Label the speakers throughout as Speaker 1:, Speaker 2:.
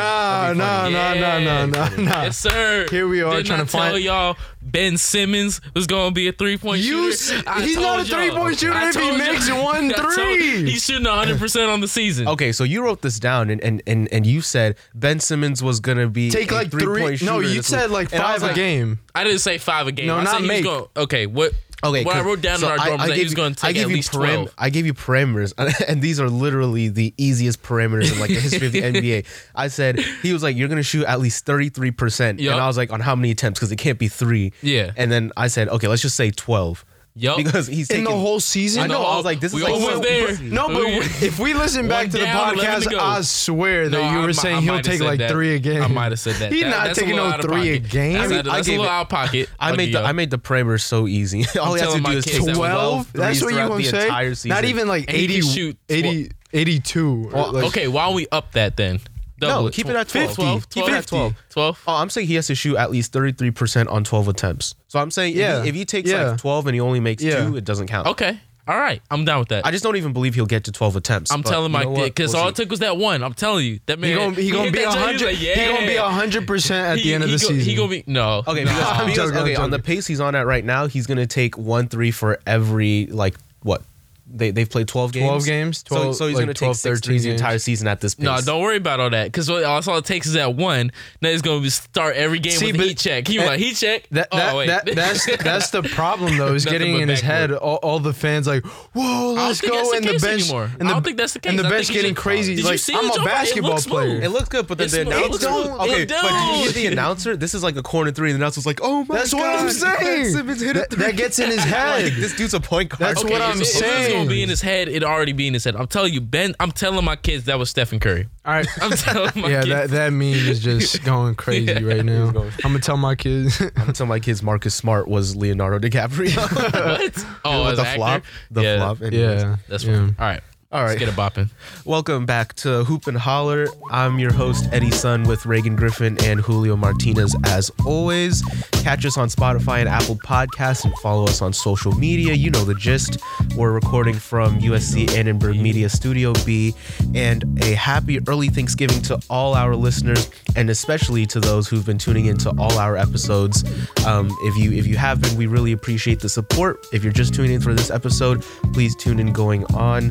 Speaker 1: No,
Speaker 2: That'd be
Speaker 1: no,
Speaker 2: funny.
Speaker 1: no, no, no, no, no.
Speaker 2: Yes, sir.
Speaker 1: Here we are
Speaker 2: Didn't
Speaker 1: trying
Speaker 2: I
Speaker 1: to
Speaker 2: tell
Speaker 1: find-
Speaker 2: y'all Ben Simmons was gonna be a three point
Speaker 1: You
Speaker 2: shooter.
Speaker 1: s-
Speaker 2: I
Speaker 1: he's not
Speaker 2: told
Speaker 1: a three-point shooter
Speaker 2: y'all. I
Speaker 1: if he
Speaker 2: told
Speaker 1: makes
Speaker 2: y'all.
Speaker 1: one
Speaker 2: I told-
Speaker 1: three.
Speaker 2: He's shooting 100 percent on the season.
Speaker 3: Okay, so you wrote this down, and and and, and you said Ben Simmons was gonna be
Speaker 1: Take
Speaker 3: a
Speaker 1: like three.
Speaker 3: three-point
Speaker 1: No,
Speaker 3: shooter
Speaker 1: you
Speaker 3: this
Speaker 1: said like
Speaker 3: week. And I
Speaker 1: five
Speaker 3: was
Speaker 1: a
Speaker 3: like,
Speaker 1: game.
Speaker 2: I didn't say five a game.
Speaker 1: No,
Speaker 2: I
Speaker 1: not
Speaker 2: said he was
Speaker 1: make.
Speaker 2: Going, okay, what?
Speaker 3: Okay,
Speaker 2: what I
Speaker 3: 'cause-
Speaker 2: wrote down
Speaker 3: so
Speaker 2: in our
Speaker 3: I-
Speaker 2: dorm
Speaker 3: I
Speaker 2: was that he
Speaker 3: gave
Speaker 2: was
Speaker 3: you-
Speaker 2: going to
Speaker 3: I
Speaker 2: take
Speaker 3: gave
Speaker 2: at
Speaker 3: you
Speaker 2: least
Speaker 3: param-
Speaker 2: 12.
Speaker 3: I gave you parameters, and these are literally the easiest parameters in like the history of the NBA. I said he was like, "You're gonna shoot at least 33 percent,"
Speaker 2: Yup.
Speaker 3: and I was like, "On how many attempts? Because it can't be three.
Speaker 2: Yeah.
Speaker 3: And then I said, "Okay, let's just say 12."
Speaker 2: Yup.
Speaker 3: Because he's
Speaker 1: In
Speaker 3: taking
Speaker 1: the whole
Speaker 3: I
Speaker 1: season?
Speaker 3: know.
Speaker 2: No,
Speaker 3: I was like, "This
Speaker 2: we
Speaker 3: is like
Speaker 2: almost
Speaker 3: so
Speaker 2: there.
Speaker 3: pussy.
Speaker 1: No, but
Speaker 2: Yeah.
Speaker 1: we- if we listen back
Speaker 2: One
Speaker 1: to the
Speaker 2: down, eleven to
Speaker 1: podcast,
Speaker 2: go.
Speaker 1: I swear that
Speaker 2: No,
Speaker 1: you
Speaker 2: I
Speaker 1: were
Speaker 2: mi- I
Speaker 1: saying he'll
Speaker 2: might have
Speaker 1: take
Speaker 2: said
Speaker 1: like
Speaker 2: that.
Speaker 1: three a game.
Speaker 2: I might have said that.
Speaker 1: He's
Speaker 2: That-
Speaker 1: not
Speaker 2: that's a
Speaker 1: taking
Speaker 2: little
Speaker 1: no
Speaker 2: out of
Speaker 1: three a
Speaker 2: pocket.
Speaker 1: game.
Speaker 2: That's,
Speaker 1: I
Speaker 2: a-
Speaker 1: mean,
Speaker 2: that's
Speaker 3: I
Speaker 2: a
Speaker 3: gave
Speaker 2: little
Speaker 3: it-
Speaker 2: out of pocket.
Speaker 3: I
Speaker 2: Lucky
Speaker 3: made the
Speaker 2: y'all.
Speaker 3: I made the parameters so easy. All he has to
Speaker 2: telling
Speaker 3: do
Speaker 2: my
Speaker 3: is
Speaker 2: kids
Speaker 3: take
Speaker 2: that was
Speaker 3: 12
Speaker 1: 12? That's
Speaker 3: threes
Speaker 1: what you
Speaker 3: throughout
Speaker 1: gonna
Speaker 3: the
Speaker 1: say?
Speaker 3: entire season.
Speaker 1: Not even like
Speaker 2: And he
Speaker 1: 80,
Speaker 2: can shoot
Speaker 1: 80 82. or, like-
Speaker 2: okay, why don't we up that then?
Speaker 3: No, keep it at 50.
Speaker 2: 12,
Speaker 3: Keep it at
Speaker 2: 12,
Speaker 3: 50.
Speaker 2: 12.
Speaker 3: Oh, I'm saying he has to shoot at least 33% on 12 attempts. So I'm saying
Speaker 1: Yeah.
Speaker 3: if, he, if he takes
Speaker 1: Yeah.
Speaker 3: like 12 and he only makes
Speaker 1: Yeah.
Speaker 3: two, it doesn't count.
Speaker 2: Okay. All right. I'm down with that.
Speaker 3: I just don't even believe he'll get to 12 attempts.
Speaker 2: I'm
Speaker 3: but
Speaker 2: telling
Speaker 3: you
Speaker 2: my
Speaker 3: know what?
Speaker 2: kid because
Speaker 3: We'll
Speaker 2: all
Speaker 3: see.
Speaker 2: it took was that one. I'm telling you, that man.
Speaker 1: He gonna, he gonna
Speaker 2: hit
Speaker 1: be
Speaker 2: that jump, he was
Speaker 1: 100
Speaker 2: like,
Speaker 1: He gonna be
Speaker 2: yeah.
Speaker 1: 100% at
Speaker 2: He-
Speaker 1: the end of
Speaker 2: he
Speaker 1: the
Speaker 2: go-
Speaker 1: season.
Speaker 2: He gonna be no.
Speaker 3: Okay,
Speaker 2: no.
Speaker 3: because,
Speaker 1: I'm
Speaker 3: because-
Speaker 1: joking, I'm
Speaker 3: okay, on the
Speaker 1: joking.
Speaker 3: pace he's on at right now, he's going to take one three for every, like, what? They, they've played 12 games?
Speaker 1: 12 games,
Speaker 3: So-
Speaker 1: 12
Speaker 3: so, he's
Speaker 1: like
Speaker 3: going to take
Speaker 1: 12,
Speaker 3: six
Speaker 1: 13
Speaker 3: threes the
Speaker 1: games.
Speaker 3: entire season at this pace.
Speaker 2: No, don't worry about all that because all, all it takes is that one. Now he's gonna be start every game
Speaker 1: See,
Speaker 2: with a
Speaker 1: but-
Speaker 2: heat check. He was
Speaker 1: that-
Speaker 2: like heat check.
Speaker 1: That,
Speaker 2: oh,
Speaker 1: that,
Speaker 2: wait.
Speaker 1: that that's that's the problem though is
Speaker 2: Nothing
Speaker 1: getting
Speaker 2: but
Speaker 1: in his
Speaker 2: backward.
Speaker 1: head all, all the fans like whoa
Speaker 2: I don't
Speaker 1: let's
Speaker 2: think that's
Speaker 1: go
Speaker 2: the
Speaker 1: and the
Speaker 2: case
Speaker 1: bench
Speaker 2: anymore.
Speaker 1: and the,
Speaker 2: I don't think that's the case.
Speaker 1: and the
Speaker 2: I think
Speaker 1: bench
Speaker 2: he
Speaker 1: getting
Speaker 2: just-
Speaker 1: crazy
Speaker 2: Did you
Speaker 1: like
Speaker 2: see
Speaker 1: I'm
Speaker 2: the
Speaker 1: a
Speaker 2: jumper? It
Speaker 1: basketball
Speaker 2: looks
Speaker 1: player
Speaker 2: smooth.
Speaker 3: It looks good, but then
Speaker 2: It's
Speaker 3: the
Speaker 2: smooth. It
Speaker 3: announcer.
Speaker 2: looks smooth.
Speaker 3: okay,
Speaker 2: It
Speaker 3: but did you hear
Speaker 2: does.
Speaker 3: the announcer? This is like a corner three, and the announcer's like, "Oh my
Speaker 1: That's
Speaker 3: god!"
Speaker 1: what I'm
Speaker 3: Ben
Speaker 1: saying.
Speaker 3: Simmons hit a
Speaker 1: That- that
Speaker 3: three.
Speaker 1: gets in his
Speaker 3: Like,
Speaker 1: head.
Speaker 3: this dude's a point guard.
Speaker 1: That's what
Speaker 2: If-
Speaker 1: I'm
Speaker 2: if It's
Speaker 1: saying.
Speaker 2: gonna be in his head. It already be in his head. I'm telling you, Ben. I'm telling my kids that was Stephen Curry.
Speaker 1: all right
Speaker 2: I'm telling my
Speaker 1: yeah
Speaker 2: kids.
Speaker 1: that that meme is just going crazy right now I'm gonna tell my kids
Speaker 3: I'm telling my kids Marcus Smart was Leonardo DiCaprio.
Speaker 2: what? Oh, as
Speaker 3: With the
Speaker 2: an actor?
Speaker 3: flop, the
Speaker 2: yeah,
Speaker 3: flop. Anyways.
Speaker 1: yeah
Speaker 2: That's
Speaker 1: yeah.
Speaker 2: fine. All right.
Speaker 3: All
Speaker 2: Let's
Speaker 3: right.
Speaker 2: get it bopping.
Speaker 3: Welcome back to Hoop and Holler. I'm your host, Eddie Sun, with Reagan Griffin and Julio Martinez. As always, catch us on Spotify and Apple Podcasts and follow us on social media. You know the gist. We're recording from USC Annenberg Media Studio B. And a happy early Thanksgiving to all our listeners and especially to those who've been tuning into all our episodes. Um, if you if you have been, we really appreciate the support. If you're just tuning in for this episode, please tune in going on.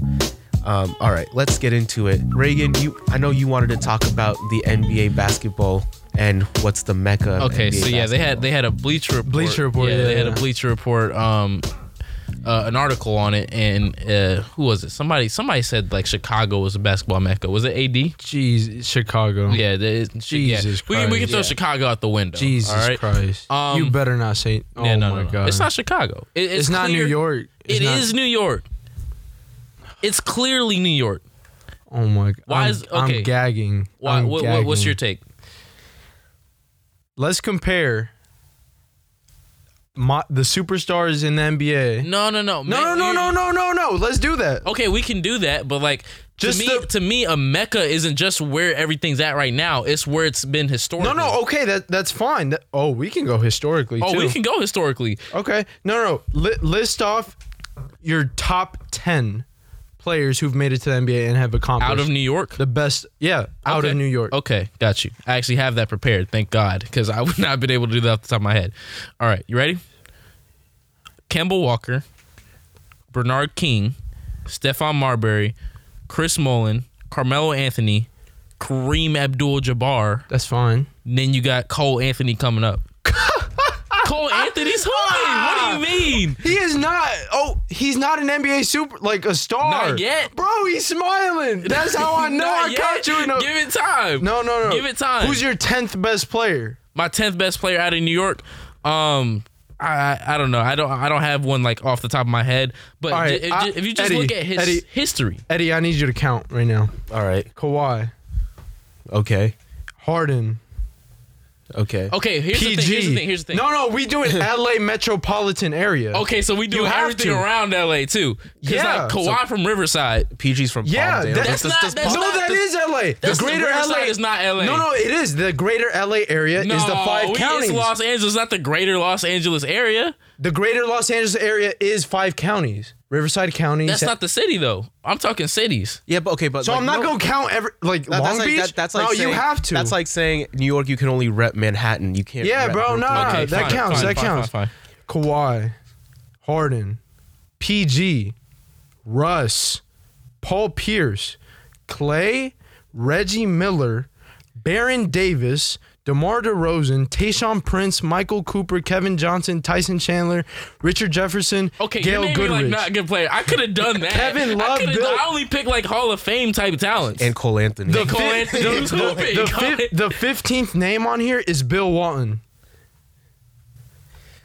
Speaker 3: Um, all right, let's get into it. Reagan, you I know you wanted to talk about the NBA basketball and what's the mecca. of
Speaker 2: Okay,
Speaker 3: NBA
Speaker 2: so yeah, they had
Speaker 3: basketball.
Speaker 2: they had a Bleacher Report.
Speaker 1: Bleacher Report, yeah,
Speaker 2: they had a
Speaker 1: yeah.
Speaker 2: Bleacher Report. Um, uh, an article on it, and uh, who was it? Somebody somebody said like Chicago was a basketball mecca. Was it AD?
Speaker 1: jeez Chicago
Speaker 2: Yeah, they, yeah.
Speaker 1: Jesus
Speaker 2: We can, we can
Speaker 1: Christ.
Speaker 2: throw Chicago out the window.
Speaker 1: Jesus
Speaker 2: all right?
Speaker 1: Christ
Speaker 2: Um,
Speaker 1: you better not say oh
Speaker 2: Yeah, no,
Speaker 1: my
Speaker 2: no, no.
Speaker 1: god
Speaker 2: It's not Chicago. It-
Speaker 1: it's, not New
Speaker 2: clear-
Speaker 1: York
Speaker 2: It is
Speaker 1: not-
Speaker 2: New York. It's clearly New York.
Speaker 1: oh my god
Speaker 2: Why
Speaker 1: I'm,
Speaker 2: is-
Speaker 1: I'm
Speaker 2: okay.
Speaker 1: gagging
Speaker 2: Why,
Speaker 1: I'm
Speaker 2: what, what, what's
Speaker 1: gagging.
Speaker 2: your take?
Speaker 1: let's compare my, the superstars in the NBA.
Speaker 2: No, no,
Speaker 1: No, no,
Speaker 2: no.
Speaker 1: no,
Speaker 2: Ma- you- Oh,
Speaker 1: no, no, no, no. Let's do that.
Speaker 2: Okay, we can do that, but like
Speaker 1: Just
Speaker 2: to me,
Speaker 1: the-
Speaker 2: to me, a mecca isn't just where everything's at right now. It's where it's been
Speaker 1: No,
Speaker 2: historically.
Speaker 1: no, okay, that that's fine. That, oh, we can go historically
Speaker 2: Oh,
Speaker 1: too.
Speaker 2: we can go historically.
Speaker 1: Okay, no, no. Li- list off your top ten players who've made it to the NBA and have accomplished
Speaker 2: Out of New York.
Speaker 1: the best. Yeah, out
Speaker 2: Okay. Oh.
Speaker 1: of New York.
Speaker 2: Okay, got you. I actually have that prepared. Thank God, because I would not have been able to do that off the top of my head. All right, you ready? Kemba Walker, Bernard King, Stephon Marbury, Chris Mullen, Carmelo Anthony, Kareem Abdul-Jabbar.
Speaker 1: That's fine.
Speaker 2: And then you got Cole Anthony coming up. Cole Anthony's hooping. What do you mean?
Speaker 1: He is not. Oh, he's not an NBA super like a star.
Speaker 2: Not yet.
Speaker 1: bro. He's smiling. That's how I know
Speaker 2: Not
Speaker 1: I caught
Speaker 2: yet.
Speaker 1: you in a.
Speaker 2: Give it time.
Speaker 1: no, no, no.
Speaker 2: Give it time.
Speaker 1: Who's your tenth best player?
Speaker 2: my tenth best player out of New York. Um, I, I I don't know. I don't I don't have one like off the top of my head. But
Speaker 1: All right,
Speaker 2: ju- if,
Speaker 1: I-
Speaker 2: ju- if you just
Speaker 1: Eddie,
Speaker 2: look at his
Speaker 1: Eddie.
Speaker 2: history,
Speaker 1: Eddie, I need you to count right now.
Speaker 3: All right.
Speaker 1: Kawhi,
Speaker 3: Okay.
Speaker 1: Harden,
Speaker 3: Okay.
Speaker 1: Oh,
Speaker 2: okay. Here's
Speaker 1: PG.
Speaker 2: the thing. Here's the thing. Here's the thing.
Speaker 1: No, no, we do it LA metropolitan area.
Speaker 2: Okay, so we do
Speaker 1: You have
Speaker 2: everything
Speaker 1: to.
Speaker 2: around LA too. Cause
Speaker 1: Yeah.
Speaker 2: like Kawhi from Riverside.
Speaker 3: PG's from
Speaker 1: Yeah,
Speaker 3: Palmdale.
Speaker 1: that's
Speaker 3: Does- does-
Speaker 2: not-
Speaker 3: does
Speaker 1: No,
Speaker 2: that's
Speaker 3: Palm-
Speaker 2: not-
Speaker 1: that
Speaker 2: that's-
Speaker 1: is LA. The
Speaker 2: that's-
Speaker 1: greater LA
Speaker 2: Riverside is not LA.
Speaker 1: No, no, it is. The greater LA area
Speaker 2: No,
Speaker 1: is the five
Speaker 2: we-
Speaker 1: counties.
Speaker 2: It's Los Angeles, not the greater Los Angeles area.
Speaker 1: the greater Los Angeles area is five counties. Riverside County.
Speaker 2: That's
Speaker 1: Sa-
Speaker 2: not the city though. I'm talking cities.
Speaker 3: Yeah, but okay, but
Speaker 1: so
Speaker 3: like,
Speaker 1: I'm not
Speaker 3: no-
Speaker 1: gonna count every like
Speaker 3: that-
Speaker 1: Long
Speaker 3: that's
Speaker 1: Beach.
Speaker 3: Like, that- that's like
Speaker 1: no,
Speaker 3: saying-
Speaker 1: you have to.
Speaker 3: That's like saying New York, you can only rep Manhattan. You can't.
Speaker 1: Yeah,
Speaker 3: rep
Speaker 1: bro,
Speaker 3: Brooklyn.
Speaker 1: nah.
Speaker 2: Okay,
Speaker 1: that
Speaker 2: fine,
Speaker 1: counts,
Speaker 2: fine,
Speaker 1: that
Speaker 2: fine,
Speaker 1: counts.
Speaker 2: Fine, fine.
Speaker 1: Kawhi, Harden, PG, Russ, Paul Pierce, Clay, Reggie Miller, Baron Davis, DeMar DeRozan, Tayshawn Prince, Michael Cooper, Kevin Johnson, Tyson Chandler, Richard Jefferson,
Speaker 2: Okay,
Speaker 1: Gail
Speaker 2: you're naming,
Speaker 1: Goodrich.
Speaker 2: like not a good player. I could have done that.
Speaker 1: Kevin Love
Speaker 2: I, coulda-
Speaker 1: built-
Speaker 2: I only picked like Hall of Fame type talents.
Speaker 3: And Cole Anthony.
Speaker 2: the Cole Anthony,
Speaker 1: the,
Speaker 2: who's hooping?
Speaker 1: the,
Speaker 2: Cole
Speaker 1: fif-
Speaker 2: Anthony.
Speaker 1: the 15th name on here is Bill Walton.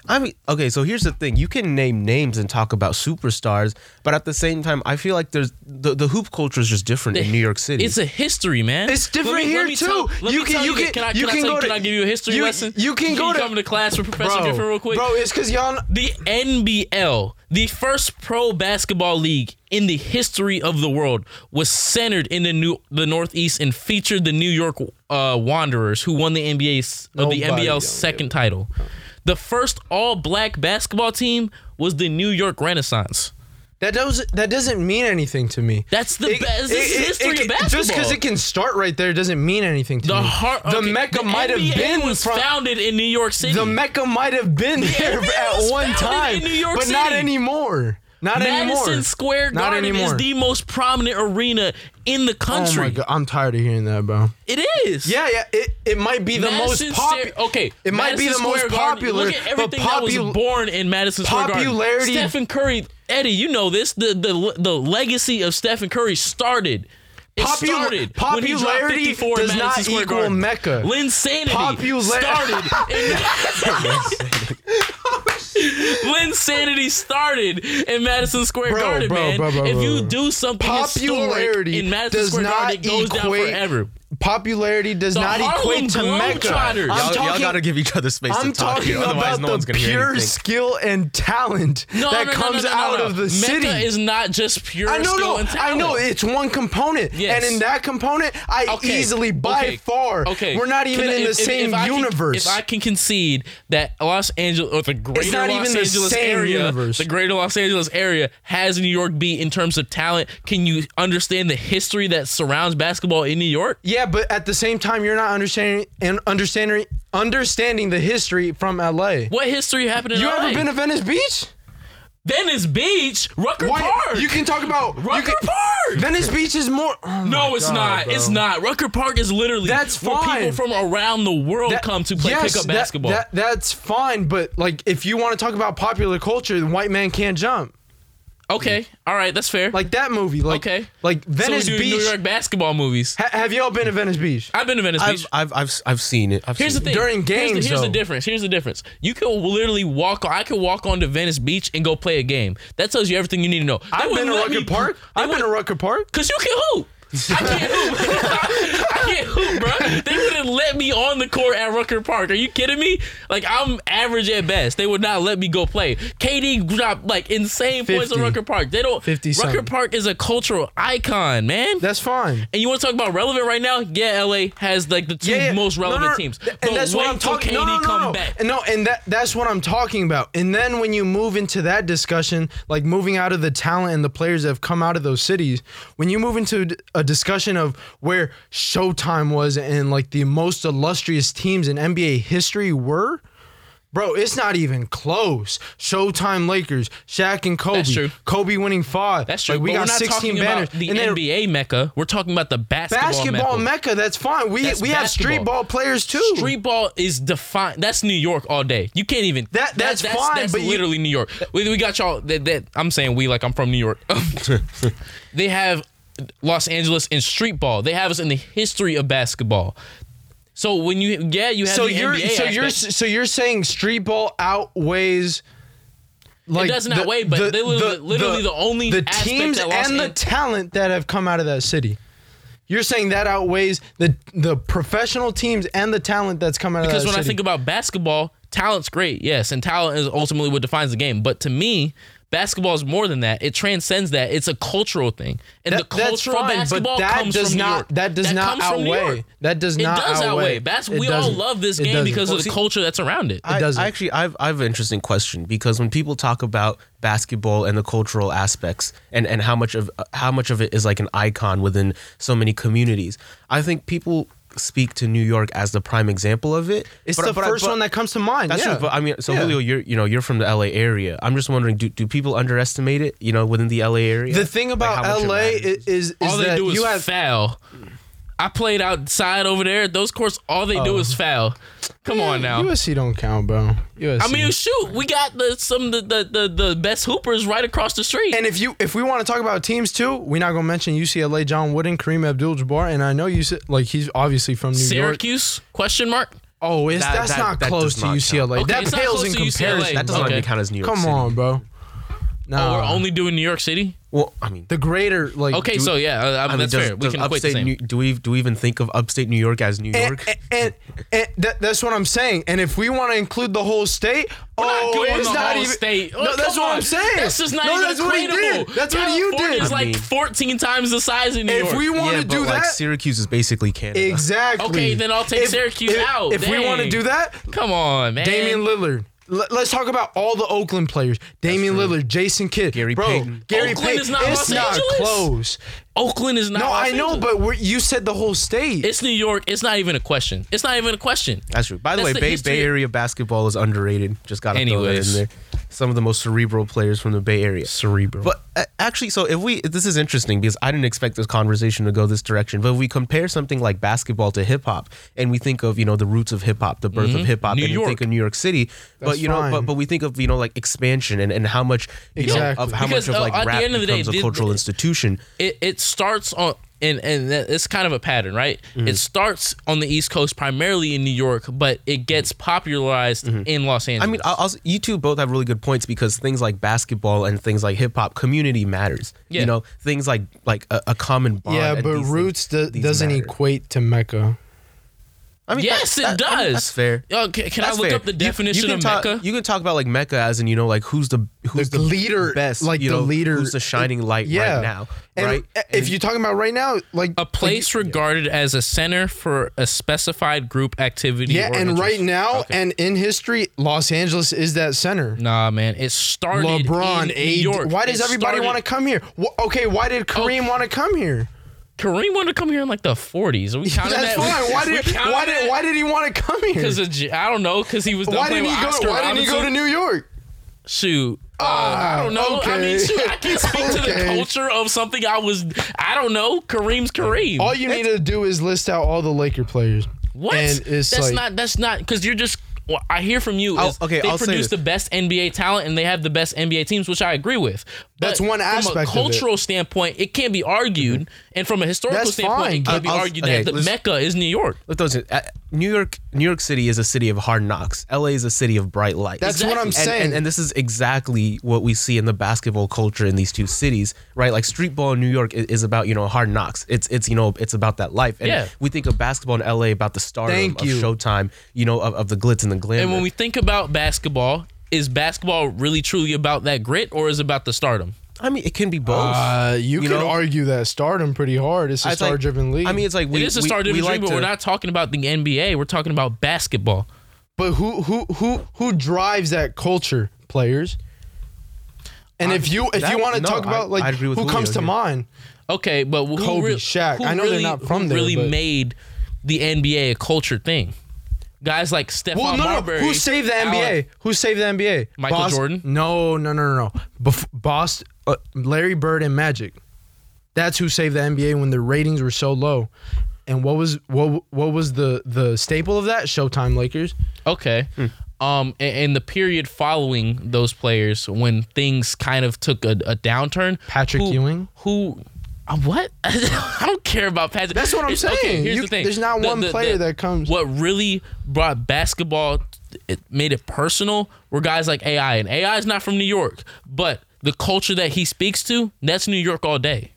Speaker 3: I mean, okay, so here's the thing: you can name names and talk about superstars, but at the same time, I feel like there's the, the hoop culture is just different in New York City.
Speaker 2: It's a history, man.
Speaker 1: It's different here, too.
Speaker 2: tell- let
Speaker 1: You
Speaker 2: me
Speaker 1: can-
Speaker 2: tell
Speaker 1: you
Speaker 2: you,
Speaker 1: can-
Speaker 2: can, can I,
Speaker 1: you
Speaker 2: can I
Speaker 1: can
Speaker 2: tell
Speaker 1: go
Speaker 2: you-
Speaker 1: to-
Speaker 2: can I give you a history
Speaker 1: you-
Speaker 2: lesson?
Speaker 1: you can go to-
Speaker 2: come to class with Professor
Speaker 1: Bro,
Speaker 2: Griffin real quick.
Speaker 1: bro, it's because y'all.
Speaker 2: the NBL, the first pro basketball league in the history of the world, was centered in the new the Northeast and featured the New York uh, Wanderers, who won the NBA uh,
Speaker 1: Nobody
Speaker 2: the
Speaker 1: don't
Speaker 2: NBL's second title. The first all black basketball team was the New York Renaissance.
Speaker 1: That does that doesn't mean anything to me.
Speaker 2: That's the best. This is
Speaker 1: it-
Speaker 2: history
Speaker 1: it-
Speaker 2: of
Speaker 1: it-
Speaker 2: basketball.
Speaker 1: Just because it can start right there doesn't mean anything to
Speaker 2: the
Speaker 1: me.
Speaker 2: heart,
Speaker 1: Hmm. the
Speaker 2: okay,
Speaker 1: Mecca
Speaker 2: the
Speaker 1: might have
Speaker 2: NBA
Speaker 1: been
Speaker 2: was
Speaker 1: from-
Speaker 2: founded in New York City.
Speaker 1: the Mecca might have been there
Speaker 2: NBA
Speaker 1: at
Speaker 2: was
Speaker 1: one
Speaker 2: founded
Speaker 1: time,
Speaker 2: in New York
Speaker 1: but not
Speaker 2: City.
Speaker 1: anymore. Not
Speaker 2: Madison
Speaker 1: anymore.
Speaker 2: Square
Speaker 1: Not
Speaker 2: Garden
Speaker 1: anymore.
Speaker 2: is the most prominent arena in the
Speaker 1: oh
Speaker 2: country.
Speaker 1: my god, I'm tired of hearing that, bro.
Speaker 2: It is.
Speaker 1: Yeah, yeah. It it might be the
Speaker 2: Madison
Speaker 1: most popular.
Speaker 2: Square- okay,
Speaker 1: it might be
Speaker 2: Madison
Speaker 1: the most
Speaker 2: Square Garden.
Speaker 1: popular,
Speaker 2: Look at
Speaker 1: but
Speaker 2: everything that
Speaker 1: popu-
Speaker 2: was born in Madison Square Garden.
Speaker 1: popularity-
Speaker 2: Stephen Curry, Eddie, you know this. The the the legacy of Stephen Curry started. It
Speaker 1: Popu-
Speaker 2: started when he dropped
Speaker 1: popularity
Speaker 2: 54 in
Speaker 1: does
Speaker 2: Madison
Speaker 1: not
Speaker 2: Square
Speaker 1: equal
Speaker 2: Garden.
Speaker 1: Mecca.
Speaker 2: Linsanity
Speaker 1: Popula-
Speaker 2: started. In- Linsanity started in Madison Square
Speaker 1: Bro,
Speaker 2: Garden,
Speaker 1: bro,
Speaker 2: man.
Speaker 1: bro, bro,
Speaker 2: if
Speaker 1: bro,
Speaker 2: you
Speaker 1: bro.
Speaker 2: do something
Speaker 1: Popularity
Speaker 2: historic in Madison
Speaker 1: does
Speaker 2: Square
Speaker 1: not
Speaker 2: Garden, it goes
Speaker 1: equate-
Speaker 2: down forever.
Speaker 1: Popularity does
Speaker 2: The
Speaker 1: not
Speaker 2: Harlem
Speaker 1: equate to Mecca.
Speaker 2: Globetrotters.
Speaker 1: I'm
Speaker 3: y'all, y'all
Speaker 1: talking-
Speaker 3: gotta give each other space
Speaker 1: I'm
Speaker 3: to talk.
Speaker 1: talking
Speaker 3: here, otherwise,
Speaker 1: about
Speaker 3: no one's
Speaker 1: the
Speaker 3: gonna hear
Speaker 1: pure
Speaker 3: anything.
Speaker 1: skill and talent that
Speaker 2: No, no, no, no,
Speaker 1: comes
Speaker 2: no, no,
Speaker 1: out
Speaker 2: no.
Speaker 1: of the
Speaker 2: Mecca
Speaker 1: city.
Speaker 2: is not just pure
Speaker 1: I know,
Speaker 2: skill
Speaker 1: no,
Speaker 2: and talent.
Speaker 1: I know it's one component,
Speaker 2: Yes.
Speaker 1: and in that component, I
Speaker 2: Okay,
Speaker 1: easily, by
Speaker 2: okay,
Speaker 1: far,
Speaker 2: Okay,
Speaker 1: we're not
Speaker 2: Can
Speaker 1: even
Speaker 2: I-
Speaker 1: in the
Speaker 2: if- if-
Speaker 1: same
Speaker 2: if I can-
Speaker 1: universe.
Speaker 2: if I can concede that Los Angeles or the greater
Speaker 1: not
Speaker 2: Los
Speaker 1: even the
Speaker 2: Angeles
Speaker 1: same
Speaker 2: area,
Speaker 1: universe.
Speaker 2: the greater Los Angeles area has New York beat in terms of talent, can you understand the history that surrounds basketball in New York?
Speaker 1: yeah, but at the same time, you're not understanding and understanding understanding the history from LA.
Speaker 2: What history happened in
Speaker 1: You
Speaker 2: LA?
Speaker 1: ever been to Venice Beach?
Speaker 2: Venice Beach, Rucker
Speaker 1: What-
Speaker 2: Park.
Speaker 1: You can talk about you
Speaker 2: Rucker
Speaker 1: can-
Speaker 2: Park.
Speaker 1: Venice Beach is more. oh my
Speaker 2: No, it's
Speaker 1: God,
Speaker 2: not.
Speaker 1: bro.
Speaker 2: It's not. Rucker Park is literally
Speaker 1: That's
Speaker 2: where
Speaker 1: fine.
Speaker 2: people from around the world
Speaker 1: That-
Speaker 2: come to play
Speaker 1: yes,
Speaker 2: pickup
Speaker 1: that-
Speaker 2: basketball.
Speaker 1: That, that's fine, but like if you want to talk about popular culture, the white man can't jump.
Speaker 2: okay, all right, that's fair.
Speaker 1: Like that movie. Like,
Speaker 2: Okay.
Speaker 1: Like
Speaker 2: so we
Speaker 1: Venice
Speaker 2: do
Speaker 1: Beach.
Speaker 2: New York basketball movies.
Speaker 1: Ha- have y'all been to Venice Beach?
Speaker 2: I've been to Venice
Speaker 3: I've,
Speaker 2: Beach.
Speaker 3: I've, I've, I've seen it. I've
Speaker 2: Here's the
Speaker 3: seen it.
Speaker 2: thing.
Speaker 1: During
Speaker 2: here's,
Speaker 1: games,
Speaker 2: the, here's the
Speaker 1: though.
Speaker 2: difference. Here's the difference. You can literally walk. I could walk onto Venice Beach and go play a game. That tells you everything you need to know. They
Speaker 1: I've been
Speaker 2: wouldn't
Speaker 1: to
Speaker 2: let
Speaker 1: Rucker
Speaker 2: me-
Speaker 1: Park.
Speaker 2: they
Speaker 1: I've been to
Speaker 2: wouldn't-
Speaker 1: Rucker Park.
Speaker 2: Cause you can hoop. I can't hoop. I can't hoop, bro. They wouldn't let me on the court at Rucker Park. Are you kidding me? Like I'm average at best. They would not let me go play. KD dropped like insane points
Speaker 1: 50.
Speaker 2: on Rucker Park. They don't.
Speaker 1: 50
Speaker 2: Rucker
Speaker 1: something.
Speaker 2: Park is a cultural icon, man.
Speaker 1: That's fine.
Speaker 2: And you want to talk about relevant right now? Yeah, LA has like the two
Speaker 1: Yeah, yeah.
Speaker 2: most
Speaker 1: No,
Speaker 2: relevant
Speaker 1: no, no.
Speaker 2: teams.
Speaker 1: Th-
Speaker 2: But
Speaker 1: And that's what
Speaker 2: wait
Speaker 1: I'm
Speaker 2: till
Speaker 1: talking.
Speaker 2: KD
Speaker 1: No, no, no,
Speaker 2: come
Speaker 1: no.
Speaker 2: back.
Speaker 1: And no, and that that's what I'm talking about. And then when you move into that discussion, like moving out of the talent and the players that have come out of those cities, when you move into d- a discussion of where Showtime was and like the most illustrious teams in NBA history were. Bro, it's not even close. Showtime Lakers, Shaq and Kobe.
Speaker 2: That's true.
Speaker 1: Kobe winning five.
Speaker 2: That's true.
Speaker 1: Like, we
Speaker 2: but
Speaker 1: got
Speaker 2: we're not
Speaker 1: 16
Speaker 2: talking
Speaker 1: banners.
Speaker 2: about the
Speaker 1: and then
Speaker 2: NBA mecca. We're talking about the basketball,
Speaker 1: basketball
Speaker 2: mecca.
Speaker 1: mecca. That's fine. We
Speaker 2: That's
Speaker 1: we have street
Speaker 2: basketball.
Speaker 1: ball players too.
Speaker 2: Street ball is defined. That's New York all day. You can't even.
Speaker 1: That- that's fine,
Speaker 2: That's
Speaker 1: but you-
Speaker 2: literally New York. We, we got y'all. That, that I'm saying we like. I'm from New York. they have Los Angeles in street ball. They have us in the history of basketball. So when you yeah you have
Speaker 1: so
Speaker 2: the
Speaker 1: you're
Speaker 2: NBA
Speaker 1: so you're
Speaker 2: aspect.
Speaker 1: so you're saying street ball outweighs like
Speaker 2: doesn't outweigh, but they literally- literally the only
Speaker 1: the
Speaker 2: aspect
Speaker 1: teams
Speaker 2: that Los
Speaker 1: and the
Speaker 2: An-
Speaker 1: talent that have come out of that city. You're saying that outweighs the the professional teams and the talent that's come out of
Speaker 2: because
Speaker 1: that
Speaker 2: when I
Speaker 1: city.
Speaker 2: think about basketball, talent's great, yes, and talent is ultimately what defines the game. But to me, Basketball is more than that. It transcends that. It's a cultural thing. And
Speaker 1: That-
Speaker 2: the culture of basketball comes
Speaker 1: does
Speaker 2: from New
Speaker 1: not
Speaker 2: York.
Speaker 1: that does not
Speaker 2: comes from New
Speaker 1: outweigh
Speaker 2: York.
Speaker 1: that does
Speaker 2: It
Speaker 1: not
Speaker 2: does outweigh. Bas-
Speaker 1: It
Speaker 2: we all
Speaker 1: doesn't.
Speaker 2: love this
Speaker 1: It
Speaker 2: game
Speaker 1: doesn't.
Speaker 2: because of the
Speaker 3: see-
Speaker 2: culture that's around it.
Speaker 1: It
Speaker 3: I,
Speaker 1: doesn't.
Speaker 3: I actually, I've, I have an interesting question because when people talk about basketball and the cultural aspects and, and how much of how much of it is like an icon within so many communities, I think people speak to New York as the prime example of it.
Speaker 1: it's
Speaker 3: But-
Speaker 1: the
Speaker 3: but I-
Speaker 1: first
Speaker 3: but-
Speaker 1: one that comes to mind.
Speaker 3: That's
Speaker 1: yeah.
Speaker 3: true. But I mean, so
Speaker 1: Yeah.
Speaker 3: Julio, you're you know you're from the LA area. I'm just wondering, do, do people underestimate it? You know, within the LA area.
Speaker 1: the thing
Speaker 3: Like,
Speaker 1: about
Speaker 3: how much it
Speaker 1: LA
Speaker 3: matters?
Speaker 1: is is, is
Speaker 2: all they
Speaker 1: that
Speaker 2: do is
Speaker 1: you have
Speaker 2: foul. I played outside over there. Those courts, all they
Speaker 1: Oh.
Speaker 2: do is foul. Come on now.
Speaker 1: USC don't count, bro. USC.
Speaker 2: I mean, shoot, we got the some of the, the the the best hoopers right across the street.
Speaker 1: And if you if we want to talk about teams too, we're not gonna mention UCLA, John Wooden, Kareem Abdul-Jabbar, and I know you said like he's obviously from New York.
Speaker 2: Syracuse? Question mark.
Speaker 1: Oh, it's,
Speaker 3: That-
Speaker 1: that's
Speaker 3: that-
Speaker 1: not
Speaker 3: that
Speaker 1: close
Speaker 3: does
Speaker 1: to
Speaker 3: not count.
Speaker 1: UCLA.
Speaker 2: Okay,
Speaker 1: that
Speaker 2: it's not
Speaker 1: pales
Speaker 2: close
Speaker 1: in
Speaker 2: to UCLA.
Speaker 1: comparison.
Speaker 3: that doesn't
Speaker 2: Okay.
Speaker 3: even count as New York.
Speaker 1: Come
Speaker 3: City.
Speaker 1: on, bro. No,
Speaker 2: Oh,
Speaker 3: Uh,
Speaker 2: we're only doing New York City.
Speaker 3: Well, I mean,
Speaker 1: the greater like.
Speaker 2: Okay, so yeah, uh, I mean,
Speaker 3: I mean,
Speaker 2: that's
Speaker 3: does,
Speaker 2: fair. We
Speaker 3: does
Speaker 2: can equate the
Speaker 3: upstate
Speaker 2: same.
Speaker 3: New, do we do we even think of upstate New York as New
Speaker 1: And,
Speaker 3: York?
Speaker 1: and, and, that, that's what I'm saying. And if we want to include the whole state,
Speaker 2: not
Speaker 1: oh,
Speaker 2: doing
Speaker 1: it's
Speaker 2: the
Speaker 1: not
Speaker 2: whole
Speaker 1: even.
Speaker 2: state. Oh,
Speaker 1: no, that's
Speaker 2: come
Speaker 1: what
Speaker 2: on.
Speaker 1: I'm saying.
Speaker 2: That's just not
Speaker 1: no,
Speaker 2: even
Speaker 1: that's what he did.
Speaker 2: equatable.
Speaker 1: That's what you did.
Speaker 2: California's
Speaker 3: I
Speaker 2: like
Speaker 3: mean-
Speaker 2: 14 times the size of New
Speaker 1: If
Speaker 2: York.
Speaker 1: we want
Speaker 3: yeah,
Speaker 1: to
Speaker 3: but
Speaker 1: do
Speaker 3: like
Speaker 1: that,
Speaker 3: Syracuse is basically Canada.
Speaker 1: exactly.
Speaker 2: Okay, then I'll take
Speaker 1: If-
Speaker 2: Syracuse
Speaker 1: if-
Speaker 2: out.
Speaker 1: If we want to
Speaker 2: Dang.
Speaker 1: do that,
Speaker 2: Come on, man.
Speaker 1: Damian Lillard. L- Let's talk about all the Oakland players: Damian Lillard, Jason Kidd,
Speaker 3: Gary
Speaker 1: bro,
Speaker 3: Payton.
Speaker 1: Gary
Speaker 2: Oakland
Speaker 1: Payton.
Speaker 2: is not
Speaker 1: it's
Speaker 2: Los
Speaker 1: not
Speaker 2: Angeles?
Speaker 1: close.
Speaker 2: Oakland is not.
Speaker 1: No,
Speaker 2: Los
Speaker 1: I know,
Speaker 2: Angeles.
Speaker 1: but we're, you said the whole state.
Speaker 2: it's New York. It's not even a question. It's not even a question.
Speaker 3: That's true. By the
Speaker 2: That's
Speaker 3: way,
Speaker 2: the
Speaker 3: Bay,
Speaker 2: history-
Speaker 3: Bay Area basketball is underrated. Just got to throw that in
Speaker 2: Anyways.
Speaker 3: there. Some of the most cerebral players from the Bay Area.
Speaker 2: Cerebral.
Speaker 3: But uh, actually, so if we, this is interesting because I didn't expect this conversation to go this direction. But if we compare something like basketball to hip hop, and we think of you know the roots of hip hop, the birth of hip hop,
Speaker 2: Mm-hmm. New
Speaker 3: and we
Speaker 2: York.
Speaker 3: think of New York City, but
Speaker 1: That's
Speaker 3: you know, but
Speaker 1: fine.
Speaker 3: but we think of you know like expansion and, and how much you know,
Speaker 1: Exactly.
Speaker 3: of how
Speaker 2: Because,
Speaker 3: much of
Speaker 2: uh,
Speaker 3: like
Speaker 2: at the
Speaker 3: rap
Speaker 2: end of the day,
Speaker 3: becomes a
Speaker 2: did-
Speaker 3: cultural institution.
Speaker 2: it, it starts on and and that- it's kind of a pattern, right?
Speaker 1: Mm-hmm.
Speaker 2: It starts on the East Coast, primarily in New York, but it gets popularized
Speaker 1: Mm-hmm.
Speaker 2: in Los Angeles.
Speaker 3: I mean, I'll, I'll, you two both have really good points because things like basketball and things like hip hop, community matters.
Speaker 2: Yeah.
Speaker 3: You know, things like like a, a common bond.
Speaker 1: yeah,
Speaker 3: and
Speaker 1: but
Speaker 3: these
Speaker 1: roots
Speaker 3: things-
Speaker 1: do-
Speaker 3: these
Speaker 1: doesn't
Speaker 3: matter.
Speaker 1: equate to Mecca.
Speaker 3: I mean,
Speaker 2: yes,
Speaker 3: that-
Speaker 2: it
Speaker 3: that- I mean,
Speaker 2: does.
Speaker 3: that's fair.
Speaker 2: Yo, ca- can I
Speaker 3: That's
Speaker 2: look
Speaker 3: fair.
Speaker 2: up the
Speaker 3: You- you
Speaker 2: definition
Speaker 3: can
Speaker 2: of
Speaker 3: talk-
Speaker 2: Mecca?
Speaker 3: You can talk about like Mecca as in you know like who's the who's
Speaker 1: The leader-
Speaker 3: best,
Speaker 1: like
Speaker 3: you
Speaker 1: the
Speaker 3: know,
Speaker 1: leader-
Speaker 3: who's the shining light right now,
Speaker 1: And
Speaker 3: right?
Speaker 1: If you're talking about right now, like
Speaker 2: a place regarded as a center for a specified group activity.
Speaker 1: yeah,
Speaker 2: or
Speaker 1: and
Speaker 2: interest.
Speaker 1: right now
Speaker 2: Okay.
Speaker 1: and in history, Los Angeles is that center.
Speaker 2: Nah, man, it started
Speaker 1: LeBron,
Speaker 2: in New
Speaker 1: AD.
Speaker 2: York.
Speaker 1: Why does
Speaker 2: It
Speaker 1: everybody
Speaker 2: started-
Speaker 1: want to come here? Wh- okay, why did Kareem want to come here?
Speaker 2: Kareem wanted to come here in like the 40s. Are we counting
Speaker 1: That's
Speaker 2: that?
Speaker 1: fine. Why did why did why did he want to come here?
Speaker 2: Because I don't know. Because he was done
Speaker 1: Why
Speaker 2: playing
Speaker 1: didn't he
Speaker 2: with
Speaker 1: go?
Speaker 2: Oscar
Speaker 1: why didn't he go
Speaker 2: Robinson.
Speaker 1: to New York?
Speaker 2: shoot. Uh, I don't know. I mean,
Speaker 1: okay.
Speaker 2: shoot, I can speak to the
Speaker 1: Okay.
Speaker 2: culture of something I was. I don't know. Kareem's Kareem.
Speaker 1: All you need to do is list out all the Laker players.
Speaker 2: what?
Speaker 1: And it's
Speaker 2: that's
Speaker 1: like,
Speaker 2: not. That's not. Because you're just. Well, I hear from you.
Speaker 3: I'll-
Speaker 2: is
Speaker 3: okay,
Speaker 2: they
Speaker 3: I'll say
Speaker 2: produce
Speaker 3: this.
Speaker 2: the best NBA talent and they have the best NBA teams, which I agree with. But
Speaker 1: That's one aspect of
Speaker 2: From a
Speaker 1: it.
Speaker 2: cultural standpoint, it can't be argued,
Speaker 3: Mm-hmm.
Speaker 2: and from a historical
Speaker 1: That's
Speaker 2: standpoint,
Speaker 1: fine.
Speaker 2: it can't be
Speaker 3: I'll-
Speaker 2: argued
Speaker 3: okay,
Speaker 2: that the
Speaker 3: let's-
Speaker 2: Mecca is New York.
Speaker 3: Let those uh, New York, New York City is a city of hard knocks. LA is a city of bright lights.
Speaker 1: That's what I'm
Speaker 3: and,
Speaker 1: saying.
Speaker 3: And, and this is exactly what we see in the basketball culture in these two cities, right? Like street ball in New York is, is about you know hard knocks. It's it's you know it's about that life. And
Speaker 2: Yeah.
Speaker 3: we think of basketball in LA about the stardom
Speaker 1: Thank
Speaker 3: of
Speaker 1: you.
Speaker 3: Showtime, you know of, of the glitz and the glamour.
Speaker 2: And when we think about basketball, is basketball really truly about that grit, or is it about the stardom?
Speaker 3: I mean, it can be both.
Speaker 1: Uh, you,
Speaker 3: You
Speaker 1: could
Speaker 3: know?
Speaker 1: argue that stardom pretty hard. It's a
Speaker 3: It's like-
Speaker 1: star-driven league.
Speaker 3: I mean, it's like we
Speaker 2: it is a
Speaker 3: we-
Speaker 2: star
Speaker 3: we
Speaker 2: division,
Speaker 3: like
Speaker 2: but
Speaker 3: to-
Speaker 2: we're not talking about the NBA. We're talking about basketball.
Speaker 1: but who who who who drives that culture? Players. And
Speaker 3: I-
Speaker 1: if you if
Speaker 3: that-
Speaker 1: you want to
Speaker 3: no,
Speaker 1: talk
Speaker 3: I-
Speaker 1: about like
Speaker 3: I agree with
Speaker 1: who
Speaker 3: Julio
Speaker 1: comes to
Speaker 3: here.
Speaker 1: mind,
Speaker 2: Okay, but who
Speaker 1: Kobe,
Speaker 2: really,
Speaker 1: Shaq.
Speaker 2: Who
Speaker 1: I know they're
Speaker 2: really,
Speaker 1: not from
Speaker 2: who
Speaker 1: there,
Speaker 2: Really
Speaker 1: but-
Speaker 2: made the NBA a culture thing. Guys like Stephon
Speaker 1: Well, no, no.
Speaker 2: Marbury.
Speaker 1: Who saved the
Speaker 2: Allen-
Speaker 1: NBA? Who saved the NBA?
Speaker 2: Michael
Speaker 1: Bos-
Speaker 2: Jordan?
Speaker 1: No, no, no, no, no. Bef- Boston, uh, Larry Bird and Magic. That's who saved the NBA when the ratings were so low. And what was what what was the the staple of that? Showtime Lakers.
Speaker 2: Okay. Um, and, and the period following those players when things kind of took a, a downturn.
Speaker 1: Patrick
Speaker 2: who,
Speaker 1: Ewing?
Speaker 2: Who? uh, what? I don't care about Patrick.
Speaker 1: That's what I'm
Speaker 2: It's- okay,
Speaker 1: saying.
Speaker 2: here's
Speaker 1: You-
Speaker 2: the thing.
Speaker 1: there's not
Speaker 2: The-
Speaker 1: one
Speaker 2: the-
Speaker 1: player
Speaker 2: the-
Speaker 1: that comes-
Speaker 2: What really brought basketball, it made it personal. Were guys like AI, and AI is not from New York, but the culture that he speaks to, that's New York all day.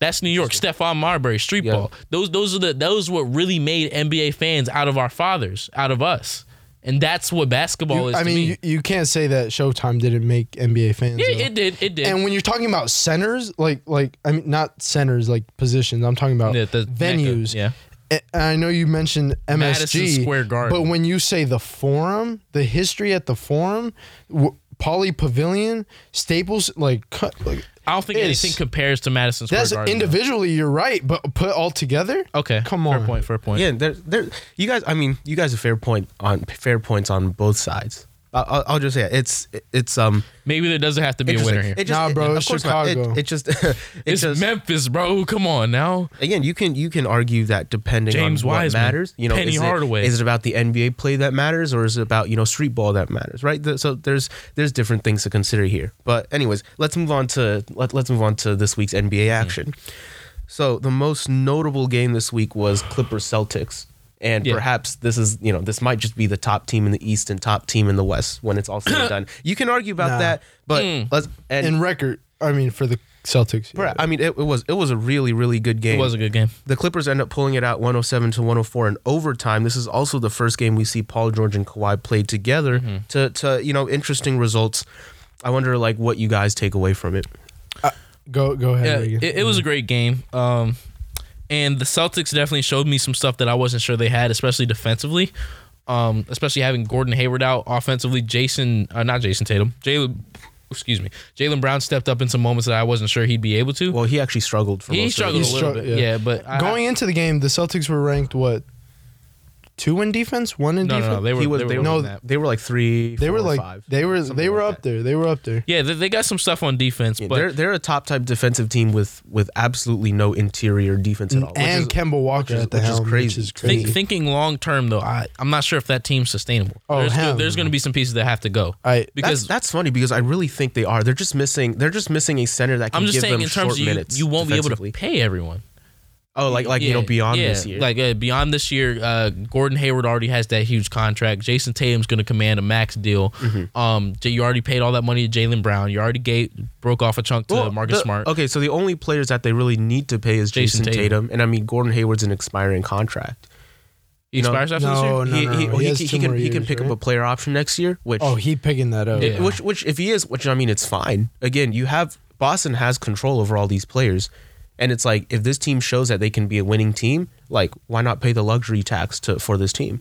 Speaker 2: That's New York. Stephon Marbury, street ball. Those those are the those what really made NBA fans out of our fathers, out of us. and that's what basketball is.
Speaker 1: I
Speaker 2: to
Speaker 1: mean,
Speaker 2: me.
Speaker 1: you, you can't say that Showtime didn't make NBA fans.
Speaker 2: Yeah,
Speaker 1: though.
Speaker 2: it did. It did.
Speaker 1: and when you're talking about centers, like like I mean, not centers, like positions. I'm talking about
Speaker 2: Yeah, the-
Speaker 1: venues.
Speaker 2: yeah.
Speaker 1: A- And I know you mentioned MSG,
Speaker 2: Madison Square Garden.
Speaker 1: but when you say the Forum, the history at the Forum, w- Poly Pavilion, Staples, like, cu- like
Speaker 2: I don't think
Speaker 1: It's-
Speaker 2: anything compares to Madison Square
Speaker 1: that's
Speaker 2: Garden. though.
Speaker 1: individually you're right, but put all together,
Speaker 2: Okay.
Speaker 1: Come
Speaker 2: Fair
Speaker 1: on.
Speaker 2: point. Fair point.
Speaker 3: Yeah, there, there. You guys, I mean, you guys are fair point on fair points on both sides. I- I'll, I'll just say it. it's it's um.
Speaker 2: Maybe there doesn't have to be a winner here.
Speaker 3: It just,
Speaker 1: Nah,
Speaker 3: it-
Speaker 1: bro,
Speaker 3: of
Speaker 1: it's
Speaker 3: course not. It-
Speaker 1: Chicago.
Speaker 3: It, just it
Speaker 2: it's
Speaker 3: just
Speaker 2: Memphis, bro. Come on now.
Speaker 3: again, you can you can argue that depending
Speaker 2: James
Speaker 3: on what
Speaker 2: Wiseman,
Speaker 3: matters. You know,
Speaker 2: Penny
Speaker 3: is it,
Speaker 2: Hardaway.
Speaker 3: Is it about the NBA play that matters, or is it about you know street ball that matters? Right. The- So there's there's different things to consider here. But anyways, let's move on to let, let's move on to this week's NBA
Speaker 2: Mm-hmm.
Speaker 3: action. So the most notable game this week was Clippers Celtics. And
Speaker 2: Yeah.
Speaker 3: perhaps this is, you know, this might just be the top team in the East and top team in the West when it's all said and done. You can argue about
Speaker 1: Nah.
Speaker 3: that, but
Speaker 2: Hmm.
Speaker 3: let's and,
Speaker 1: in record. I mean, for the Celtics,
Speaker 3: perhaps- I mean it, it was it was a really really good game
Speaker 2: It was a good game.
Speaker 3: the Clippers end up pulling it out 107 to 104 in overtime. This is also the first game we see Paul George and Kawhi play together
Speaker 2: Mm-hmm.
Speaker 3: to to you know interesting results. I wonder like what you guys take away from it.
Speaker 1: go go ahead.
Speaker 2: Yeah,
Speaker 1: Reagan.
Speaker 2: it, it was a great game. Um, and the Celtics definitely showed me some stuff that I wasn't sure they had, especially defensively. Um, especially having Gordon Hayward out offensively. Jason, uh, not Jason Tatum. Jalen, excuse me. Jalen Brown stepped up in some moments that I wasn't sure he'd be able to.
Speaker 3: Well, he actually struggled for
Speaker 2: he
Speaker 3: most
Speaker 2: struggled
Speaker 3: Of
Speaker 2: a
Speaker 1: He
Speaker 2: little
Speaker 1: strugg-
Speaker 2: bit. Yeah,
Speaker 1: yeah.
Speaker 2: but I-
Speaker 1: Going into the game, the Celtics were ranked what? Two in defense, one in
Speaker 2: no, no,
Speaker 1: defense.
Speaker 2: no, they
Speaker 3: it.
Speaker 2: were
Speaker 3: He was,
Speaker 2: they were
Speaker 1: no,
Speaker 2: winning that.
Speaker 3: they were like three.
Speaker 1: They
Speaker 3: four,
Speaker 1: were like
Speaker 3: five,
Speaker 1: they were
Speaker 3: something
Speaker 1: they were
Speaker 3: like
Speaker 1: up
Speaker 3: that.
Speaker 1: there. They were up there.
Speaker 2: Yeah, they, they got some stuff on defense,
Speaker 3: Yeah,
Speaker 2: but
Speaker 3: they're they're a top type defensive team with with absolutely no interior defense at all. which
Speaker 1: and
Speaker 3: is-
Speaker 1: Kemba Walker
Speaker 3: is-
Speaker 1: at the
Speaker 3: which is
Speaker 1: helm,
Speaker 3: crazy.
Speaker 1: which is
Speaker 3: Think-
Speaker 1: crazy.
Speaker 2: Think, thinking long term though, I, I'm not sure if that team's sustainable.
Speaker 1: Oh,
Speaker 2: there's
Speaker 1: hell
Speaker 2: there's
Speaker 1: no.
Speaker 2: going to be some pieces that have to go
Speaker 1: I-
Speaker 2: because
Speaker 3: that's, that's funny because I really think they are. They're just missing. They're just missing a center that can
Speaker 2: I'm just
Speaker 3: give
Speaker 2: saying
Speaker 3: them
Speaker 2: in terms
Speaker 3: short
Speaker 2: of you,
Speaker 3: minutes.
Speaker 2: you won't be able
Speaker 3: defensively.
Speaker 2: to pay everyone.
Speaker 3: Oh, like like you
Speaker 2: Yeah,
Speaker 3: know beyond
Speaker 2: yeah,
Speaker 3: this year.
Speaker 2: Like uh, beyond this year, uh, Gordon Hayward already has that huge contract. Jason Tatum's going to command a max deal.
Speaker 3: Mm-hmm.
Speaker 2: Um, J- you already paid all that money to Jalen Brown. You already gave, broke off a chunk to
Speaker 3: Well,
Speaker 2: Marcus
Speaker 3: the- uh,
Speaker 2: Smart.
Speaker 3: Okay, so the only players that they really need to pay is
Speaker 2: Jason Tatum.
Speaker 3: Jason, Tatum. and I mean Gordon Hayward's an expiring contract.
Speaker 2: He expires after this year.
Speaker 1: Oh, no, no,
Speaker 3: he,
Speaker 1: no,
Speaker 3: he,
Speaker 1: no.
Speaker 3: well,
Speaker 1: He
Speaker 3: he
Speaker 1: has
Speaker 3: can- he
Speaker 1: two
Speaker 3: can
Speaker 1: more
Speaker 3: he can
Speaker 1: years,
Speaker 3: pick
Speaker 1: right?
Speaker 3: up a player option next year, which
Speaker 1: Oh, he picking that up.
Speaker 2: Yeah.
Speaker 3: which which if he is, which I mean it's fine. Again, you have Boston has control over all these players, and it's like if this team shows that they can be a winning team, like why not pay the luxury tax to for this team?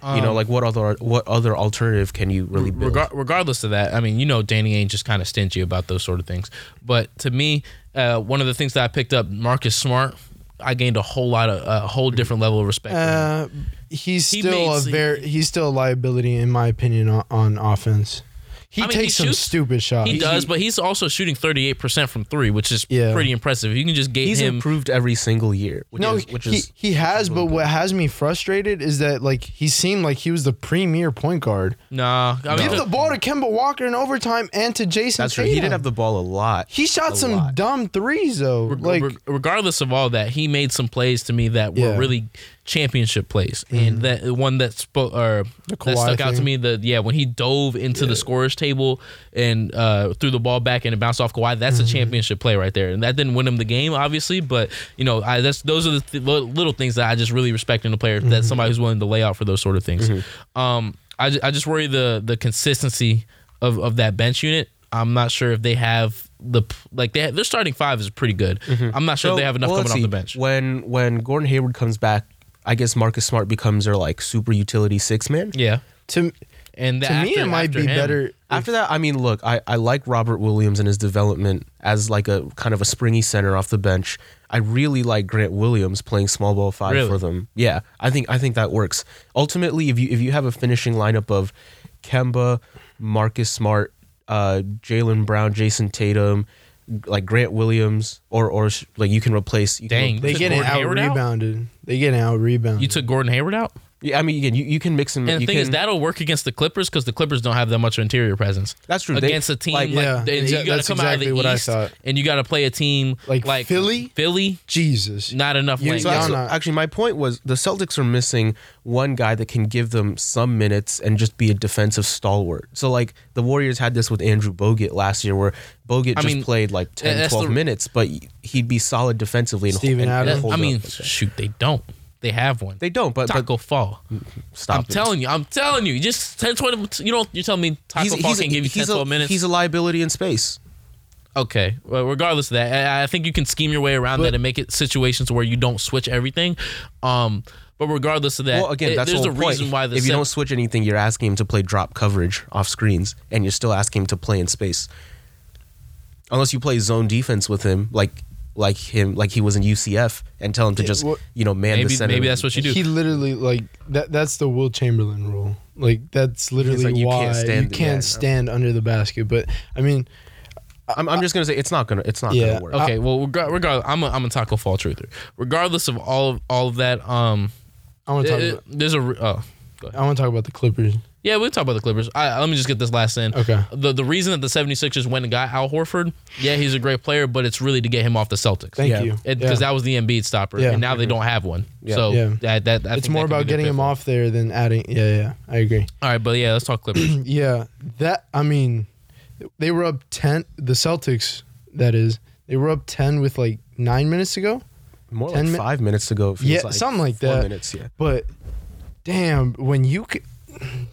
Speaker 3: you
Speaker 1: Um,
Speaker 3: know, like what other what other alternative can you really build?
Speaker 2: Regar- regardless of that, I mean, you know, Danny Ainge just kind of stingy about those sort of things. But to me, uh, one of the things that I picked up, Marcus Smart, I gained a whole lot of a whole different level of respect. for him.
Speaker 1: Uh, he's
Speaker 2: He
Speaker 1: still
Speaker 2: makes-
Speaker 1: a very he's still a liability in my opinion on, on offense. He
Speaker 2: I mean, he
Speaker 1: takes some
Speaker 2: shoots-
Speaker 1: stupid shots.
Speaker 2: he does, but he's also shooting 38 percent from three, which is
Speaker 1: Yeah.
Speaker 2: pretty impressive. You can just gate
Speaker 3: He's
Speaker 2: him.
Speaker 3: improved every single year, which
Speaker 1: no,
Speaker 3: is which
Speaker 1: he,
Speaker 3: is
Speaker 1: he has, but what has me frustrated is that like he seemed like he was the premier point guard.
Speaker 2: Nah, I mean,
Speaker 1: Give the ball to Kemba Walker in overtime and to Jason
Speaker 3: that's right.
Speaker 1: Tatum.
Speaker 3: He did have the ball a lot.
Speaker 1: He shot
Speaker 3: a
Speaker 1: some
Speaker 3: lot.
Speaker 1: dumb threes though. like
Speaker 2: Reg- regardless of all that, he made some plays to me that were
Speaker 1: Yeah. Mm-hmm.
Speaker 2: really championship plays, and that one that spoke or that
Speaker 1: Kawhi
Speaker 2: stuck out to
Speaker 1: thing.
Speaker 2: me. The yeah, when he dove into the scorer's table and uh, threw the ball back and it bounced off Kawhi, that's a
Speaker 1: Mm-hmm.
Speaker 2: championship play right there, and that didn't win him the game, obviously. But you know, I, that's those are the th- li- little things that I just really respect in a player.
Speaker 1: Mm-hmm.
Speaker 2: That somebody who's willing to lay out for those sort of things. Um, I, ju- I just worry the the consistency of of that bench unit. I'm not sure if they have the p- like they their starting five is pretty good.
Speaker 1: Mm-hmm.
Speaker 2: I'm not sure if they have enough
Speaker 3: well,
Speaker 2: coming
Speaker 3: let's
Speaker 2: off the bench.
Speaker 3: see. When when Gordon Hayward comes back, I guess Marcus Smart becomes their like super utility six man.
Speaker 2: Yeah,
Speaker 1: to
Speaker 2: and
Speaker 1: to me
Speaker 2: after-
Speaker 1: it might
Speaker 2: after
Speaker 1: be
Speaker 2: him-
Speaker 1: better.
Speaker 3: After that, I mean, look, I, I like Robert Williams and his development as like a kind of a springy center off the bench. I really like Grant Williams playing small ball five
Speaker 2: Really?
Speaker 3: for them. Yeah, I think I think that works. Ultimately, if you if you have a finishing lineup of Kemba, Marcus Smart, uh, Jalen Brown, Jason Tatum, like Grant Williams, or or sh- like you can replace. You can
Speaker 2: Dang.
Speaker 3: re-
Speaker 1: They
Speaker 2: Took
Speaker 1: get
Speaker 2: Gordon
Speaker 1: out
Speaker 2: Hayward out?
Speaker 1: rebounded. They get out rebounded.
Speaker 2: You took Gordon Hayward out,
Speaker 3: yeah, I mean, again, you, you can mix them.
Speaker 2: and the
Speaker 3: you
Speaker 2: thing
Speaker 3: can,
Speaker 2: is that'll work against the Clippers because the Clippers don't have that much interior presence.
Speaker 3: That's true. They-
Speaker 2: Against a team like,
Speaker 3: like-
Speaker 1: Yeah,
Speaker 2: they-
Speaker 1: exa-
Speaker 2: you got to
Speaker 1: that's
Speaker 2: come out of the
Speaker 1: exactly what I
Speaker 2: East
Speaker 1: thought.
Speaker 2: and you got to play a team
Speaker 1: Like Philly?
Speaker 2: Philly,
Speaker 1: Jesus.
Speaker 2: not enough.
Speaker 1: You-
Speaker 2: length.
Speaker 3: So
Speaker 1: Y'all
Speaker 3: actually,
Speaker 1: not-
Speaker 3: actually, my point was the Celtics are missing one guy that can give them some minutes and just be a defensive stalwart. So like the Warriors had this with Andrew Bogut last year, where Bogut just
Speaker 2: mean,
Speaker 3: played like 10,
Speaker 2: that's
Speaker 3: 12
Speaker 2: the-
Speaker 3: minutes, but he'd be solid defensively and
Speaker 1: Steven
Speaker 3: and- and
Speaker 1: Adams.
Speaker 3: hold
Speaker 2: I
Speaker 3: up.
Speaker 2: mean, shoot, they don't. They have one.
Speaker 3: They don't, but, but Mm-hmm.
Speaker 2: Taco Fall.
Speaker 3: stop.
Speaker 2: I'm
Speaker 3: it.
Speaker 2: telling you. I'm telling you. Just 10, 20. You know, you're telling me Taco Fall can't give you 10,
Speaker 3: he's
Speaker 2: 12
Speaker 3: a,
Speaker 2: minutes.
Speaker 3: He's a liability in space.
Speaker 2: Okay. Well, regardless of that, I- I think you can scheme your way around
Speaker 1: But-
Speaker 2: that and make it situations where you don't switch everything. Um, but regardless of that,
Speaker 3: Well, again,
Speaker 2: it-
Speaker 3: that's
Speaker 2: there's
Speaker 3: the
Speaker 2: a
Speaker 3: whole point.
Speaker 2: reason why the
Speaker 3: if you
Speaker 2: sev-
Speaker 3: don't switch anything, you're asking him to play drop coverage off screens, and you're still asking him to play in space. Unless you play zone defense with him, like like him, like he was in UCF, and tell him to
Speaker 1: Yeah,
Speaker 3: just
Speaker 1: well,
Speaker 3: you know man the
Speaker 2: maybe
Speaker 3: center.
Speaker 2: maybe that's what you do.
Speaker 1: He literally like that. That's the Will Chamberlain rule. Like that's literally
Speaker 3: like, you
Speaker 1: why
Speaker 3: can't stand
Speaker 1: you
Speaker 3: the-
Speaker 1: can't
Speaker 3: yeah.
Speaker 1: stand under the basket. But I mean,
Speaker 3: I'm, I'm just gonna say it's not gonna it's not
Speaker 1: Yeah.
Speaker 3: gonna work.
Speaker 2: okay. well, regard, regardless, I'm a, I'm a Taco Fall truther. Regardless of all of, all of that, um,
Speaker 1: I want to talk.
Speaker 2: it-
Speaker 1: About,
Speaker 2: it- there's a re- oh. go ahead.
Speaker 1: I want to talk about the Clippers.
Speaker 2: Yeah, we'll talk about the Clippers. I, let me just get this last in.
Speaker 1: Okay.
Speaker 2: The the reason that the 76ers went and got Al Horford, yeah, he's a great player, but it's really to get him off the Celtics.
Speaker 1: Thank
Speaker 3: Yeah.
Speaker 1: you.
Speaker 2: Because
Speaker 1: Yeah.
Speaker 2: that was the Embiid stopper,
Speaker 1: Yeah.
Speaker 2: and now they don't have one. So
Speaker 1: Yeah.
Speaker 2: that that I
Speaker 1: it's
Speaker 2: think
Speaker 1: more
Speaker 2: that could be
Speaker 1: about
Speaker 2: the
Speaker 1: getting him
Speaker 2: pitfall.
Speaker 1: off there than adding. Yeah, yeah, I agree.
Speaker 2: All right, but yeah, let's talk Clippers.
Speaker 1: Yeah, that I mean, they were up ten. The Celtics, that is, they were up ten with like nine minutes to go.
Speaker 3: More like
Speaker 1: Ten min-
Speaker 3: five minutes to go. it feels
Speaker 1: Yeah, something like
Speaker 3: four
Speaker 1: that.
Speaker 3: Minutes, yeah.
Speaker 1: But damn, when you c-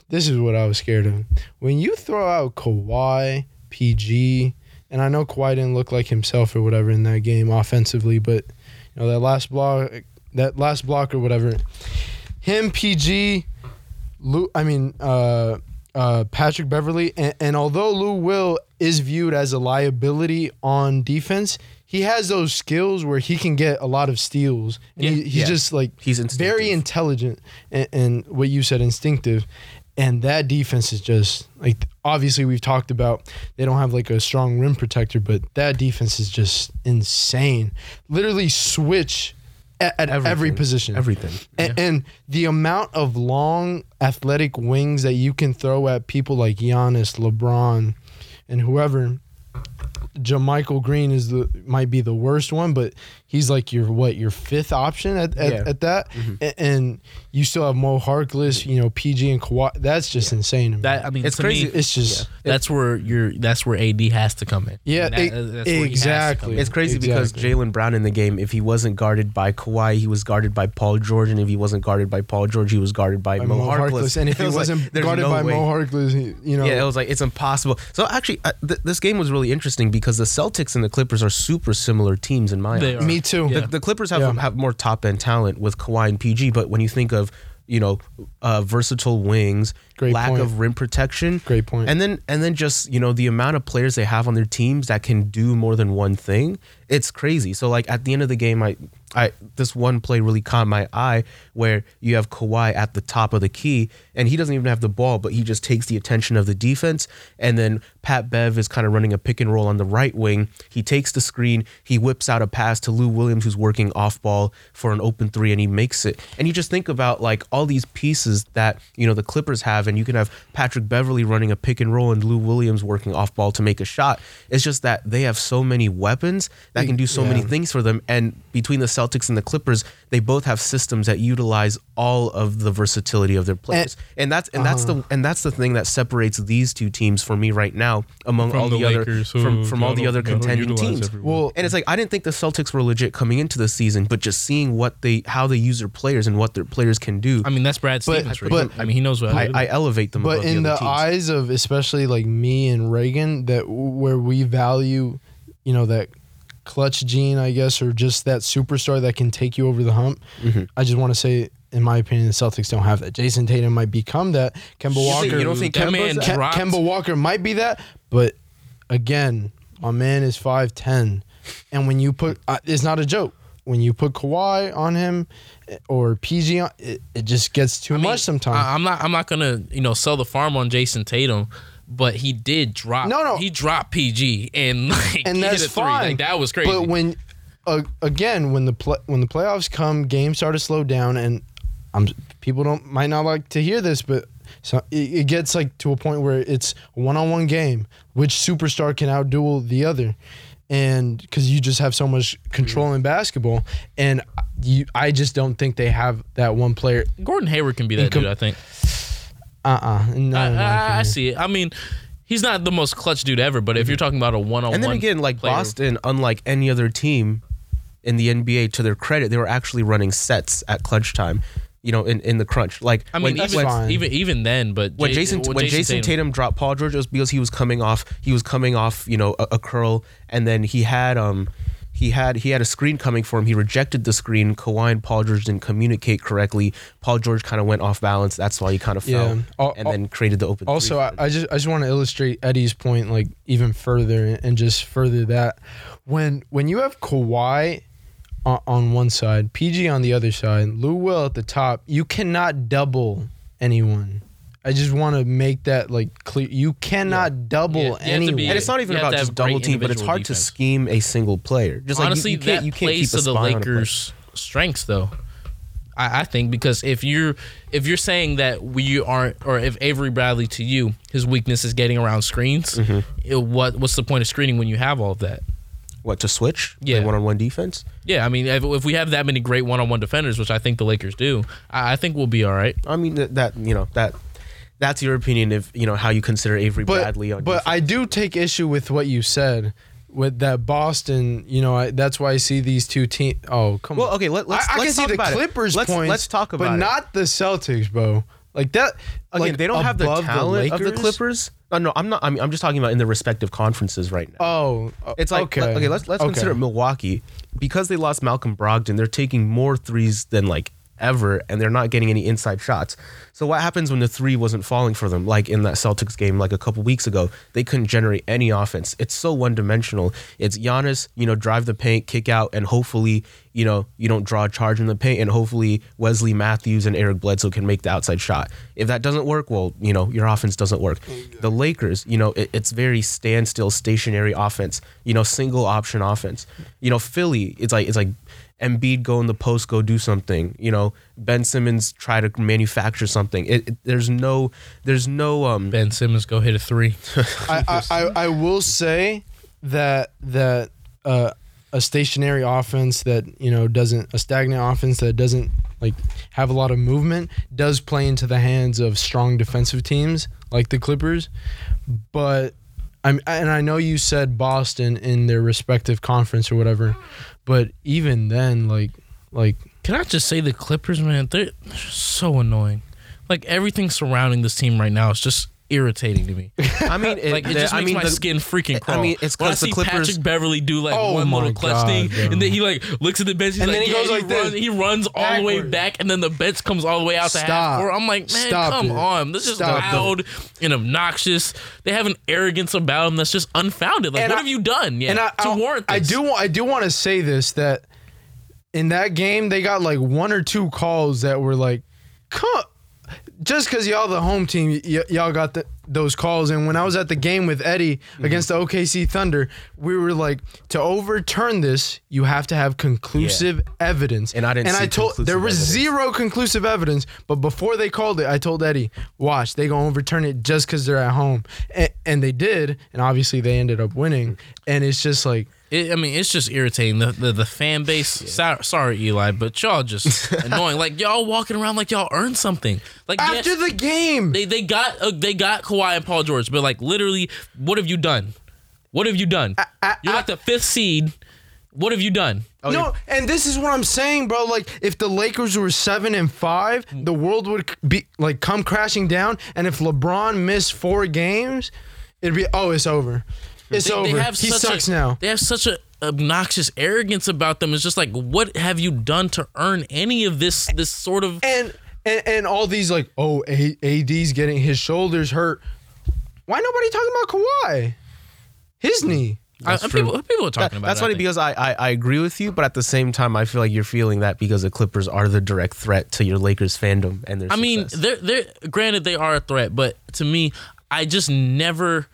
Speaker 1: this is what I was scared of. When you throw out Kawhi, PG, and I know Kawhi didn't look like himself or whatever in that game offensively, but you know that last block, that last block or whatever, him, PG, Lou, I mean, uh, uh, Patrick Beverly, and, and although Lou Will is viewed as a liability on defense, he has those skills where he can get a lot of steals. And he,
Speaker 2: Yeah.
Speaker 1: he's
Speaker 3: Yeah.
Speaker 1: just like
Speaker 3: He's
Speaker 1: very
Speaker 3: instinctive.
Speaker 1: intelligent and, and what you said instinctive and that defense is just like obviously we've talked about they don't have like a strong rim protector but that defense is just insane literally switch at, at every
Speaker 3: Everything.
Speaker 1: position
Speaker 3: Everything.
Speaker 1: A- and, the amount of long athletic wings that you can throw at people like Giannis, LeBron, and whoever. Jamichael Green is the might be the worst one, but he's like your what your fifth option at, at,
Speaker 3: Yeah. Mm-hmm.
Speaker 1: at that, A- and, you still have Mo Harkless, you know PG and Kawhi. That's just insane. to me.
Speaker 2: That I mean,
Speaker 3: It's
Speaker 2: to
Speaker 3: crazy.
Speaker 2: me,
Speaker 1: it's just
Speaker 2: that's where your that's where AD has to come in.
Speaker 1: Yeah,
Speaker 2: And that-
Speaker 1: e-
Speaker 2: where he has to
Speaker 1: exactly.
Speaker 2: come in.
Speaker 1: Yeah,
Speaker 3: It's crazy because
Speaker 1: exactly.
Speaker 3: Jalen Brown in the game, if he wasn't guarded by Kawhi, he was guarded by Paul George, and if he wasn't guarded by Paul George, he was guarded by,
Speaker 1: by
Speaker 3: Mo, Harkless.
Speaker 1: and if he
Speaker 3: It was like,
Speaker 1: wasn't
Speaker 3: there's
Speaker 1: guarded
Speaker 3: no
Speaker 1: by
Speaker 3: way.
Speaker 1: Mo Harkless, he- you know
Speaker 3: Yeah, it was like it's impossible. So actually, uh, th- this game was really interesting because the Celtics and the Clippers are super similar teams in my
Speaker 2: They
Speaker 3: eyes.
Speaker 2: are.
Speaker 1: me too.
Speaker 2: Yeah.
Speaker 3: The Clippers have
Speaker 1: Yeah.
Speaker 3: have more top end talent with Kawhi and PG, but when you think of you know uh, versatile wings,
Speaker 1: Great
Speaker 3: lack
Speaker 1: point.
Speaker 3: of rim protection,
Speaker 1: Great point.
Speaker 3: and then and then just you know the amount of players they have on their teams that can do more than one thing, it's crazy. So like at the end of the game, I. I, this one play really caught my eye where you have Kawhi at the top of the key and he doesn't even have the ball, but he just takes the attention of the defense. And then Pat Bev is kind of running a pick and roll on the right wing. He takes the screen, he whips out a pass to Lou Williams, who's working off ball for an open three, and he makes it. And you just think about like all these pieces that, you know, the Clippers have, and you can have Patrick Beverly running a pick and roll and Lou Williams working off ball to make a shot. It's just that they have so many weapons that can do so many
Speaker 1: Yeah.
Speaker 3: things for them. And between the Celtics and the Clippers, they both have systems that utilize all of the versatility of their players. And, that's and that's
Speaker 1: Uh-huh.
Speaker 3: the and that's the thing that separates these two teams for me right now among
Speaker 2: From
Speaker 3: all
Speaker 2: the
Speaker 3: the,
Speaker 2: Lakers,
Speaker 3: other from,
Speaker 2: who
Speaker 3: from all the
Speaker 2: don't-
Speaker 3: other
Speaker 2: they don't
Speaker 3: contending
Speaker 2: utilize
Speaker 3: teams.
Speaker 2: everyone.
Speaker 1: Well,
Speaker 3: And it's like I didn't think the Celtics were legit coming into the season, but just seeing what they how they use their players and what their players can do,
Speaker 2: I mean, that's Brad
Speaker 1: But-
Speaker 2: Stevens. right?
Speaker 1: but-
Speaker 2: I mean, he knows what.
Speaker 3: I, I elevate them.
Speaker 1: but
Speaker 3: above
Speaker 1: in the,
Speaker 3: the, other teams.
Speaker 1: eyes of especially like me and Reagan, that where we value, you know, that clutch gene, I guess, or just that superstar that can take you over the hump.
Speaker 3: Mm-hmm.
Speaker 1: I just want to say, in my opinion, the Celtics don't have that. Jason Tatum might become that. Kemba Walker.
Speaker 3: you don't think
Speaker 2: that
Speaker 3: Kemba's
Speaker 2: man
Speaker 3: that-
Speaker 1: Ke-
Speaker 2: dropped?
Speaker 1: Kemba Walker might be that, but again, my man is five ten, and when you put, uh, it's not a joke. When you put Kawhi on him eh, or PG on, it, it just gets too
Speaker 2: I mean,
Speaker 1: much sometimes.
Speaker 2: I, am not. I'm not gonna you know sell the farm on Jason Tatum. But he did drop.
Speaker 1: No, no.
Speaker 2: He dropped PG and like he
Speaker 1: and that's
Speaker 2: hit a three.
Speaker 1: fine.
Speaker 2: Like, that was crazy.
Speaker 1: But when uh, again, when the pl- when the playoffs come, games start to slow down, and I'm people don't might not like to hear this, but so it, it gets like to a point where it's one on one game, which superstar can outduel the other, and because you just have so much control in basketball, and you I just don't think they have that one player.
Speaker 2: Gordon Hayward can be that
Speaker 1: Incom-
Speaker 2: dude. I think.
Speaker 1: Uh uh no,
Speaker 2: I,
Speaker 1: no, no,
Speaker 2: I, I
Speaker 1: no.
Speaker 2: see it. I mean, he's not the
Speaker 1: Mm-hmm.
Speaker 2: most clutch dude ever. But if you're talking about a one on one,
Speaker 3: And then again, like Boston, unlike any other team, in the NBA, to their credit, they were actually running sets at crunch time. You know, in, in the crunch, like
Speaker 2: I mean,
Speaker 1: that's
Speaker 2: even,
Speaker 1: fine.
Speaker 2: even even then, but
Speaker 3: when
Speaker 2: Ja-
Speaker 3: Jason when Jason Tatum. dropped Paul George, it was because he was coming off he was coming off you know a, a curl, and then he had um he had he had a screen coming for him. He rejected the screen. Kawhi and Paul George didn't communicate correctly. Paul George kind of went off balance. That's why he kind of fell,
Speaker 1: Yeah. Al-
Speaker 3: and then created the open. three
Speaker 1: Also, I,
Speaker 3: for-
Speaker 1: I just I just want to illustrate Eddie's point like even further and just further that when when you have Kawhi on, on one side, PG on the other side, Lou Will at the top, you cannot double anyone. I just want to make that like clear. You cannot double
Speaker 2: you have to be-
Speaker 1: anyone.
Speaker 3: and it's not even
Speaker 2: You have
Speaker 3: about
Speaker 2: to have
Speaker 3: just double
Speaker 2: great
Speaker 3: team, but it's
Speaker 2: individual
Speaker 3: hard to
Speaker 2: defense.
Speaker 3: scheme a single player. Just
Speaker 2: honestly,
Speaker 3: like you, you can't
Speaker 2: that
Speaker 3: you can't
Speaker 2: plays
Speaker 3: keep a
Speaker 2: to the
Speaker 3: spy on a player.
Speaker 2: Lakers' strengths, though. I, I think because if you're if you're saying that we aren't, or if Avery Bradley to you, his weakness is getting around screens.
Speaker 3: Mm-hmm.
Speaker 2: it- what what's the point of screening when you have all of that?
Speaker 3: What to switch?
Speaker 2: Yeah.
Speaker 3: one on one defense.
Speaker 2: Yeah, I mean, if, if we have that many great one-on-one defenders, which I think the Lakers do, I, I think we'll be all right.
Speaker 3: I mean that, that you know that that's your opinion of you know how you consider Avery
Speaker 1: but
Speaker 3: Bradley on
Speaker 1: but
Speaker 3: defense.
Speaker 1: I do take issue with what you said with that Boston. You know, I, that's why I see these two teams. Oh come
Speaker 3: Well,
Speaker 1: on.
Speaker 3: okay, let,
Speaker 1: I,
Speaker 3: let's
Speaker 1: I can
Speaker 3: let's talk
Speaker 1: see the
Speaker 3: about it.
Speaker 1: Clippers
Speaker 3: Let's,
Speaker 1: points.
Speaker 3: let's talk about
Speaker 1: but
Speaker 3: it.
Speaker 1: not the Celtics, bro. Like that
Speaker 3: again.
Speaker 1: like,
Speaker 3: they don't have the
Speaker 1: above
Speaker 3: talent of the
Speaker 1: Lakers?
Speaker 3: Clippers. No, no, I'm not. I mean, I'm just talking about in their respective conferences right now.
Speaker 1: Oh,
Speaker 3: it's like
Speaker 1: okay.
Speaker 3: okay, okay let's let's
Speaker 1: Okay.
Speaker 3: consider Milwaukee because they lost Malcolm Brogdon. They're taking more threes than like ever, and they're not getting any inside shots. So what happens when the three wasn't falling for them? Like in that Celtics game, like a couple weeks ago, they couldn't generate any offense. It's so one dimensional. It's Giannis, you know, drive the paint, kick out, and hopefully, you know, you don't draw a charge in the paint, and hopefully Wesley Matthews and Eric Bledsoe can make the outside shot. If that doesn't work, well, you know, your offense doesn't work. The Lakers, you know, it, it's very standstill, stationary offense. You know, single option offense. You know, Philly, it's like it's like Embiid go in the post, go do something. You know, Ben Simmons try to manufacture something. It, it- there's no, there's no. um
Speaker 2: Ben Simmons go hit a three.
Speaker 1: I, I, I, I will say that that uh, a stationary offense that you know doesn't a stagnant offense that doesn't like have a lot of movement does play into the hands of strong defensive teams like the Clippers, but. I'm, and I know you said Boston in their respective conference or whatever, but even then, like, like
Speaker 2: Can I just say the Clippers, man? They're they're so annoying. Like everything surrounding this team right now is just irritating to me.
Speaker 3: I mean, it,
Speaker 2: Like it
Speaker 3: the-
Speaker 2: just
Speaker 3: I
Speaker 2: makes
Speaker 3: mean,
Speaker 2: my
Speaker 3: the-
Speaker 2: skin freaking crawl.
Speaker 3: I mean, it's
Speaker 2: When I
Speaker 3: because the
Speaker 2: see
Speaker 3: Clippers.
Speaker 2: Patrick Beverly do like
Speaker 1: Oh
Speaker 2: one
Speaker 1: my
Speaker 2: little clutch
Speaker 1: God,
Speaker 2: thing,
Speaker 1: bro.
Speaker 2: and then he like looks at the bench, he's
Speaker 1: And
Speaker 2: like,
Speaker 1: then he
Speaker 2: yeah,
Speaker 1: goes like this.
Speaker 2: runs, he runs all the way
Speaker 1: Backwards.
Speaker 2: back, and then the bench comes all the way out to half
Speaker 1: Stop.
Speaker 2: court. I'm like, man,
Speaker 1: Stop
Speaker 2: come
Speaker 1: it.
Speaker 2: on, this is
Speaker 1: Stop it.
Speaker 2: loud and obnoxious. They have an arrogance about them that's just unfounded. Like,
Speaker 1: And
Speaker 2: what
Speaker 1: I-
Speaker 2: have you done? Yeah,
Speaker 1: and I,
Speaker 2: to
Speaker 1: I,
Speaker 2: warrant this.
Speaker 1: I do wa- I do want to say this that in that game they got like one or two calls that were like, come. Just because y'all the home team, y- y'all got the, those calls. And when I was at the game with Eddie
Speaker 3: Mm-hmm.
Speaker 1: against the OKC Thunder, we were like, to overturn this, you have to have conclusive evidence.
Speaker 3: And I didn't
Speaker 1: And
Speaker 3: see
Speaker 1: I told there
Speaker 3: conclusive
Speaker 1: was
Speaker 3: evidence.
Speaker 1: zero conclusive evidence. But before they called it, I told Eddie, watch, they gonna overturn it just because they're at home, and, and they did. And obviously, they ended up winning.
Speaker 3: Mm-hmm.
Speaker 1: And it's just like,
Speaker 2: It, I mean, it's just irritating. The the, the fan base. sor- Sorry, Eli, but y'all just annoying. Like y'all walking around like y'all earned something. Like yeah,
Speaker 1: after the game,
Speaker 2: they they got uh, they got Kawhi and Paul George, but like literally, what have you done? What have you done? You're like the fifth seed. What have Oh, you done?
Speaker 1: no, and this is what I'm saying, bro. Like, if the Lakers were seven and five,
Speaker 2: Mm.
Speaker 1: the world would c- be like come crashing down. And if LeBron missed four games, it'd be oh, it's over, it's
Speaker 2: They-
Speaker 1: over.
Speaker 2: They have
Speaker 1: he
Speaker 2: such
Speaker 1: sucks
Speaker 2: a,
Speaker 1: now.
Speaker 2: They have such a obnoxious arrogance about them. It's just like, what have you done to earn any of this? This sort of
Speaker 1: and and, and all these like oh A- AD's getting his shoulders hurt. Why nobody talking about Kawhi? His
Speaker 2: Mm.
Speaker 1: knee.
Speaker 2: I,
Speaker 3: That's
Speaker 2: and
Speaker 3: true.
Speaker 2: people people are talking
Speaker 3: That-
Speaker 2: about.
Speaker 3: that's
Speaker 2: it, I
Speaker 3: funny
Speaker 2: think.
Speaker 3: because I, I I agree with you, but at the same time, I feel like you're feeling that because the Clippers are the direct threat to your Lakers fandom and their.
Speaker 2: I mean,
Speaker 3: success.
Speaker 2: they're they're granted they are a threat, but to me, I just never.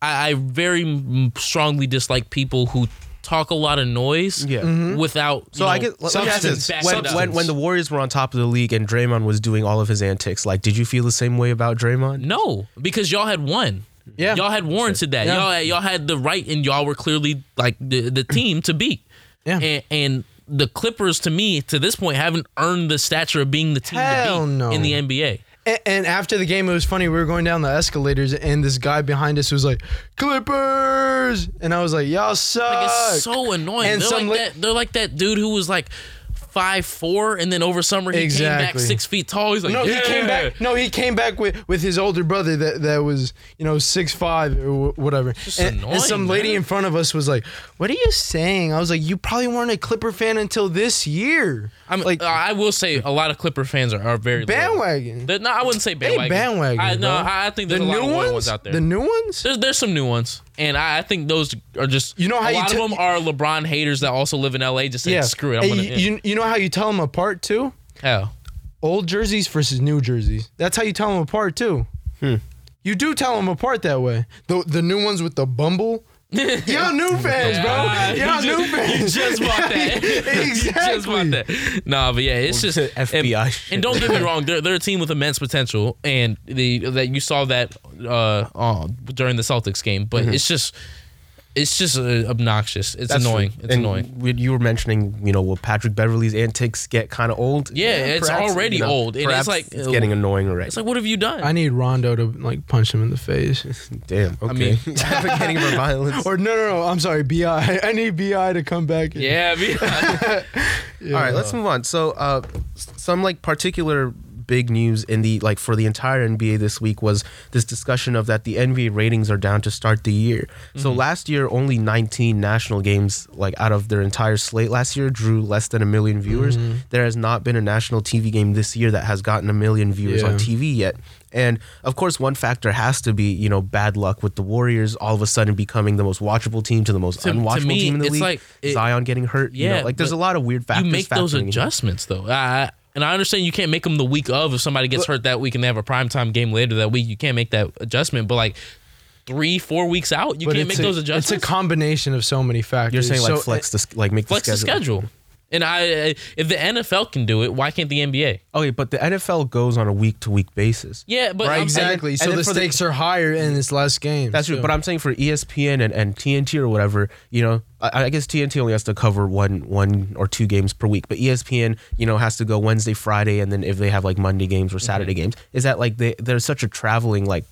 Speaker 2: I, I very m- strongly dislike people who talk a lot of noise.
Speaker 3: Yeah. Mhm.
Speaker 2: Without.
Speaker 3: So I get let, let me ask this:
Speaker 1: substance.
Speaker 3: when,
Speaker 1: Substance.
Speaker 3: when when the Warriors were on top of the league and Draymond was doing all of his antics, like, did you feel the same way about Draymond?
Speaker 2: no, because y'all had won.
Speaker 1: Yeah.
Speaker 2: Y'all had warranted that.
Speaker 1: Yeah.
Speaker 2: Y'all had, y'all had the right, and y'all were clearly like the the team to beat.
Speaker 1: Yeah.
Speaker 2: And, and the Clippers, to me, to this point, haven't earned the stature of being the team
Speaker 1: Hell
Speaker 2: to beat
Speaker 1: no.
Speaker 2: in the NBA.
Speaker 1: And, and after the game, it was funny. We were going down the escalators, and this guy behind us was like, "Clippers," and I was like, "Y'all suck."
Speaker 2: Like, it's so annoying.
Speaker 1: And
Speaker 2: they're
Speaker 1: some
Speaker 2: like
Speaker 1: li-
Speaker 2: that. They're like that dude who was like five four, and then over summer he came back
Speaker 1: Exactly.
Speaker 2: six feet tall. He's like,
Speaker 1: No,
Speaker 2: yeah.
Speaker 1: he came back. No, he came back with, with his older brother that, that was you know six five or wh- whatever. And, and
Speaker 2: annoying,
Speaker 1: some lady
Speaker 2: man.
Speaker 1: in front of us was like, "What are you saying?" I was like, "You probably weren't a Clipper fan until this year."
Speaker 2: I'm
Speaker 1: like
Speaker 2: like, I will say a lot of Clipper fans are, are very loyal.
Speaker 1: bandwagon.
Speaker 2: They're- No, I wouldn't say bandwagon.
Speaker 1: Hey, bandwagon.
Speaker 2: I, no,
Speaker 1: bro.
Speaker 2: I I think there's
Speaker 1: the
Speaker 2: a lot
Speaker 1: new
Speaker 2: of loyal
Speaker 1: ones,
Speaker 2: ones out there.
Speaker 1: The new ones.
Speaker 2: There's there's some new ones, and I, I think those are just
Speaker 1: You know how
Speaker 2: a
Speaker 1: you
Speaker 2: lot
Speaker 1: tell-
Speaker 2: of them are LeBron haters that also live in LA. Just saying,
Speaker 1: yeah.
Speaker 2: screw it, I'm
Speaker 1: And
Speaker 2: gonna
Speaker 1: you,
Speaker 2: yeah.
Speaker 1: you, you know how you tell them apart too?
Speaker 2: hell.
Speaker 1: Old jerseys versus new jerseys. That's how you tell them apart too.
Speaker 2: Hmm.
Speaker 1: You do tell them apart that way. The the new ones with the bumble. Y'all new fans,
Speaker 2: Ah,
Speaker 1: bro. Oh, Y'all
Speaker 2: you
Speaker 1: new
Speaker 2: just-
Speaker 1: fans.
Speaker 2: You just want that. You just
Speaker 1: Exactly.
Speaker 2: want that. Nah, but yeah, it's just
Speaker 3: FBI
Speaker 2: And,
Speaker 3: shit.
Speaker 2: and don't get me wrong, they're, they're a team with immense potential, and the that you saw that uh, uh during the Celtics game. But
Speaker 1: Mm-hmm.
Speaker 2: it's just, it's just uh, obnoxious. It's
Speaker 3: That's
Speaker 2: annoying.
Speaker 3: true.
Speaker 2: It's
Speaker 3: And
Speaker 2: annoying.
Speaker 3: we- You were mentioning, you know, will Patrick Beverly's antics get kind of old?
Speaker 2: Yeah, it's already old, and it's
Speaker 3: perhaps
Speaker 2: like- uh,
Speaker 3: it's getting annoying already.
Speaker 2: It's like, what have you done?
Speaker 1: I need Rondo to like punch him in the face.
Speaker 3: Damn. Okay.
Speaker 2: mean-
Speaker 3: advocating for violence.
Speaker 1: Or no, no, no. I'm sorry, Bi. I need Bi to come back. and-
Speaker 2: yeah, be-
Speaker 1: Yeah.
Speaker 3: All right, let's move on. So, uh, s- some like particular big news in the like for the entire NBA this week was this discussion of that the NBA ratings are down to start the year.
Speaker 2: Mm-hmm.
Speaker 3: So last year, only 19 national games like out of their entire slate last year drew less than a million viewers.
Speaker 2: Mm-hmm.
Speaker 3: There has not been a national TV game this year that has gotten a million viewers on
Speaker 1: Yeah.
Speaker 3: TV yet. And of course, one factor has to be you know bad luck with the Warriors all of a sudden becoming the most watchable team to the most
Speaker 2: To- to
Speaker 3: unwatchable
Speaker 2: me,
Speaker 3: team in the
Speaker 2: it's
Speaker 3: league.
Speaker 2: like- it-
Speaker 3: Zion getting hurt. you know,
Speaker 2: Yeah,
Speaker 3: like there's a
Speaker 2: but
Speaker 3: lot of weird factors.
Speaker 2: you make those
Speaker 3: factoring in.
Speaker 2: adjustments though. I, I- and I understand you can't make them the week of if somebody gets hurt that week and they have a primetime game later that week. You can't make that adjustment. But like three, four weeks out, you
Speaker 1: But
Speaker 2: can't
Speaker 1: it's
Speaker 2: make
Speaker 1: a-
Speaker 2: those adjustments.
Speaker 1: It's a combination of so many factors.
Speaker 3: You're saying like
Speaker 1: So- eh,
Speaker 3: flex the s- like make
Speaker 2: uh, flex the schedule. And I, if the NFL can do it, why can't the NBA?
Speaker 3: Okay, but the NFL goes on a week to week basis.
Speaker 2: Yeah, but
Speaker 1: Right,
Speaker 2: I'm saying-
Speaker 1: exactly.
Speaker 3: and
Speaker 1: so
Speaker 3: then
Speaker 1: the
Speaker 3: for the-
Speaker 1: stakes are higher in this last game.
Speaker 3: That's true. But I'm saying for E ESPN and, and TNT or whatever, you know, I, I guess TNT only has to cover one one or two games per week. But E ESPN, you know, has to go Wednesday, Friday, and then if they have like Monday games or
Speaker 2: Mm-hmm.
Speaker 3: Saturday games, is that like they they're such a traveling like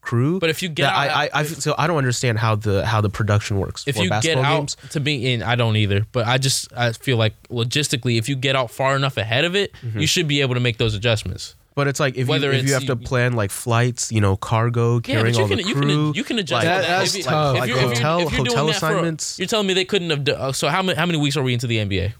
Speaker 3: crew?
Speaker 2: But if you get
Speaker 3: that
Speaker 2: out-
Speaker 3: I, I, I so I don't understand how the how the production works.
Speaker 2: if
Speaker 3: for
Speaker 2: you get
Speaker 3: basketball
Speaker 2: out
Speaker 3: games.
Speaker 2: to be in, I don't either. But I just I feel like logistically, if you get out far enough ahead of it,
Speaker 3: Mm-hmm.
Speaker 2: you should be able to make those adjustments.
Speaker 3: But it's like if
Speaker 2: Whether
Speaker 3: you, if you
Speaker 2: it's-
Speaker 3: have to plan like flights, you know, cargo, carrying
Speaker 2: you
Speaker 3: all
Speaker 2: can,
Speaker 3: the
Speaker 2: you
Speaker 3: crew.
Speaker 2: can you can adjust
Speaker 3: like,
Speaker 1: That-
Speaker 2: all
Speaker 1: that's
Speaker 2: If you-
Speaker 1: tough.
Speaker 2: if
Speaker 1: Like
Speaker 2: you're- if you're-
Speaker 3: hotel-
Speaker 2: if you're doing
Speaker 3: hotel
Speaker 2: that for-
Speaker 3: assignments.
Speaker 2: you're telling me they couldn't have. do- Uh, so how many how many weeks are we into the NBA?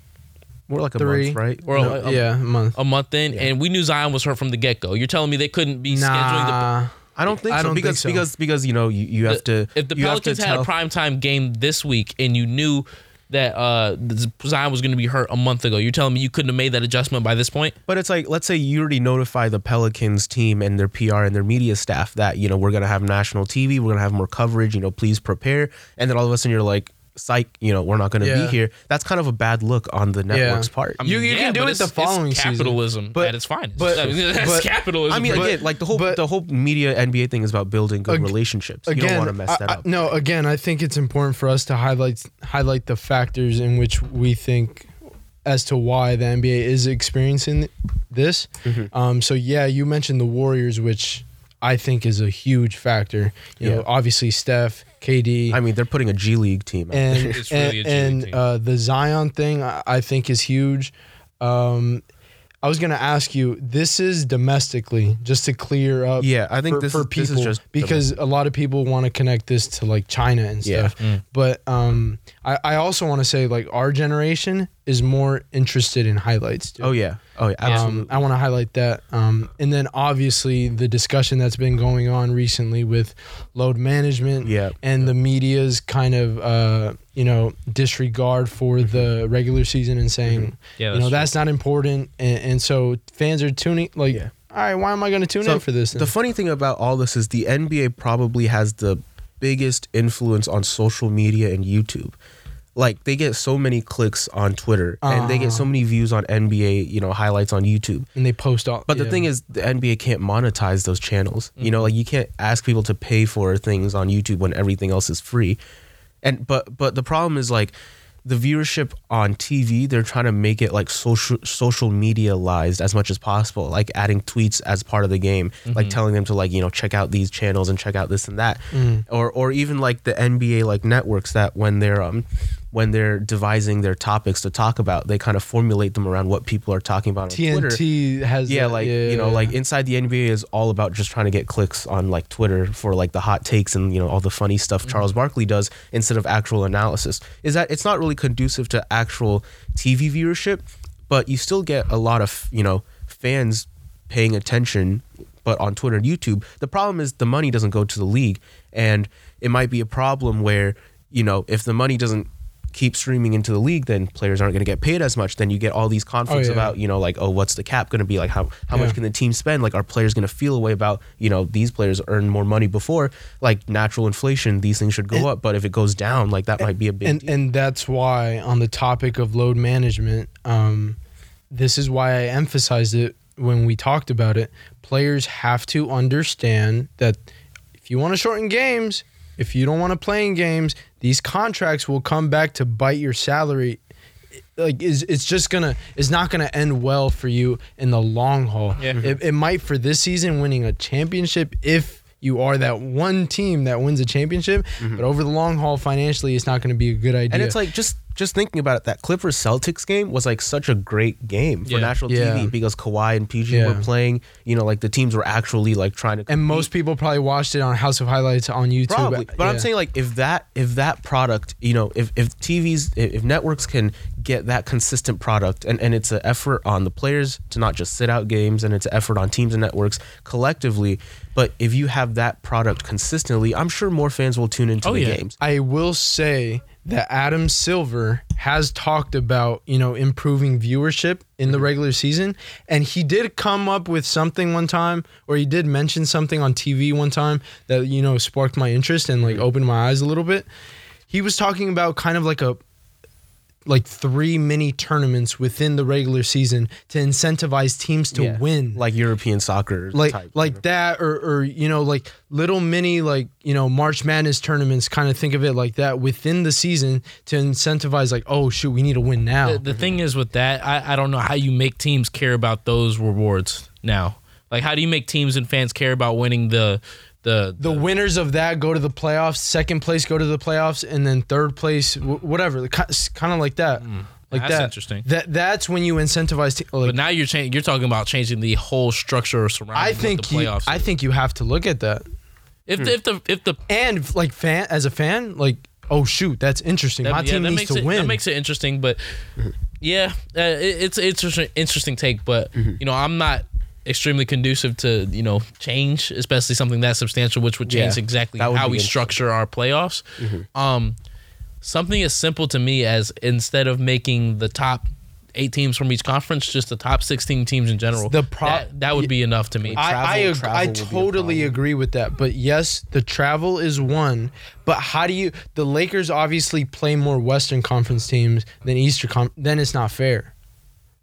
Speaker 3: We're like a
Speaker 1: Three.
Speaker 3: month, right?
Speaker 2: Or
Speaker 1: No,
Speaker 2: a, a-
Speaker 1: yeah, a month.
Speaker 2: a month in, and we knew Zion was hurt from the get go. You're telling me they couldn't be scheduling the
Speaker 1: Nah.
Speaker 3: I don't think
Speaker 1: I
Speaker 3: so
Speaker 1: don't think
Speaker 3: because
Speaker 1: so.
Speaker 3: because because you know you, you have to
Speaker 2: if the
Speaker 3: you have to
Speaker 2: Pelicans had a
Speaker 3: tell-
Speaker 2: primetime game this week and you knew that uh, Zion was going to be hurt a month ago, you're telling me you couldn't have made that adjustment by this point?
Speaker 3: But it's like let's say you already notify the Pelicans team and their PR and their media staff that you know we're gonna have national TV, we're gonna have more coverage, you know, please prepare. And then all of a sudden you're like, psych, you know, we're not gonna
Speaker 1: Yeah.
Speaker 3: be here. That's kind of a bad look on the network's part.
Speaker 1: You- you can do
Speaker 2: but
Speaker 1: it the
Speaker 2: it's-
Speaker 1: following
Speaker 2: it's
Speaker 1: season.
Speaker 2: capitalism
Speaker 1: But-
Speaker 2: at its finest.
Speaker 1: but-
Speaker 2: I mean, that's
Speaker 1: but-
Speaker 2: capitalism.
Speaker 3: I mean,
Speaker 2: bro.
Speaker 3: again, like the whole
Speaker 1: but-
Speaker 3: the whole media NBA thing is about building good
Speaker 1: Ag-
Speaker 3: relationships. you
Speaker 1: Again,
Speaker 3: don't want to mess
Speaker 1: I-
Speaker 3: that
Speaker 1: I-
Speaker 3: up.
Speaker 1: no, again, I think it's important for us to highlight highlight the factors in which we think as to why the NBA is experiencing this.
Speaker 3: Mm-hmm.
Speaker 1: Um, so yeah, you mentioned the Warriors, which I think is a huge factor. You
Speaker 3: Yeah.
Speaker 1: know, obviously Steph, KD,
Speaker 3: I mean, they're putting a G League team. out there.
Speaker 1: and
Speaker 2: It's really a
Speaker 1: and,
Speaker 2: G League
Speaker 1: and
Speaker 2: team.
Speaker 1: uh, the Zion thing I, I think is huge. Um, I was gonna ask you. This is domestically, just to clear up.
Speaker 3: Yeah, I think
Speaker 1: for,
Speaker 3: this
Speaker 1: for
Speaker 3: is- this is
Speaker 1: people
Speaker 3: just
Speaker 1: because a lot of people want to connect this to like China and
Speaker 3: Yeah. Mm.
Speaker 1: stuff. But um, I, I also want to say like our generation is more interested in highlights. Dude.
Speaker 3: Oh yeah, oh yeah, absolutely.
Speaker 1: Um, I want to highlight that. Um, and then obviously the discussion that's been going on recently with load management
Speaker 3: Yeah.
Speaker 1: and the media's kind of, uh, you know, disregard for
Speaker 3: Mm-hmm.
Speaker 1: the regular season and saying, you
Speaker 2: Yeah,
Speaker 1: know,
Speaker 2: that's true.
Speaker 1: that's not important. And, and so fans are tuning, like,
Speaker 3: Yeah.
Speaker 1: all right, why am I going to tune in for this?
Speaker 3: The
Speaker 1: then?"
Speaker 3: funny thing about all this is the NBA probably has the biggest influence on social media and YouTube. Like they get so many clicks on Twitter and
Speaker 1: Ah.
Speaker 3: they get so many views on NBA, you know, highlights on YouTube.
Speaker 1: and they post all.
Speaker 3: But the
Speaker 1: yeah.
Speaker 3: thing is, the NBA can't monetize those channels. You know, like you can't ask people to pay for things on YouTube when everything else is free. And but but the problem is like the viewership on TV, they're trying to make it like social social medialized as much as possible, like adding tweets as part of the game, like telling them to like you know check out these channels and check out this and that, or or even like the NBA like networks that when they're um when they're devising their topics to talk about, they kind of formulate them around what people are talking about on Twitter.
Speaker 1: TNT has
Speaker 3: Yeah,
Speaker 1: that,
Speaker 3: like you know,
Speaker 1: yeah.
Speaker 3: like inside the NBA is all about just trying to get clicks on like Twitter for like the hot takes and you know all the funny stuff
Speaker 1: Mm-hmm.
Speaker 3: Charles Barkley does instead of actual analysis. Is that it's not really conducive to actual TV viewership, but you still get a lot of you know fans paying attention. But on Twitter and YouTube, the problem is the money doesn't go to the league, and it might be a problem where you know if the money doesn't keep streaming into the league then players aren't going to get paid as much then you get all these conflicts
Speaker 1: yeah.
Speaker 3: about you know like oh what's the cap going to be like how how
Speaker 1: Yeah.
Speaker 3: much can the team spend like are players going to feel a way about you know these players earn more money before like natural inflation these things should go up but if it goes down like that might be a big
Speaker 1: and
Speaker 3: deal.
Speaker 1: and that's why on the topic of load management um, this is why i emphasized it when we talked about it players have to understand that if you want to shorten games if you don't want to play in games these contracts will come back to bite your salary like is it's just gonna it's not gonna end well for you in the long haul.
Speaker 2: Yeah.
Speaker 1: It, it might for this season winning a championship if you are that one team that wins a championship, but over the long haul financially, it's not gonna be a good idea.
Speaker 3: Mm-hmm. And it's like just just thinking about it, that Clippers Celtics game was like such a great game for
Speaker 2: Yeah.
Speaker 3: national
Speaker 1: Yeah.
Speaker 3: TV because Kawhi and PG
Speaker 1: Yeah.
Speaker 3: were playing. You know, like the teams were actually like trying to.
Speaker 1: and
Speaker 3: compete.
Speaker 1: most people probably watched it on House of Highlights on YouTube.
Speaker 3: Probably, but I'm
Speaker 1: Yeah.
Speaker 3: saying like if that if that product, you know, if if TVs if, if networks can get that consistent product, and and it's an effort on the players to not just sit out games, and it's an effort on teams and networks collectively. But if you have that product consistently, I'm sure more fans will tune into
Speaker 2: Oh,
Speaker 3: the
Speaker 2: yeah.
Speaker 3: games.
Speaker 1: I will say that Adam Silver has talked about, you know, improving viewership in the regular season. And he did come up with something one time, or he did mention something on TV one time that, you know, sparked my interest and like opened my eyes a little bit. He was talking about kind of like a like three mini tournaments within the regular season to incentivize teams to
Speaker 3: Yeah.
Speaker 1: win
Speaker 3: like European soccer,
Speaker 1: like
Speaker 3: type,
Speaker 1: like that or or you know like little mini like you know March Madness tournaments kind of think of it like that within the season to incentivize like oh shoot we need to win now
Speaker 2: The, the thing is with that, I, I don't know how you make teams care about those rewards now. Like, how do you make teams and fans care about winning the the
Speaker 1: the winners of that go to the playoffs second place go to the playoffs and then third place w- whatever kind of like that like
Speaker 2: Hmm. that's
Speaker 1: that
Speaker 2: interesting.
Speaker 1: that that's when you incentivize te- like,
Speaker 2: But now you're changing. You're talking about changing the whole structure of surrounding.
Speaker 1: I
Speaker 2: what
Speaker 1: think
Speaker 2: the
Speaker 1: you
Speaker 2: playoffs.
Speaker 1: I
Speaker 2: is.
Speaker 1: think you have to look at that
Speaker 2: if, the, if the if the
Speaker 1: and like fan as a fan like oh shoot that's interesting my
Speaker 2: yeah,
Speaker 1: team
Speaker 2: that
Speaker 1: needs
Speaker 2: makes
Speaker 1: to
Speaker 2: it,
Speaker 1: win
Speaker 2: That makes it interesting, but yeah, uh, it, it's an interesting interesting take. But
Speaker 1: Mm-hmm.
Speaker 2: you know, I'm not extremely conducive to you know change, especially something that substantial, which would change
Speaker 3: Yeah,
Speaker 2: exactly
Speaker 3: that would
Speaker 2: how
Speaker 3: be
Speaker 2: we
Speaker 3: interesting.
Speaker 2: structure our playoffs.
Speaker 1: Mm-hmm.
Speaker 2: Um, something as simple to me as instead of making the top. Eight teams from each conference, just the top sixteen teams in general.
Speaker 1: The pro-
Speaker 2: that, that would be enough to me.
Speaker 1: I, I,
Speaker 3: travel-
Speaker 1: ag-
Speaker 3: travel
Speaker 1: I
Speaker 3: will be a
Speaker 1: totally
Speaker 3: problem.
Speaker 1: agree with that. But yes, the travel is one. But how do you? The Lakers obviously play more Western Conference teams than Eastern. Com- then it's not fair.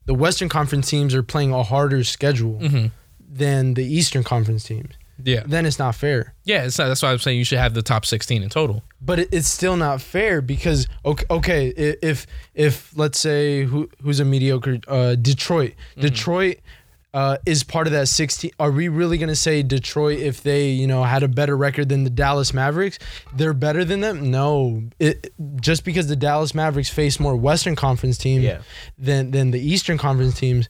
Speaker 1: The Western Conference teams are playing a harder schedule
Speaker 3: Mm-hmm.
Speaker 1: than the Eastern Conference teams.
Speaker 2: yeah,
Speaker 1: Then it's not fair.
Speaker 2: yeah. It's not, that's why I'm saying you should have the top sixteen in total.
Speaker 1: But it, it's still not fair because okay, okay, i- if if let's say who who's a mediocre uh, Detroit,
Speaker 3: Mm-hmm.
Speaker 1: Detroit uh, is part of that sixteen. Are we really gonna say Detroit if they you know had a better record than the Dallas Mavericks, they're better than them? No, it, just because the Dallas Mavericks face more Western Conference teams
Speaker 3: Yeah.
Speaker 1: than than the Eastern Conference teams,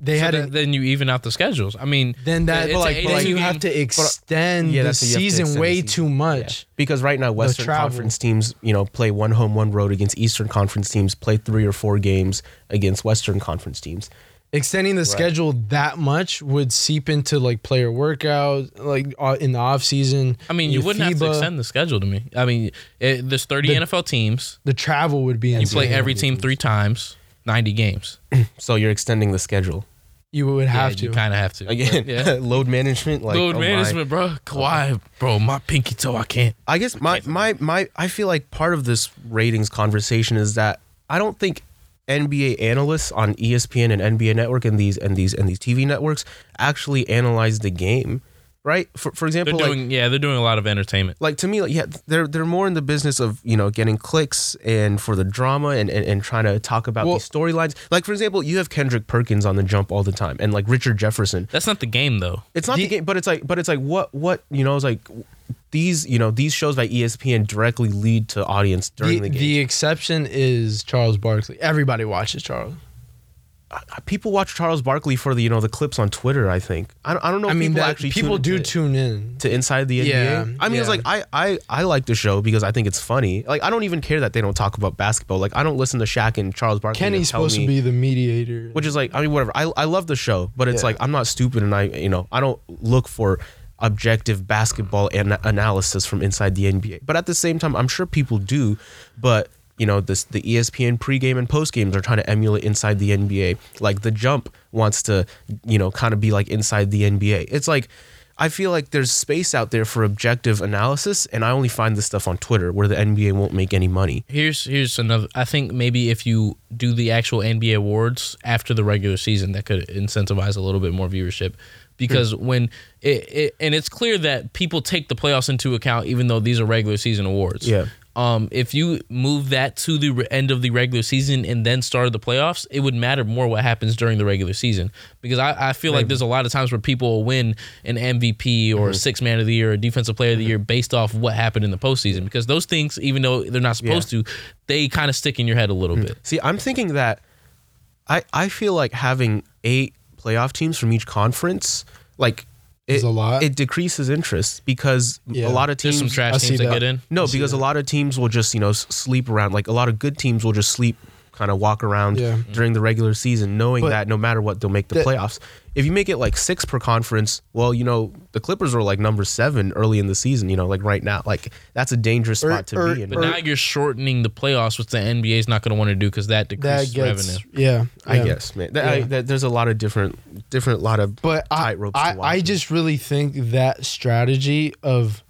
Speaker 1: they
Speaker 2: So
Speaker 1: had
Speaker 2: that-
Speaker 1: an
Speaker 2: then you even out the schedules. I mean,
Speaker 1: then that
Speaker 2: it's
Speaker 1: like
Speaker 2: an
Speaker 1: then
Speaker 2: 82
Speaker 1: you
Speaker 2: game-
Speaker 1: have to extend
Speaker 3: Yeah,
Speaker 1: the
Speaker 3: that's what you have to
Speaker 1: season
Speaker 3: extend the
Speaker 1: way
Speaker 3: season.
Speaker 1: too much.
Speaker 3: Because right now, Western
Speaker 1: travel.
Speaker 3: Conference teams, you know, play one home, one road against Eastern Conference teams. Play three or four games against Western Conference teams.
Speaker 1: extending the schedule that much would seep into like player workouts, like uh, in the off season.
Speaker 2: I mean, you wouldn't have to extend the schedule to me. I mean, it, there's 30
Speaker 1: The-
Speaker 2: NFL teams.
Speaker 1: the travel would be
Speaker 2: You
Speaker 1: insane.
Speaker 2: play every team three times, 90 games.
Speaker 3: So you're extending the schedule
Speaker 1: You would have
Speaker 2: You
Speaker 1: to.
Speaker 2: kind of have to.
Speaker 3: again.
Speaker 2: But, Yeah.
Speaker 3: load management, like
Speaker 2: Load
Speaker 3: oh my.
Speaker 2: management, bro. Kawhi, bro, my pinky toe, I can't.
Speaker 3: I guess my my my I feel like part of this ratings conversation is that I don't think NBA analysts on E ESPN and NBA Network and these and these and these TV networks actually analyze the game. right? For for
Speaker 2: They're
Speaker 3: example, like,
Speaker 2: doing yeah, they're doing a lot of entertainment.
Speaker 3: like to me, like yeah, they're they're more in the business of you know getting clicks and for the drama and and, and trying to talk about
Speaker 1: Well-
Speaker 3: these storylines. Like for example, you have Kendrick Perkins on the jump all the time, and like Richard Jefferson.
Speaker 2: That's not the game though.
Speaker 3: It's not the,
Speaker 1: The-
Speaker 3: game, but it's like but it's like what what you know it's like these you know these shows by E ESPN directly lead to audience during
Speaker 1: The,
Speaker 3: the,
Speaker 1: the,
Speaker 3: game.
Speaker 1: exception is Charles Barkley. Everybody watches Charles.
Speaker 3: people watch Charles Barkley for the you know the clips on Twitter. I think I don't, I don't know.
Speaker 1: I
Speaker 3: if
Speaker 1: mean,
Speaker 3: people
Speaker 1: that,
Speaker 3: actually
Speaker 1: people
Speaker 3: tune
Speaker 1: do
Speaker 3: into it.
Speaker 1: tune in.
Speaker 3: to inside the NBA.
Speaker 1: Yeah,
Speaker 3: I mean, it's
Speaker 1: yeah.
Speaker 3: like I, I I like the show because I think it's funny. Like I don't even care that they don't talk about basketball. Like I don't listen to Shaq and Charles Barkley.
Speaker 1: Kenny's
Speaker 3: tell
Speaker 1: supposed
Speaker 3: me-
Speaker 1: to be the mediator.
Speaker 3: which is like I mean whatever. I I love the show, but it's
Speaker 1: Yeah.
Speaker 3: like I'm not stupid and I you know I don't look for objective basketball an- analysis from inside the NBA. But at the same time, I'm sure people do, but. You know, this the E ESPN pregame and postgames are trying to emulate inside the NBA. Like the jump wants to, you know, kind of be like inside the NBA. It's like I feel like there's space out there for objective analysis, and I only find this stuff on Twitter where the NBA won't make any money.
Speaker 2: Here's here's another. I think maybe if you do the actual NBA awards after the regular season, that could incentivize a little bit more viewership, because when it, it and it's clear that people take the playoffs into account, even though these are regular season awards.
Speaker 3: Yeah.
Speaker 2: Um, if you move that to the re- end of the regular season and then start the playoffs, it would matter more what happens during the regular season because I, I feel like there's a lot of times where people will win an MVP
Speaker 1: Mm-hmm.
Speaker 2: or six man of the year or defensive player of the year based off what happened in the postseason because those things, even though they're not supposed to, they kind of stick in your head a
Speaker 1: Mm-hmm.
Speaker 2: little bit.
Speaker 3: See, I'm thinking that I I feel like having eight playoff teams from each conference, like it,
Speaker 1: Is a lot.
Speaker 3: It decreases interest because
Speaker 1: Yeah.
Speaker 3: a lot of
Speaker 2: There's
Speaker 3: teams
Speaker 2: some trash
Speaker 1: I see
Speaker 2: teams that,
Speaker 1: that.
Speaker 2: get in.
Speaker 3: No, because a lot of teams will just you know s- sleep around. Like a lot of good teams will just sleep, kind of walk around
Speaker 1: Yeah.
Speaker 2: Mm-hmm.
Speaker 3: during the regular season, knowing
Speaker 1: But-
Speaker 3: that no matter what they'll make the
Speaker 1: That-
Speaker 3: playoffs. If you make it like six per conference, well, you know the Clippers were like number seven early in the season. You know, like right now, like that's a dangerous
Speaker 1: Or-
Speaker 3: spot to
Speaker 1: or-
Speaker 3: be in.
Speaker 2: But now you're shortening the playoffs, which the NBA's not going to want to do because that
Speaker 1: that
Speaker 2: decreases
Speaker 1: gets
Speaker 2: revenue.
Speaker 1: yeah,
Speaker 3: I
Speaker 1: yeah.
Speaker 3: guess, man. That, I-
Speaker 1: Yeah.
Speaker 3: that- there's a lot of different, different lot of
Speaker 1: But I,
Speaker 3: tightropes
Speaker 1: I,
Speaker 3: to walk.
Speaker 1: I just really think that strategy of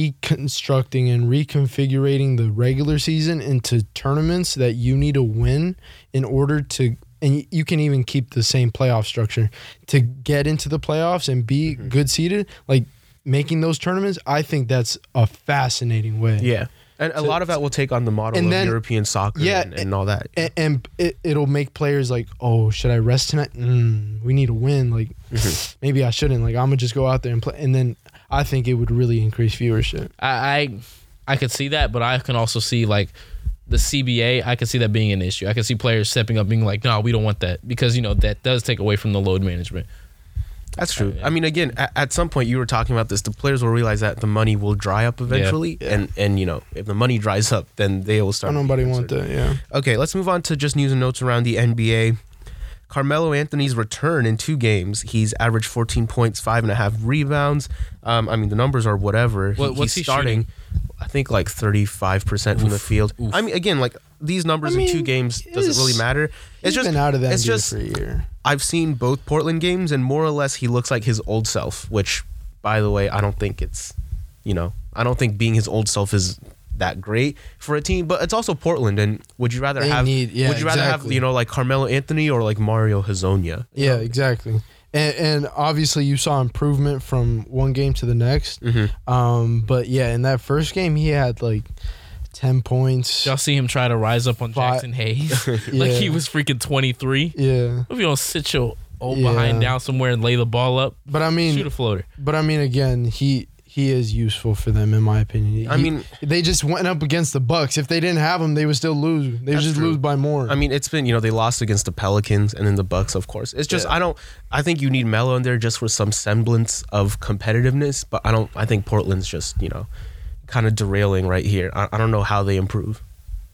Speaker 1: reconstructing and reconfiguring the regular season into tournaments that you need to win in order to and you can even keep the same playoff structure to get into the playoffs and be
Speaker 3: Mm-hmm.
Speaker 1: good seeded like making those tournaments i think that's a fascinating way
Speaker 3: yeah, and a lot of that will take on the model
Speaker 1: And
Speaker 3: of
Speaker 1: then-
Speaker 3: European soccer,
Speaker 1: yeah,
Speaker 3: and, and all that.
Speaker 1: and, and it, it'll make players like, oh, should I rest tonight? Mm, we need to win. Like,
Speaker 3: Mm-hmm.
Speaker 1: maybe I shouldn't. Like, I'm gonna just go out there and play. And then I think it would really increase viewership.
Speaker 2: I, I I could see that, but I can also see like the CBA. I could see that being an issue. I could see players stepping up, being like, "No, we don't want that," because you know that does take away from the load management.
Speaker 3: That's true. I mean, again, at, at some point you were talking about this. The players will realize that the money will dry up eventually, and and you know if the money dries up, then they will
Speaker 1: I
Speaker 3: start.
Speaker 1: nobody want that. Yeah.
Speaker 3: Okay, let's move on to just news and notes around the NBA. Carmelo Anthony's return in two games. He's averaged 14 points, five and a half rebounds. Um, I mean, the numbers are whatever.
Speaker 2: What- what's he
Speaker 3: he's starting, I think, like 35% from the field. I mean, again, like these numbers
Speaker 1: I
Speaker 3: in two
Speaker 1: mean,
Speaker 3: games doesn't really
Speaker 1: it's-
Speaker 3: matter. It's
Speaker 1: He's
Speaker 3: just
Speaker 1: been out of that
Speaker 3: It's
Speaker 1: NBA
Speaker 3: just
Speaker 1: for a year.
Speaker 3: I've seen both Portland games, and more or less, he looks like his old self. Which, by the way, I don't think it's, you know, I don't think being his old self is that great for a team. But it's also Portland, and would you rather
Speaker 1: They
Speaker 3: have?
Speaker 1: need- yeah,
Speaker 3: would you rather have
Speaker 1: exactly.
Speaker 3: you know like Carmelo Anthony or like Mario Hazonia?
Speaker 1: Yeah, exactly. And, and obviously, you saw improvement from one game to the next.
Speaker 3: Mm-hmm.
Speaker 1: Um, but yeah, in that first game, he had like ten points.
Speaker 2: Y'all see him try to rise up on
Speaker 1: But-
Speaker 2: Jackson Hayes like
Speaker 1: Yeah.
Speaker 2: he was freaking twenty three.
Speaker 1: yeah,
Speaker 2: If you don't sit your old
Speaker 1: Yeah.
Speaker 2: behind down somewhere and lay the ball up,
Speaker 1: but I mean,
Speaker 2: shoot a floater.
Speaker 1: But I mean, again, he he is useful for them in my opinion.
Speaker 3: I
Speaker 1: He-
Speaker 3: mean-
Speaker 1: they just went up against the Bucks. If they didn't have him, they would still lose. They would just
Speaker 3: true.
Speaker 1: lose by more.
Speaker 3: I mean, it's been you know they lost against the Pelicans and then the Bucks, of course. It's just I don't. I think you need Melo in there just for some semblance of competitiveness, but I don't. I think Portland's just you know kind of derailing right here. I, I don't know how they improve.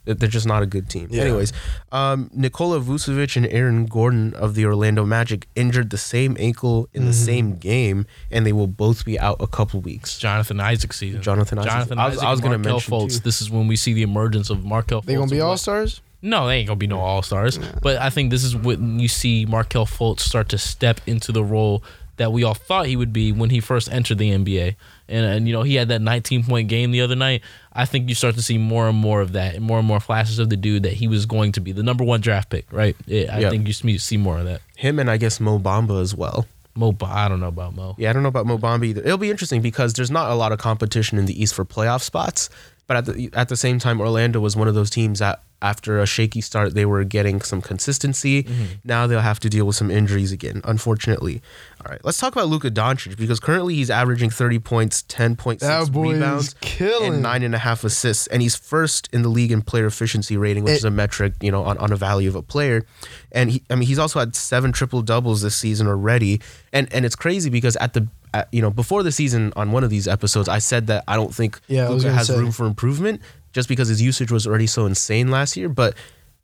Speaker 3: They- They're just not a good team.
Speaker 1: Yeah.
Speaker 3: Anyways, um, Nikola Vucevic and Aaron Gordon of the Orlando Magic injured the same ankle in the same game, and they will both be out a couple weeks.
Speaker 2: Jonathan Isaac season.
Speaker 3: Jonathan Isaac.
Speaker 2: Jonathan
Speaker 3: I was-
Speaker 2: Isaac
Speaker 3: I was
Speaker 2: and
Speaker 3: gonna
Speaker 2: Markel
Speaker 3: mention
Speaker 2: Fultz.
Speaker 3: too.
Speaker 2: This is when we see the emergence of Markel.
Speaker 1: they gonna
Speaker 2: Fultz
Speaker 1: be
Speaker 2: and
Speaker 1: all
Speaker 2: what-
Speaker 1: stars.
Speaker 2: No, they ain't gonna be no all stars. But I think this is when you see Markel Fultz start to step into the role that we all thought he would be when he first entered the NBA. And and you know he had that 19 point game the other night. I think you start to see more and more of that, and more and more flashes of the dude that he was going to be the number one draft pick. Right? Yeah, I
Speaker 3: Yeah.
Speaker 2: think you s- you see more of that.
Speaker 3: Him and I guess Mo Bamba as well.
Speaker 2: Mo, Ba- I don't know about Mo.
Speaker 3: Yeah, I don't know about Mobamba either. It'll be interesting because there's not a lot of competition in the East for playoff spots. But at the at the same time, Orlando was one of those teams that after a shaky start, they were getting some consistency.
Speaker 1: Mm-hmm.
Speaker 3: Now they'll have to deal with some injuries again, unfortunately. All right, let's talk about Luka Doncic because currently he's averaging 30 points, 10.6
Speaker 1: That boy is
Speaker 3: rebounds,
Speaker 1: killing.
Speaker 3: and nine and a half assists, and he's first in the league in player efficiency rating, which is a metric you know on, on a value of a player. And he, I mean, he's also had seven triple doubles this season already, and and it's crazy because at the at, you know before the season on one of these episodes, I said that I don't think
Speaker 1: Yeah, I was
Speaker 3: Luka
Speaker 1: gonna
Speaker 3: has
Speaker 1: say.
Speaker 3: room for improvement just because his usage was already so insane last year, but.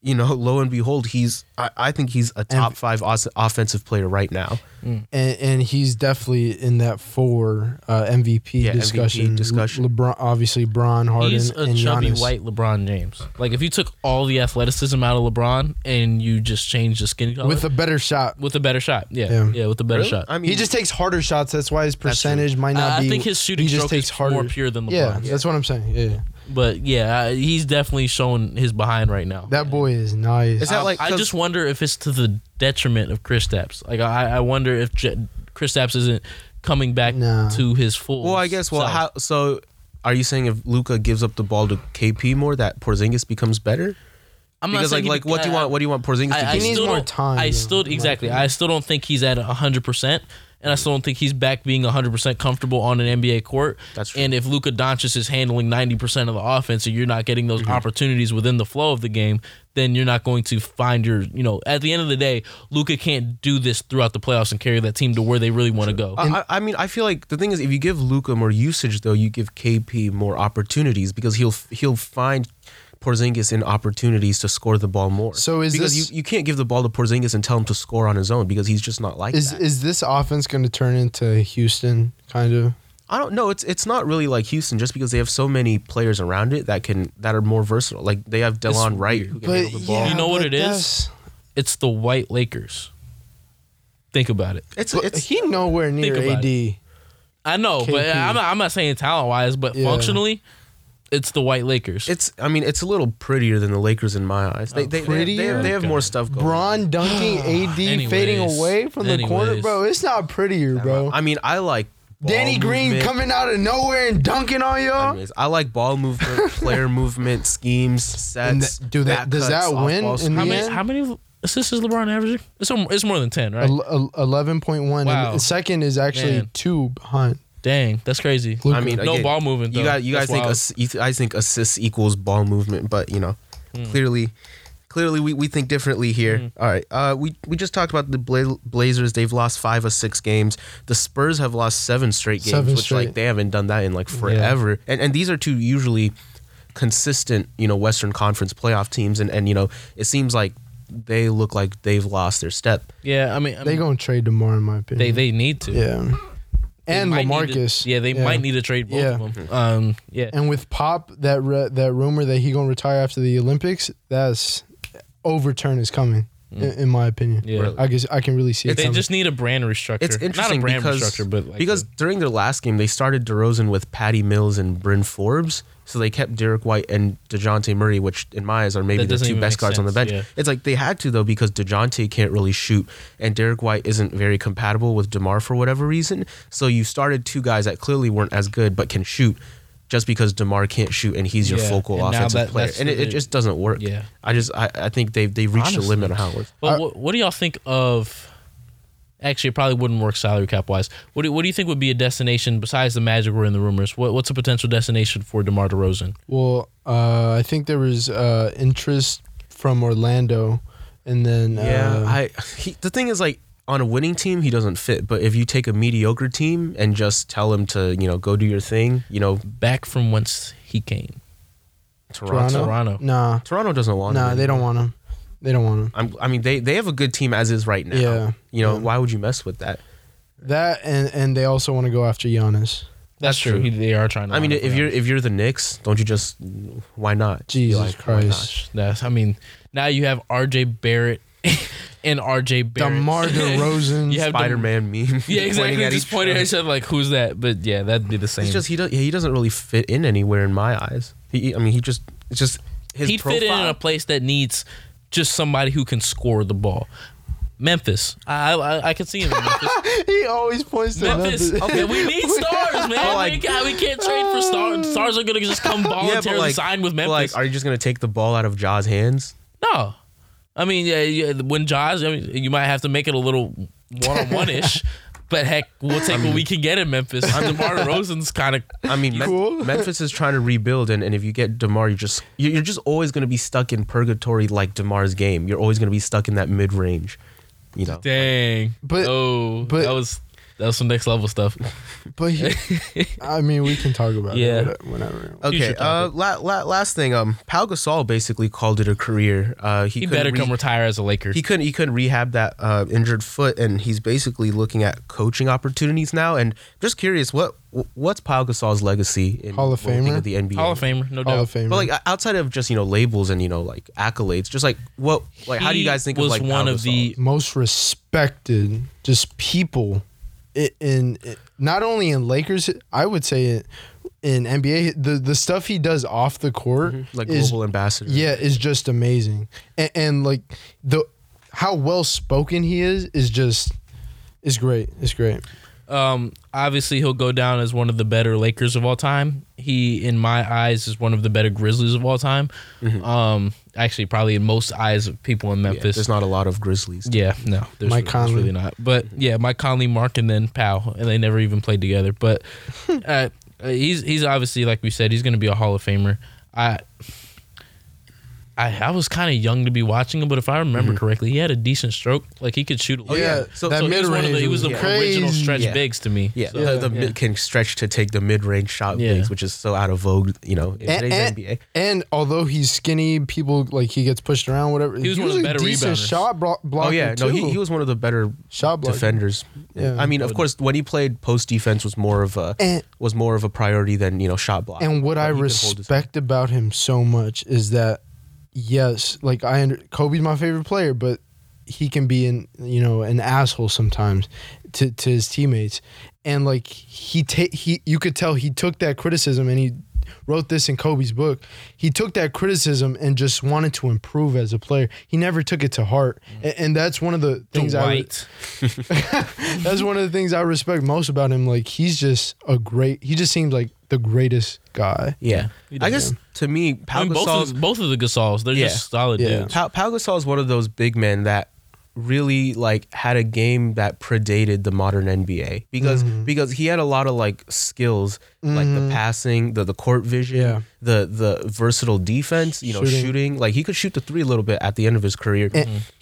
Speaker 3: You know, lo and behold, he's. I, I think he's a top five os- offensive player right now.
Speaker 1: and, and he's definitely in that four uh, MVP
Speaker 3: Yeah, MVP
Speaker 1: discussion.
Speaker 3: discussion.
Speaker 1: Le- LeBron, obviously, Bron, Harden,
Speaker 2: He's a
Speaker 1: and
Speaker 2: chubby
Speaker 1: Giannis.
Speaker 2: white LeBron James. Like if you took all the athleticism out of LeBron and you just changed the skin color
Speaker 1: with a better shot.
Speaker 2: with a better shot. Yeah, yeah,
Speaker 1: Yeah.
Speaker 2: with a better
Speaker 3: Really?
Speaker 2: shot. I,
Speaker 3: I mean,
Speaker 1: he just takes harder shots. That's why his percentage might not
Speaker 2: I
Speaker 1: be.
Speaker 2: think his shooting
Speaker 1: he just
Speaker 2: stroke
Speaker 1: takes
Speaker 2: is
Speaker 1: harder.
Speaker 2: more pure than LeBron.
Speaker 1: yeah, that's what I'm saying. Yeah,
Speaker 2: But yeah, I- he's definitely showing his behind right now.
Speaker 1: that boy is nice.
Speaker 3: Is that
Speaker 2: I-
Speaker 3: like-
Speaker 2: I
Speaker 3: 'cause-
Speaker 2: just wonder if it's to the detriment of Chris Stapps. Like I, I wonder if Je- Chris Stapps isn't coming back
Speaker 1: Nah.
Speaker 2: to his full.
Speaker 3: Well, I guess. Well,
Speaker 2: self.
Speaker 3: how? So, are you saying if Luca gives up the ball to KP more, that Porzingis becomes better?
Speaker 2: I'm not
Speaker 3: Because
Speaker 2: saying
Speaker 3: like,
Speaker 2: he
Speaker 3: like,
Speaker 2: be-
Speaker 3: what do you
Speaker 2: I-
Speaker 3: want? What do you want Porzingis
Speaker 2: I,
Speaker 3: to
Speaker 2: I
Speaker 3: do?
Speaker 1: He needs
Speaker 2: still
Speaker 1: more
Speaker 2: don't-
Speaker 1: time,
Speaker 2: I
Speaker 1: though,
Speaker 2: still
Speaker 1: in my
Speaker 2: exactly. I still don't think he's at hundred percent, and I still don't think he's back being hundred percent comfortable on an NBA court.
Speaker 3: That's true.
Speaker 2: and if Luka Doncic is handling ninety percent of the offense, and you're not getting those
Speaker 1: Mm-hmm.
Speaker 2: opportunities within the flow of the game, then you're not going to find your. You know, at the end of the day, Luka can't do this throughout the playoffs and carry that team to where they really want to go.
Speaker 3: I, I mean, I feel like the thing is, if you give Luca more usage, though, you give KP more opportunities because he'll he'll find Porzingis in opportunities to score the ball more.
Speaker 1: So is
Speaker 3: because
Speaker 1: this-
Speaker 3: you, you can't give the ball to Porzingis and tell him to score on his own because he's just not like
Speaker 1: Is
Speaker 3: that.
Speaker 1: is this offense going to turn into Houston kind of?
Speaker 3: I don't know. It's it's not really like Houston just because they have so many players around it that can that are more versatile. Like they have Delon Wright who can handle the ball.
Speaker 2: You know what
Speaker 1: but
Speaker 2: it is?
Speaker 1: that's-
Speaker 2: it's the White Lakers. Think about it.
Speaker 3: It's
Speaker 1: but
Speaker 3: it's
Speaker 1: he nowhere near
Speaker 2: about
Speaker 1: AD.
Speaker 2: I know, but
Speaker 1: KP.
Speaker 2: I'm not, I'm not saying talent wise, but
Speaker 1: Yeah.
Speaker 2: functionally, it's the White Lakers.
Speaker 3: It's I mean it's a little prettier than the Lakers in my eyes. They they, they, they, have, they have more stuff going. on.
Speaker 1: Bron dunking AD, fading
Speaker 2: Anyways.
Speaker 1: away from the corner,
Speaker 2: Anyways.
Speaker 1: bro. It's not prettier, bro.
Speaker 3: I mean I like ball
Speaker 1: Danny Green
Speaker 3: movement.
Speaker 1: coming out of nowhere and dunking on y'all.
Speaker 3: Anyways, I like ball movement, player movement, schemes,
Speaker 1: And
Speaker 3: sets.
Speaker 1: that- do that-
Speaker 3: back
Speaker 1: does
Speaker 3: cuts,
Speaker 1: that win
Speaker 3: off-ball
Speaker 1: in the
Speaker 2: How
Speaker 1: Yeah.
Speaker 3: screens.
Speaker 2: many how many assists is LeBron averaging? It's al- it's more than ten, right?
Speaker 1: Ele- el- 11.1.
Speaker 2: Wow.
Speaker 1: And the second is actually
Speaker 2: Man.
Speaker 1: two behind.
Speaker 2: Dang, that's crazy.
Speaker 1: Luka.
Speaker 3: I mean,
Speaker 2: No
Speaker 3: again,
Speaker 2: ball movement,
Speaker 3: You
Speaker 2: though.
Speaker 3: guys, you guys
Speaker 2: That's
Speaker 3: think
Speaker 2: wild.
Speaker 3: ass, you th- I think assists equals ball movement, but you know,
Speaker 2: Hmm.
Speaker 3: clearly, clearly we, we think differently here. All right, uh, we we just talked about the Bla- Blazers. They've lost five or six games. The Spurs have lost seven straight games,
Speaker 1: Seven
Speaker 3: which like
Speaker 1: straight.
Speaker 3: they haven't done that in like forever. And and these are two usually consistent, you know, Western Conference playoff teams, and and you know, it seems like they look like they've lost their step.
Speaker 2: Yeah, I mean, I
Speaker 1: They
Speaker 2: mean,
Speaker 1: going to trade tomorrow, in my
Speaker 2: they
Speaker 1: opinion.
Speaker 2: they need to.
Speaker 1: yeah.
Speaker 2: They
Speaker 1: And
Speaker 2: might need to-
Speaker 1: LaMarcus.
Speaker 2: yeah, they might need to trade both
Speaker 1: Yeah.
Speaker 2: of them. Um, yeah.
Speaker 1: And with Pop, that re- that rumor that he gonna retire after the Olympics, that's overturn is coming, i- in, my opinion.
Speaker 2: Mm. Yeah. Really?
Speaker 1: I guess I can really see it.
Speaker 2: They
Speaker 1: coming.
Speaker 2: just need a brand restructure.
Speaker 3: It's interesting
Speaker 2: Not a brand
Speaker 3: because,
Speaker 2: restructure, but like
Speaker 3: because during their last game they started DeRozan with Patty Mills and Bryn Forbes, so they kept Derek White and Dejounte Murray, which in my eyes are maybe
Speaker 2: That
Speaker 3: the
Speaker 2: doesn't
Speaker 3: two
Speaker 2: even
Speaker 3: best
Speaker 2: make
Speaker 3: guards on the
Speaker 2: sense,
Speaker 3: bench.
Speaker 2: yeah.
Speaker 3: It's like they had to though because Dejounte can't really shoot, and Derek White isn't very compatible with Demar for whatever reason. So you started two guys that clearly weren't as good but can shoot. Just because Demar can't shoot and he's your
Speaker 2: Yeah,
Speaker 3: focal
Speaker 2: and now
Speaker 3: offensive
Speaker 2: that-
Speaker 3: player,
Speaker 2: that's
Speaker 3: and it,
Speaker 2: the-
Speaker 3: it just doesn't work.
Speaker 2: Yeah.
Speaker 3: I just I, I think they've they reached the
Speaker 2: Honestly.
Speaker 3: limit on how it works.
Speaker 2: But what, what do y'all think of? Actually, it probably wouldn't work salary cap wise. What do, what do you think would be a destination besides the Magic or in the rumors? What, what's a potential destination for DeMar DeRozan?
Speaker 1: Well, uh, I think there was uh, interest from Orlando, and then
Speaker 3: Yeah,
Speaker 1: uh,
Speaker 3: I he, the thing is like on a winning team he doesn't fit, but if you take a mediocre team and just tell him to you know go do your thing, you know
Speaker 2: Back from whence he came.
Speaker 3: Toronto Toronto,
Speaker 2: Toronto.
Speaker 1: Nah,
Speaker 3: doesn't want
Speaker 1: nah,
Speaker 3: him.
Speaker 1: they don't want him. They don't want him.
Speaker 3: I'm, I mean they they have a good team as is right now.
Speaker 1: Yeah.
Speaker 3: you know why would you mess with that?
Speaker 1: That and and they also want to go after Giannis.
Speaker 2: That's,
Speaker 3: That's
Speaker 2: true. He,
Speaker 3: true.
Speaker 2: they are trying. to
Speaker 3: I mean
Speaker 2: line up
Speaker 3: if
Speaker 2: around.
Speaker 3: you're if you're the Knicks, don't you just why not?
Speaker 1: Jesus
Speaker 3: Like, "Oh why not?
Speaker 1: Christ.
Speaker 2: That's, I mean, now you have RJ Barrett and RJ Barrett.
Speaker 1: DeMar DeRozan.
Speaker 2: You have Dem-
Speaker 3: Spider Man meme.
Speaker 2: yeah, exactly.
Speaker 3: pointing at
Speaker 2: Just
Speaker 3: each
Speaker 2: pointing at
Speaker 3: other.
Speaker 2: each other like, who's that? But yeah, that'd be the same.
Speaker 3: He's just he does he doesn't really fit in anywhere in my eyes. He I mean he just it's just his
Speaker 2: He'd
Speaker 3: profile.
Speaker 2: fit in in a place that needs just somebody who can score the ball. Memphis. I I, I can see him in Memphis.
Speaker 1: he always points to
Speaker 2: Memphis. Okay, we need stars, man.
Speaker 3: like-
Speaker 2: we, can't, we can't trade for stars. Stars are gonna just come voluntarily sign with
Speaker 3: but,
Speaker 2: Memphis.
Speaker 3: Like, are you just gonna take the ball out of Jaw's hands?
Speaker 2: no, I mean, yeah, yeah, when Jaws, I mean, you might have to make it a little one-on-one ish. But heck, we'll take what we can get in Memphis. DeMar Rosen's kind of.
Speaker 3: I mean, Mem-
Speaker 1: Cool.
Speaker 3: Memphis is trying to rebuild, and, and if you get Demar, you're just you're you're just always going to be stuck in purgatory like Demar's game. You're always going to be stuck in that mid range, you know.
Speaker 2: Dang.
Speaker 1: But-
Speaker 2: oh,
Speaker 1: but-
Speaker 2: that was that was some next level stuff.
Speaker 1: But he, I mean, we can talk about
Speaker 2: Yeah.
Speaker 1: it whenever.
Speaker 3: Okay.
Speaker 2: Future
Speaker 3: Uh, la- la- last thing, um, Pau Gasol basically called it a career. Uh, he,
Speaker 2: He
Speaker 3: couldn't
Speaker 2: better
Speaker 3: re-
Speaker 2: come retire as a Laker.
Speaker 3: He couldn't. He couldn't rehab that uh, injured foot, and he's basically looking at coaching opportunities now. And just curious, what what's Pau Gasol's legacy in
Speaker 1: Hall of
Speaker 3: what we think
Speaker 1: Famer?
Speaker 3: of the NBA?
Speaker 2: Hall of Famer, no
Speaker 1: Hall
Speaker 2: doubt.
Speaker 1: of Fame.
Speaker 3: But like o- outside of just you know labels and you know like accolades, just like what like how do you
Speaker 2: He
Speaker 3: guys think
Speaker 2: was
Speaker 3: of like
Speaker 2: one
Speaker 3: Pau
Speaker 2: of the-
Speaker 3: Gasol?
Speaker 1: most respected, just people, i- in, in not only in Lakers, I would say in NBA, the the stuff he does off the court,
Speaker 2: Mm-hmm.
Speaker 3: like
Speaker 1: is-
Speaker 3: global ambassador?
Speaker 1: yeah, is just amazing, and, and like the how well spoken he is is just is great. It's great.
Speaker 2: Um, obviously, he'll go down as one of the better Lakers of all time. He, in my eyes, is one of the better Grizzlies of all time. Um, actually, probably in most eyes of people in
Speaker 3: Mm-hmm. Yeah,
Speaker 2: Memphis.
Speaker 3: there's not a lot of Grizzlies.
Speaker 2: Yeah, no, there's,
Speaker 1: Mike
Speaker 2: there's
Speaker 1: Conley.
Speaker 2: really not. But yeah, Mike Conley, Mark, and then Powell, and they never even played together. But uh, he's he's obviously like we said, he's going to be a Hall of Famer. I. I, I was kind of young to be watching him, but if I remember correctly, he had a decent stroke. Like he could shoot. a lot.
Speaker 3: yeah. So-
Speaker 1: Mm-hmm. Oh, that
Speaker 2: Oh, so he was one of the,
Speaker 1: mid-range
Speaker 2: he was the
Speaker 1: is
Speaker 2: original
Speaker 1: crazy.
Speaker 2: stretch
Speaker 3: Yeah.
Speaker 2: bigs to me.
Speaker 3: Yeah,
Speaker 2: So-
Speaker 3: the, the mid can stretch to take the mid-range shot
Speaker 2: Yeah.
Speaker 3: bigs, which is so out of vogue, you know, in
Speaker 1: And,
Speaker 3: today's
Speaker 1: and-
Speaker 3: NBA.
Speaker 1: and although he's skinny, people like he gets pushed around. Whatever.
Speaker 2: He was one of the
Speaker 1: usually
Speaker 2: better
Speaker 1: decent
Speaker 2: rebounders.
Speaker 1: shot blo- blocker.
Speaker 3: Oh yeah, no, he,
Speaker 1: too.
Speaker 3: he was one of the better
Speaker 1: shot blocker.
Speaker 3: defenders.
Speaker 1: Yeah.
Speaker 3: I mean, of course, when he played post defense was more of a
Speaker 1: And-
Speaker 3: was more of a priority than you know shot block.
Speaker 1: And what
Speaker 3: But
Speaker 1: I
Speaker 3: he could hold his-
Speaker 1: respect about him so much is that, yes, like I under, Kobe's my favorite player, but he can be an you know an asshole sometimes to, to his teammates, and like he ta- he you could tell he took that criticism and he wrote this in Kobe's book. He took that criticism and just wanted to improve as a player. He never took it to heart,
Speaker 3: Mm.
Speaker 1: A- and, that's one of the things I would-
Speaker 2: Dwight.
Speaker 1: that's one of the things I respect most about him. Like he's just a great. He just seems like the greatest guy.
Speaker 3: Yeah,
Speaker 2: He
Speaker 3: I
Speaker 2: did.
Speaker 3: guess to me, Pau
Speaker 2: I mean, both
Speaker 3: Gasol's
Speaker 2: of, both of the Gasols, they're
Speaker 3: Yeah.
Speaker 2: just solid
Speaker 1: Yeah.
Speaker 2: dudes.
Speaker 3: Pau, Pau Gasol is one of those big men that really like had a game that predated the modern NBA because
Speaker 1: Mm-hmm.
Speaker 3: because he had a lot of like skills like the passing, the the court vision,
Speaker 1: Yeah.
Speaker 3: the the versatile defense, you know, shooting.
Speaker 1: Shooting.
Speaker 3: Like he could shoot the three a little bit at the end of his career.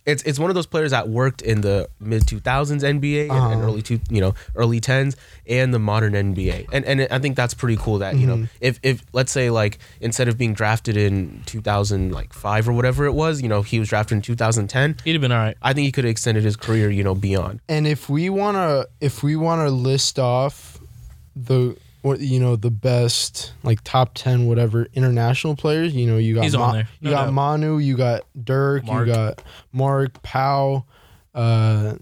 Speaker 3: It's it's one of those players that worked in the mid 2000s NBA and, and
Speaker 1: Uh-huh.
Speaker 3: early two, you know, early 10s and the modern NBA. And and I think that's pretty cool that, you
Speaker 1: Mm-hmm.
Speaker 3: know, if if let's say like instead of being drafted in 2000 like 5 or whatever it was, you know, he was drafted in 2010,
Speaker 2: He'd have been all right.
Speaker 3: I think he could have extended his career, you know, beyond.
Speaker 1: And if we wanna, if we wanna list off the, what you know, the best like top ten whatever international players, you know, you got
Speaker 2: He's on there.
Speaker 1: you
Speaker 2: No
Speaker 1: got
Speaker 2: doubt.
Speaker 1: Manu, you got Dirk,
Speaker 2: Mark.
Speaker 1: you got Mark Powell, uh,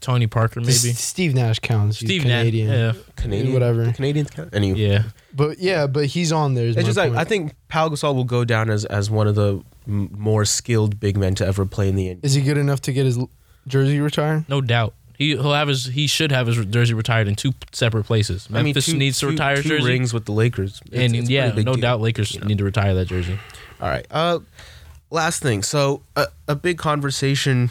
Speaker 2: Tony Parker, maybe.
Speaker 1: S- Steve Nash counts. He's
Speaker 2: Steve Nash.
Speaker 1: Canadian,
Speaker 2: Yeah.
Speaker 3: Canadian
Speaker 1: whatever.
Speaker 3: Canadians count. Anyway.
Speaker 2: Yeah.
Speaker 1: But yeah, but he's on there. is my
Speaker 3: It's just like
Speaker 1: point.
Speaker 3: I think Pau Gasol will go down as as one of the m- more skilled big men to ever play in the NBA.
Speaker 1: is he good enough to get his l- jersey retired?
Speaker 2: No doubt. He he'll have his he should have his jersey retired in two separate places.
Speaker 3: I mean,
Speaker 2: Memphis
Speaker 3: two-
Speaker 2: needs to
Speaker 3: two-
Speaker 2: retire his
Speaker 3: two
Speaker 2: jersey.
Speaker 3: rings with the Lakers, It's-
Speaker 2: and
Speaker 3: it's a
Speaker 2: yeah,
Speaker 3: pretty big
Speaker 2: no
Speaker 3: deal.
Speaker 2: doubt Lakers need to retire that jersey.
Speaker 3: All right. Uh, last thing. So a, a big conversation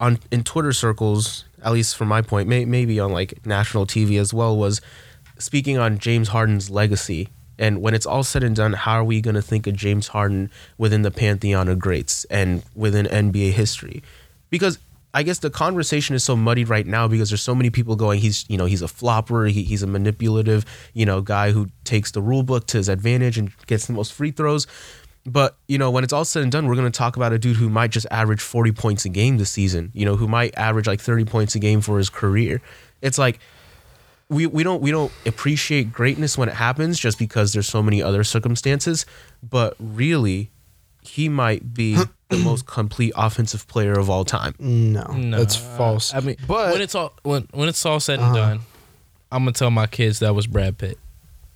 Speaker 3: on in Twitter circles, at least from my point, may, maybe on like national TV as well, was speaking on James Harden's legacy. And when it's all said and done, how are we going to think of James Harden within the pantheon of greats and within NBA history? Because I guess the conversation is so muddied right now because there's so many people going, he's you know he's a flopper, he, he's a manipulative, you know guy who takes the rule book to his advantage and gets the most free throws. But you know, when it's all said and done, we're gonna talk about a dude who might just average 40 points a game this season. You know, who might average like 30 points a game for his career. It's like we, we don't we don't appreciate greatness when it happens just because there's so many other circumstances. But really, he might be the most complete offensive player of all time.
Speaker 1: No,
Speaker 2: No,
Speaker 1: that's
Speaker 2: I-
Speaker 1: false.
Speaker 2: I mean,
Speaker 1: but
Speaker 2: when it's all when when it's all
Speaker 3: Uh-huh.
Speaker 2: said and done, I'm gonna tell my kids that was Brad Pitt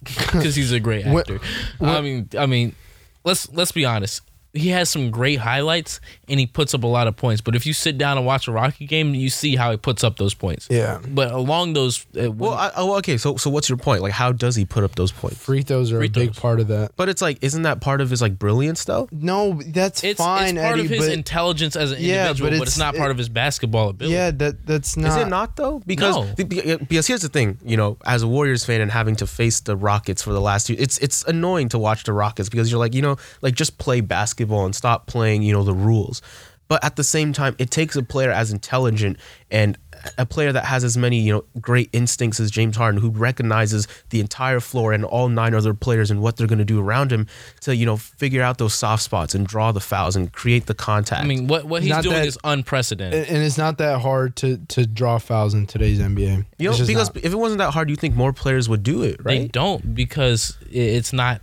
Speaker 2: because he's a great
Speaker 1: What-
Speaker 2: actor. I mean, I mean, let's let's be honest. he has some great highlights and he puts up a lot of points. But if you sit down and watch a Rocky game, you see how he puts up those points.
Speaker 1: Yeah.
Speaker 2: But along those, uh,
Speaker 3: Well, I, oh, okay. So, so what's your point? Like, how does he put up those points?
Speaker 1: Free throws are
Speaker 2: Free
Speaker 1: a big
Speaker 2: throws.
Speaker 1: part of that.
Speaker 3: But it's like, isn't that part of his like brilliance though?
Speaker 1: No, that's
Speaker 2: it's,
Speaker 1: fine,
Speaker 2: it's part
Speaker 1: Eddie.
Speaker 2: of his
Speaker 1: but
Speaker 2: intelligence as an
Speaker 1: Yeah,
Speaker 2: individual,
Speaker 1: but
Speaker 2: but it's,
Speaker 1: it's-
Speaker 2: not
Speaker 1: it-
Speaker 2: part of his basketball ability.
Speaker 1: yeah, that that's not.
Speaker 3: Is it not though? Because
Speaker 2: Uh, No.
Speaker 3: th- be- because here's the thing, you know, as a Warriors fan and having to face the Rockets for the last two, it's it's annoying to watch the Rockets because you're like, you know, like just play basketball and stop playing, you know, the rules. But at the same time, it takes a player as intelligent and a player that has as many, you know, great instincts as James Harden, who recognizes the entire floor and all nine other players and what they're going to do around him to, you know, figure out those soft spots and draw the fouls and create the contact.
Speaker 2: I mean, what, what he's
Speaker 1: Not
Speaker 2: doing
Speaker 1: that-
Speaker 2: is unprecedented.
Speaker 1: and and it's not that hard to to draw fouls in today's NBA.
Speaker 3: you know,
Speaker 1: It's just
Speaker 3: because
Speaker 1: not.
Speaker 3: if it wasn't that hard, you think more players would do it, right?
Speaker 2: They don't because i- it's not.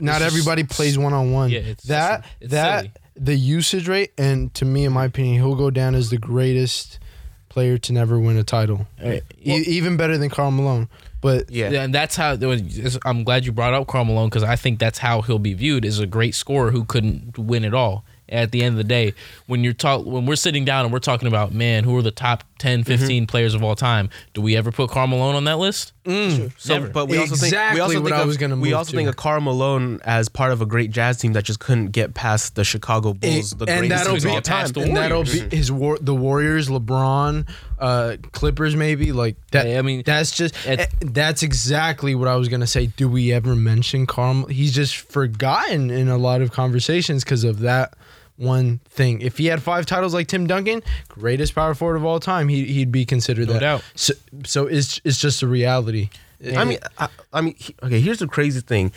Speaker 1: not
Speaker 2: just-
Speaker 1: everybody plays one on one.
Speaker 2: Yeah, it's
Speaker 1: That
Speaker 2: just- it's
Speaker 1: that
Speaker 2: silly.
Speaker 1: the usage rate, and to me, in my opinion, he'll go down as the greatest player to never win a title.
Speaker 2: Well-
Speaker 1: E- even better than Carl Malone. But
Speaker 3: Yeah.
Speaker 2: And that's how. there was- I'm glad you brought up Karl Malone because I think that's how he'll be viewed as a great scorer who couldn't win at all. At the end of the day, when you're talk, when we're sitting down and we're talking about, man, who are the top
Speaker 1: Mm-hmm.
Speaker 2: 10, 15 players of all time? Do we ever put Karl Malone on that list?
Speaker 1: Mm.
Speaker 3: So,
Speaker 2: Never.
Speaker 3: but we also think
Speaker 1: Exactly
Speaker 3: we also
Speaker 1: what
Speaker 3: think
Speaker 1: I
Speaker 3: of,
Speaker 1: was gonna
Speaker 3: we
Speaker 1: move
Speaker 3: also
Speaker 1: to.
Speaker 3: think of Karl Malone as part of a great jazz team that just couldn't get past the Chicago Bulls, the
Speaker 1: and
Speaker 3: greatest
Speaker 1: that'll
Speaker 3: team of
Speaker 1: be
Speaker 3: all time.
Speaker 2: past the
Speaker 1: and that'll be
Speaker 2: Warriors.
Speaker 1: his war the Warriors, LeBron, uh, Clippers, maybe like that.
Speaker 2: Yeah, I mean,
Speaker 1: that's just
Speaker 2: at-
Speaker 1: eh, that's exactly what I was gonna say. Do we ever mention Carl? He's just forgotten in a lot of conversations because of that one thing. If he had five titles like Tim Duncan, greatest power forward of all time, he he'd be considered
Speaker 2: No
Speaker 1: that.
Speaker 2: doubt.
Speaker 1: So, so it's it's just a reality.
Speaker 3: I mean, I, I mean, he- okay. Here's the crazy thing: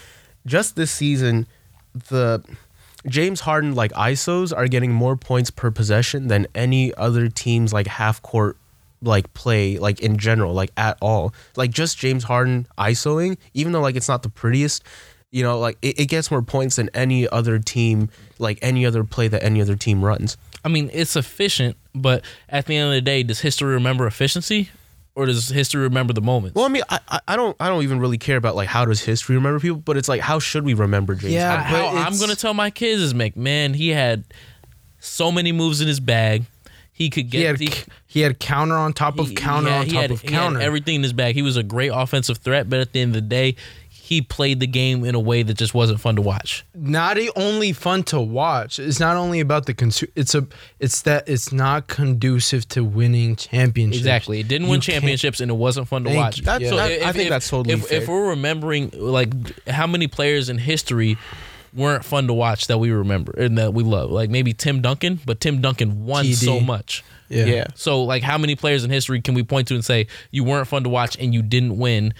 Speaker 3: just this season, the James Harden like ISOs are getting more points per possession than any other teams like half court like play like in general like at all. Like just James Harden ISOing, even though like it's not the prettiest. You know, like it, it gets more points than any other team, like any other play that any other team runs.
Speaker 2: I mean, it's efficient, but at the end of the day, does history remember efficiency, or does history remember the moments?
Speaker 3: Well, I mean, I, I- I don't I don't even really care about like how does history remember people, but it's like how should we remember James?
Speaker 1: Yeah,
Speaker 3: Harden?
Speaker 1: but
Speaker 2: how I'm
Speaker 1: it's-
Speaker 2: gonna tell my kids is McMahon. He had so many moves in his bag. He could get
Speaker 1: he had
Speaker 2: he-
Speaker 1: c- he had counter on top of
Speaker 2: he-
Speaker 1: counter
Speaker 2: he had-
Speaker 1: on
Speaker 2: he
Speaker 1: top
Speaker 2: had-
Speaker 1: of
Speaker 2: he had
Speaker 1: counter.
Speaker 2: everything in his bag. He was a great offensive threat, but at the end of the day, he played the game in a way that just wasn't fun to watch.
Speaker 1: not e- only fun to watch. It's not only about the consu- It's a. It's that it's not conducive to winning championships.
Speaker 2: Exactly, it didn't win
Speaker 1: You can't-
Speaker 2: championships, and it wasn't fun to
Speaker 1: Thank
Speaker 2: watch.
Speaker 1: you.
Speaker 3: That's-
Speaker 2: So
Speaker 3: that- I think that's totally
Speaker 2: if, if
Speaker 3: fair.
Speaker 2: we're remembering like how many players in history weren't fun to watch that we remember and that we love, like maybe Tim Duncan, but Tim Duncan won
Speaker 1: TD.
Speaker 2: so much.
Speaker 1: Yeah.
Speaker 3: yeah.
Speaker 2: So, like, how many players in history can we point to and say you weren't fun to watch and you didn't win?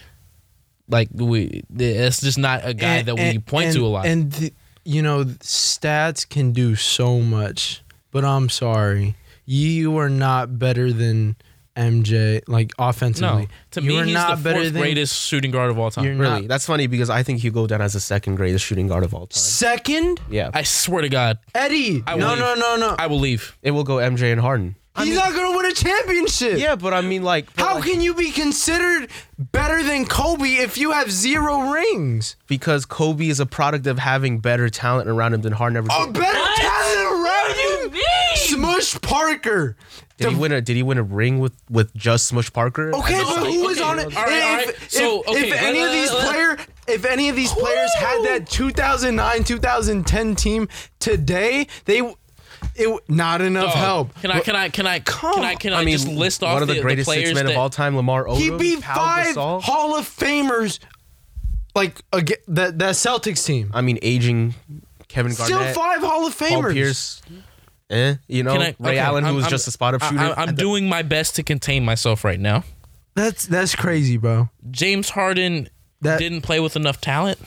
Speaker 2: Like, we that's just not a guy
Speaker 1: And-
Speaker 2: that we
Speaker 1: and-
Speaker 2: point
Speaker 1: and-
Speaker 2: to a lot.
Speaker 1: And the, you know, stats can do so much, but I'm sorry, you are not better than MJ. Like offensively,
Speaker 2: no, to
Speaker 1: you
Speaker 2: me,
Speaker 1: are
Speaker 2: he's
Speaker 1: not
Speaker 2: the
Speaker 1: better
Speaker 2: fourth
Speaker 1: than
Speaker 2: greatest shooting guard of all time.
Speaker 1: You're not-
Speaker 3: Really, that's funny because I think he'll go down as the second greatest shooting guard of all time.
Speaker 1: second
Speaker 3: Yeah,
Speaker 2: I swear to God,
Speaker 1: Eddie.
Speaker 2: I
Speaker 1: no,
Speaker 2: will-
Speaker 1: no, no, no.
Speaker 2: I will leave.
Speaker 3: it will go MJ and Harden.
Speaker 1: he's not gonna win a championship.
Speaker 3: Yeah, but I mean, like, but
Speaker 1: How
Speaker 3: like-
Speaker 1: can you be considered better than Kobe if you have zero rings?
Speaker 3: because Kobe is a product of having better talent around him than Harden ever
Speaker 1: A
Speaker 3: did.
Speaker 1: better talent around you? Smush Parker.
Speaker 3: Did he
Speaker 1: The-
Speaker 3: win a Did he win a ring with with just Smush Parker?
Speaker 1: okay,
Speaker 3: I
Speaker 1: but
Speaker 3: don't-
Speaker 1: who was on it?
Speaker 2: okay, all right, all right.
Speaker 1: If,
Speaker 2: So,
Speaker 1: if-
Speaker 2: okay,
Speaker 1: if any of these
Speaker 2: uh,
Speaker 1: player, if any of these players had that 2009 2010 team today, they w- it w- not enough
Speaker 2: Oh,
Speaker 1: help.
Speaker 2: Can I? Can I? Can I? Can I? Can I,
Speaker 3: I mean,
Speaker 2: just list off
Speaker 3: one of the, greatest
Speaker 2: players
Speaker 3: six men
Speaker 2: that,
Speaker 3: of all time, Lamar Odom.
Speaker 1: He beat
Speaker 3: Pau
Speaker 1: five
Speaker 3: Gasol.
Speaker 1: Hall of Famers, like aga that that Celtics team.
Speaker 3: I mean, aging Kevin Garnett.
Speaker 1: Still five Hall of Famers.
Speaker 3: Paul Pierce. Eh, you know,
Speaker 2: Can I,
Speaker 3: Ray
Speaker 2: okay,
Speaker 3: Allen, who
Speaker 2: I'm-
Speaker 3: was
Speaker 2: I'm-
Speaker 3: just a spot up
Speaker 2: I-
Speaker 3: shooter.
Speaker 2: I, I'm doing my best to contain myself right now.
Speaker 1: That's that's crazy, bro.
Speaker 2: James Harden
Speaker 1: That-
Speaker 2: didn't play with enough talent.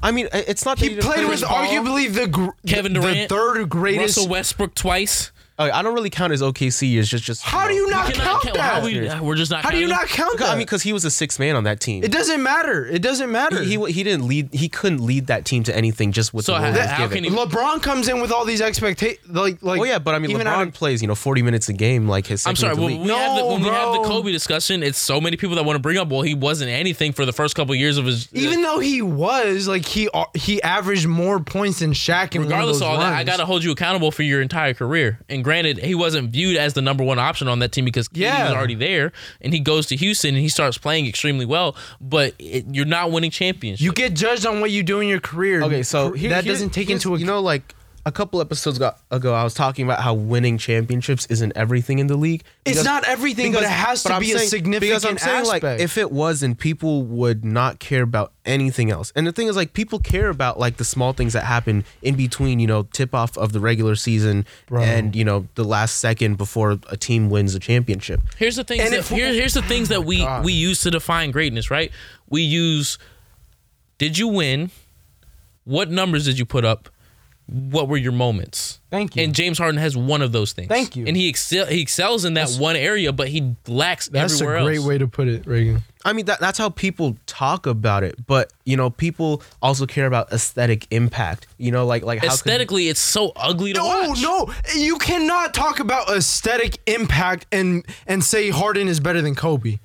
Speaker 3: I mean, it's not that
Speaker 1: He
Speaker 3: didn't
Speaker 1: played
Speaker 3: play
Speaker 1: with
Speaker 3: Paul.
Speaker 1: arguably the gr-
Speaker 2: Kevin
Speaker 1: the-
Speaker 2: Durant,
Speaker 1: the third greatest.
Speaker 2: Russell Westbrook twice.
Speaker 3: Uh, I don't really count as OKC. It's just just.
Speaker 1: How do you not
Speaker 2: Cannot
Speaker 1: count
Speaker 2: count-
Speaker 1: that?
Speaker 2: How we, uh, we're just not.
Speaker 1: How do you
Speaker 2: counting?
Speaker 1: not count that?
Speaker 3: I mean, because he was a sixth man on that team.
Speaker 1: it doesn't matter. It doesn't matter.
Speaker 3: he he didn't lead. He couldn't lead that team to anything just with
Speaker 2: So
Speaker 3: the
Speaker 2: how-
Speaker 3: role he was
Speaker 2: how
Speaker 3: given.
Speaker 2: can he-
Speaker 1: LeBron comes in with all these expectations. Like, like.
Speaker 3: Oh yeah, but I mean,
Speaker 1: even out
Speaker 3: LeBron
Speaker 1: of-
Speaker 3: plays you know forty minutes a game like his.
Speaker 2: I'm
Speaker 3: second
Speaker 2: sorry.
Speaker 3: of the
Speaker 2: When,
Speaker 3: league.
Speaker 2: we have the,
Speaker 1: No,
Speaker 2: when we have the
Speaker 1: bro.
Speaker 2: Kobe discussion, it's so many people that want to bring up. Well, he wasn't anything for the first couple years of his. uh,
Speaker 1: even though he was like he uh, he averaged more points than Shaq. In
Speaker 2: regardless
Speaker 1: one
Speaker 2: of
Speaker 1: of,
Speaker 2: all
Speaker 1: those
Speaker 2: that, I
Speaker 1: runs.
Speaker 2: gotta hold you accountable for your entire career. And granted, he wasn't viewed as the number one option on that team because Katie
Speaker 1: Yeah.
Speaker 2: was already there, and he goes to Houston and he starts playing extremely well. But it, you're not winning championships.
Speaker 1: You get judged on what you do in your career.
Speaker 3: Okay, so
Speaker 1: Cr-
Speaker 3: here-
Speaker 1: that
Speaker 3: here-
Speaker 1: doesn't take
Speaker 3: here's-
Speaker 1: into
Speaker 3: you
Speaker 1: account.
Speaker 3: know like a couple episodes ago, ago I was talking about how winning championships isn't everything in the league.
Speaker 1: It's not everything, but it has to
Speaker 3: I'm
Speaker 1: be a significant
Speaker 3: because I'm saying like
Speaker 1: aspect.
Speaker 3: if it wasn't, people would not care about anything else. And the thing is like people care about like the small things that happen in between you know tip off of the regular season and you know the last second before a team wins a championship.
Speaker 2: Here's the things
Speaker 1: And
Speaker 2: that
Speaker 1: if- Oh
Speaker 2: here, here's the things that we we use to define greatness, right? We use did you win? What numbers did you put up? What were your moments?
Speaker 1: Thank you.
Speaker 2: And James Harden has one of those things.
Speaker 1: Thank you.
Speaker 2: And he excel he excels in that one area, but he lacks
Speaker 1: That's a
Speaker 2: everywhere
Speaker 1: great
Speaker 2: else.
Speaker 1: way to put it, Reagan.
Speaker 3: I mean that, that's how people talk about it, but you know people also care about aesthetic impact. You know, like like how could-
Speaker 2: Aesthetically, it's so ugly to
Speaker 1: No,
Speaker 2: watch.
Speaker 1: no, you cannot talk about aesthetic impact and and say Harden is better than Kobe.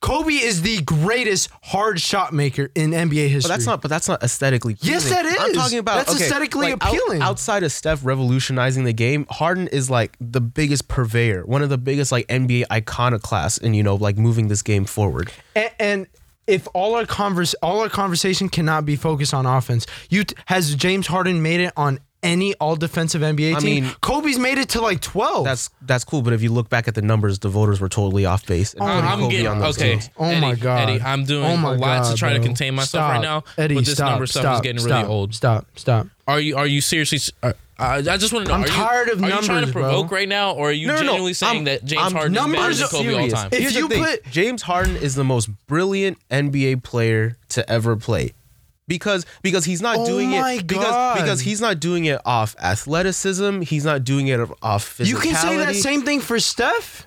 Speaker 1: Kobe is the greatest hard shot maker in NBA history.
Speaker 3: But that's not. But that's not aesthetically. Appealing.
Speaker 1: Yes, that
Speaker 3: I'm
Speaker 1: is.
Speaker 3: talking about
Speaker 1: That's
Speaker 3: okay,
Speaker 1: aesthetically
Speaker 3: like, out-
Speaker 1: appealing.
Speaker 3: outside of Steph revolutionizing the game, Harden is like the biggest purveyor, one of the biggest like NBA iconoclasts, and you know like moving this game forward.
Speaker 1: and, and if all our converse all our conversation cannot be focused on offense, you t- has James Harden made it on any all defensive NBA
Speaker 3: I
Speaker 1: team?
Speaker 3: mean-
Speaker 1: Kobe's made it to like twelve.
Speaker 3: That's that's cool. But if you look back at the numbers, the voters were totally off base. And putting
Speaker 2: I'm
Speaker 3: Kobe
Speaker 2: getting
Speaker 3: on those
Speaker 2: okay.
Speaker 3: teams.
Speaker 1: Oh my
Speaker 2: Eddie,
Speaker 1: God.
Speaker 2: Eddie, I'm doing
Speaker 1: Oh my
Speaker 2: a lot to
Speaker 1: God,
Speaker 2: try to
Speaker 1: bro.
Speaker 2: contain myself
Speaker 1: Stop.
Speaker 2: right now.
Speaker 1: Eddie,
Speaker 2: but this
Speaker 1: stop,
Speaker 2: number stuff is
Speaker 1: stop,
Speaker 2: getting
Speaker 1: stop,
Speaker 2: really old.
Speaker 1: Stop, stop.
Speaker 2: Are you are you seriously? Are, I I just want to know.
Speaker 1: I'm
Speaker 2: are you-
Speaker 1: tired of
Speaker 2: are you trying to
Speaker 1: numbers, bro.
Speaker 2: provoke right now, or are you
Speaker 3: No, no, no.
Speaker 2: genuinely saying
Speaker 3: I'm-
Speaker 2: that James
Speaker 3: I'm-
Speaker 2: Harden
Speaker 1: numbers
Speaker 2: is
Speaker 1: are
Speaker 2: better than Kobe all
Speaker 1: serious.
Speaker 2: time?
Speaker 1: If
Speaker 3: Here's the
Speaker 1: you
Speaker 3: thing.
Speaker 1: put-
Speaker 3: James Harden is the most brilliant NBA player to ever play. Because because he's not
Speaker 1: Oh
Speaker 3: doing
Speaker 1: my
Speaker 3: it because
Speaker 1: God.
Speaker 3: because he's not doing it off athleticism, he's not doing it off physicality.
Speaker 1: You can say that same thing for Steph.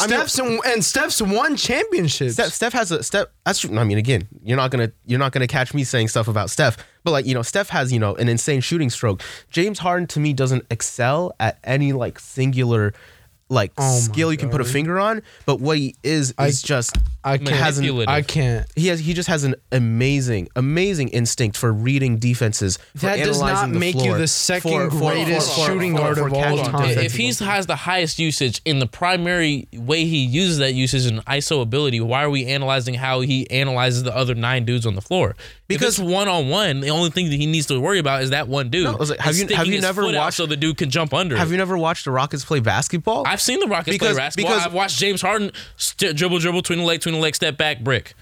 Speaker 3: I mean-
Speaker 1: Steph's and, and Steph's won championships.
Speaker 3: Steph, Steph has a Steph. That's true. I mean, again, you're not gonna you're not gonna catch me saying stuff about Steph, but like you know, Steph has you know an insane shooting stroke. James Harden to me doesn't excel at any like singular like
Speaker 1: Oh my
Speaker 3: skill you can put a finger on, but what he is is just
Speaker 1: I
Speaker 2: Manipulative.
Speaker 1: can't. I can't.
Speaker 3: he has he just has an amazing amazing instinct for reading defenses. For
Speaker 1: That does not
Speaker 3: analyzing the
Speaker 1: make you
Speaker 3: floor,
Speaker 1: the second greatest
Speaker 2: shooting
Speaker 1: guard of all
Speaker 3: catching
Speaker 1: time.
Speaker 2: If-
Speaker 3: defenses.
Speaker 2: If he's has the highest usage in the primary way he uses that usage in ISO ability, why are we analyzing how he analyzes the other nine dudes on the floor? Because one on one, the only thing that he needs to worry about is that one dude.
Speaker 3: No, I was like,
Speaker 2: and
Speaker 3: have you-
Speaker 2: sticking
Speaker 3: have you
Speaker 2: his
Speaker 3: never
Speaker 2: foot out
Speaker 3: watched-
Speaker 2: so the dude can jump under?
Speaker 3: have
Speaker 2: it.
Speaker 3: you never watched the Rockets play basketball?
Speaker 2: I've seen the Rockets
Speaker 3: Because-
Speaker 2: play basketball.
Speaker 3: because-
Speaker 2: I've watched James Harden st- dribble, dribble, tween the leg, tween the leg, step back, brick.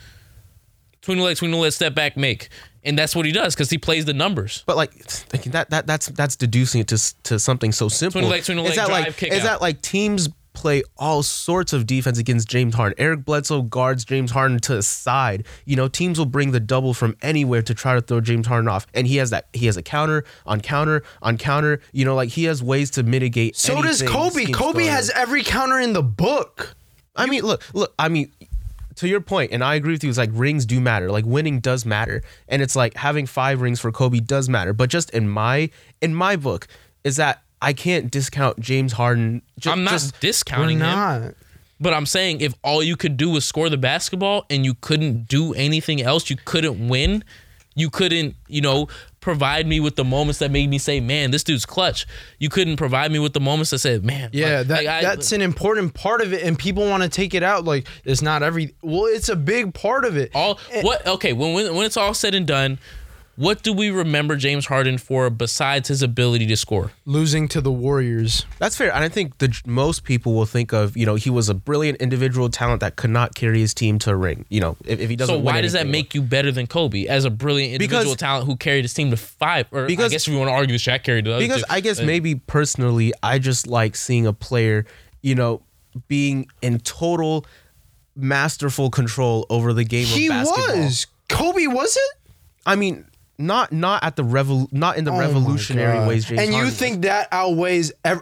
Speaker 2: Tween the leg, tween the leg, step back, make. And that's what he does because he plays the numbers.
Speaker 3: But like like, that, that that's that's deducing it to s- to something so simple.
Speaker 2: Twin leg, twin leg,
Speaker 3: is that
Speaker 2: drive,
Speaker 3: like
Speaker 2: kick
Speaker 3: is
Speaker 2: out.
Speaker 3: that like teams play all sorts of defense against James Harden? Eric Bledsoe guards James Harden to the side. You know, teams will bring the double from anywhere to try to throw James Harden off, and he has that he has a counter on counter on counter. You know, like he has ways to mitigate.
Speaker 1: So does
Speaker 3: anything
Speaker 1: Kobe.
Speaker 3: schemes
Speaker 1: Kobe
Speaker 3: thrown at
Speaker 1: has
Speaker 3: him.
Speaker 1: every counter in the book.
Speaker 3: I mean, look, look. I mean, to your point, and I agree with you. It's like rings do matter. Like winning does matter, and it's like having five rings for Kobe does matter. But just in my in my book, is that I can't discount James Harden. Ju-
Speaker 2: I'm not
Speaker 3: just-
Speaker 1: We're
Speaker 2: discounting him.
Speaker 1: not.
Speaker 2: But I'm saying if all you could do was score the basketball and you couldn't do anything else, you couldn't win, you couldn't, you know, provide me with the moments that made me say, man, this dude's clutch. You couldn't provide me with the moments that said, man.
Speaker 1: Yeah,
Speaker 2: like-
Speaker 1: that,
Speaker 2: like, I-
Speaker 1: that's an important part of it, and people want to take it out. Like it's not every. Well, it's a big part of it.
Speaker 2: all what okay when, when when it's all said and done what do we remember James Harden for besides his ability to score?
Speaker 1: Losing to the Warriors.
Speaker 3: That's fair. And I think the most people will think of, you know, he was a brilliant individual talent that could not carry his team to a ring. You know, if, if he doesn't.
Speaker 2: So why
Speaker 3: win
Speaker 2: does that
Speaker 3: anything.
Speaker 2: make you better than Kobe as a brilliant individual
Speaker 3: Because-
Speaker 2: talent who carried his team to five? Or I
Speaker 3: Because-
Speaker 2: guess if you want to argue, Shaq carried the other
Speaker 3: because
Speaker 2: two.
Speaker 3: I guess
Speaker 2: Uh,
Speaker 3: maybe personally, I just like seeing a player, you know, being in total masterful control over the game
Speaker 1: He
Speaker 3: of basketball.
Speaker 1: was. Kobe wasn't.
Speaker 3: I mean, not not at the revol, not in the
Speaker 1: Oh my
Speaker 3: revolutionary
Speaker 1: God.
Speaker 3: ways. James
Speaker 1: and you
Speaker 3: Harden was.
Speaker 1: think that outweighs ev-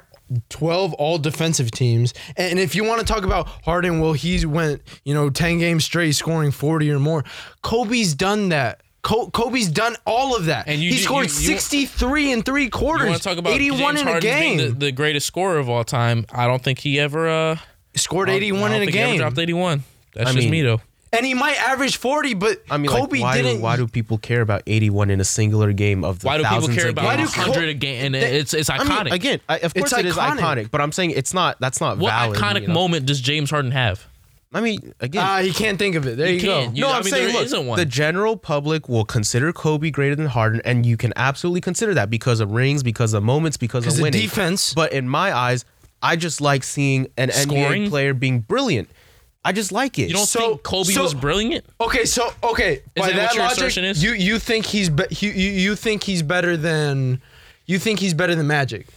Speaker 1: 12 all defensive teams. And if you want to talk about Harden, well, he's went, you know, 10 games straight scoring 40 or more. Kobe's done that. Ko- Kobe's done all of that.
Speaker 2: And you
Speaker 1: he
Speaker 2: do-
Speaker 1: scored
Speaker 2: you- you-
Speaker 1: 63 in three
Speaker 2: You
Speaker 1: quarters.
Speaker 2: want to talk about
Speaker 1: 81
Speaker 2: James
Speaker 1: in a
Speaker 2: Harden
Speaker 1: game.
Speaker 2: being the, the greatest scorer of all time? I don't think he ever. Uh,
Speaker 1: scored
Speaker 2: I don't-
Speaker 1: 81
Speaker 2: I
Speaker 1: in
Speaker 2: don't
Speaker 1: a
Speaker 2: think he ever
Speaker 1: game.
Speaker 2: dropped 81. That's
Speaker 3: I
Speaker 2: just
Speaker 3: mean-
Speaker 2: me though.
Speaker 1: And he might average 40, but
Speaker 3: I mean,
Speaker 1: Kobe
Speaker 3: like, why
Speaker 1: didn't
Speaker 3: do why do people care about 81 in a singular game of the
Speaker 2: Why do people
Speaker 3: thousands
Speaker 2: care
Speaker 3: of
Speaker 2: about
Speaker 1: Why do
Speaker 3: games?
Speaker 2: 100 a game? And it's it's iconic.
Speaker 3: I mean, again, I, of
Speaker 1: It's
Speaker 3: course it is
Speaker 1: iconic.
Speaker 3: iconic, but I'm saying it's not. That's not
Speaker 2: what
Speaker 3: valid.
Speaker 2: iconic Uh,
Speaker 3: you know?
Speaker 2: moment does James Harden have?
Speaker 3: I mean, again,
Speaker 1: Ah, he can't think of it. There you,
Speaker 2: can't.
Speaker 1: go.
Speaker 2: You-
Speaker 3: no,
Speaker 2: I
Speaker 3: I'm
Speaker 2: mean,
Speaker 3: saying
Speaker 2: there
Speaker 3: look,
Speaker 2: isn't one.
Speaker 3: the general public will consider Kobe greater than Harden, and you can absolutely consider that because of rings, because of moments, because of
Speaker 1: Because the
Speaker 3: winning.
Speaker 1: defense.
Speaker 3: But in my eyes, I just like seeing an
Speaker 2: Scoring?
Speaker 3: NBA player being brilliant. I just like it.
Speaker 2: You don't
Speaker 1: So-
Speaker 2: think Kobe
Speaker 1: so-
Speaker 2: was brilliant?
Speaker 1: Okay, so okay, by
Speaker 2: that
Speaker 1: that
Speaker 2: what your
Speaker 1: logic,
Speaker 2: assertion is?
Speaker 1: you you think he's be- you, you you think he's better than you think he's better than Magic.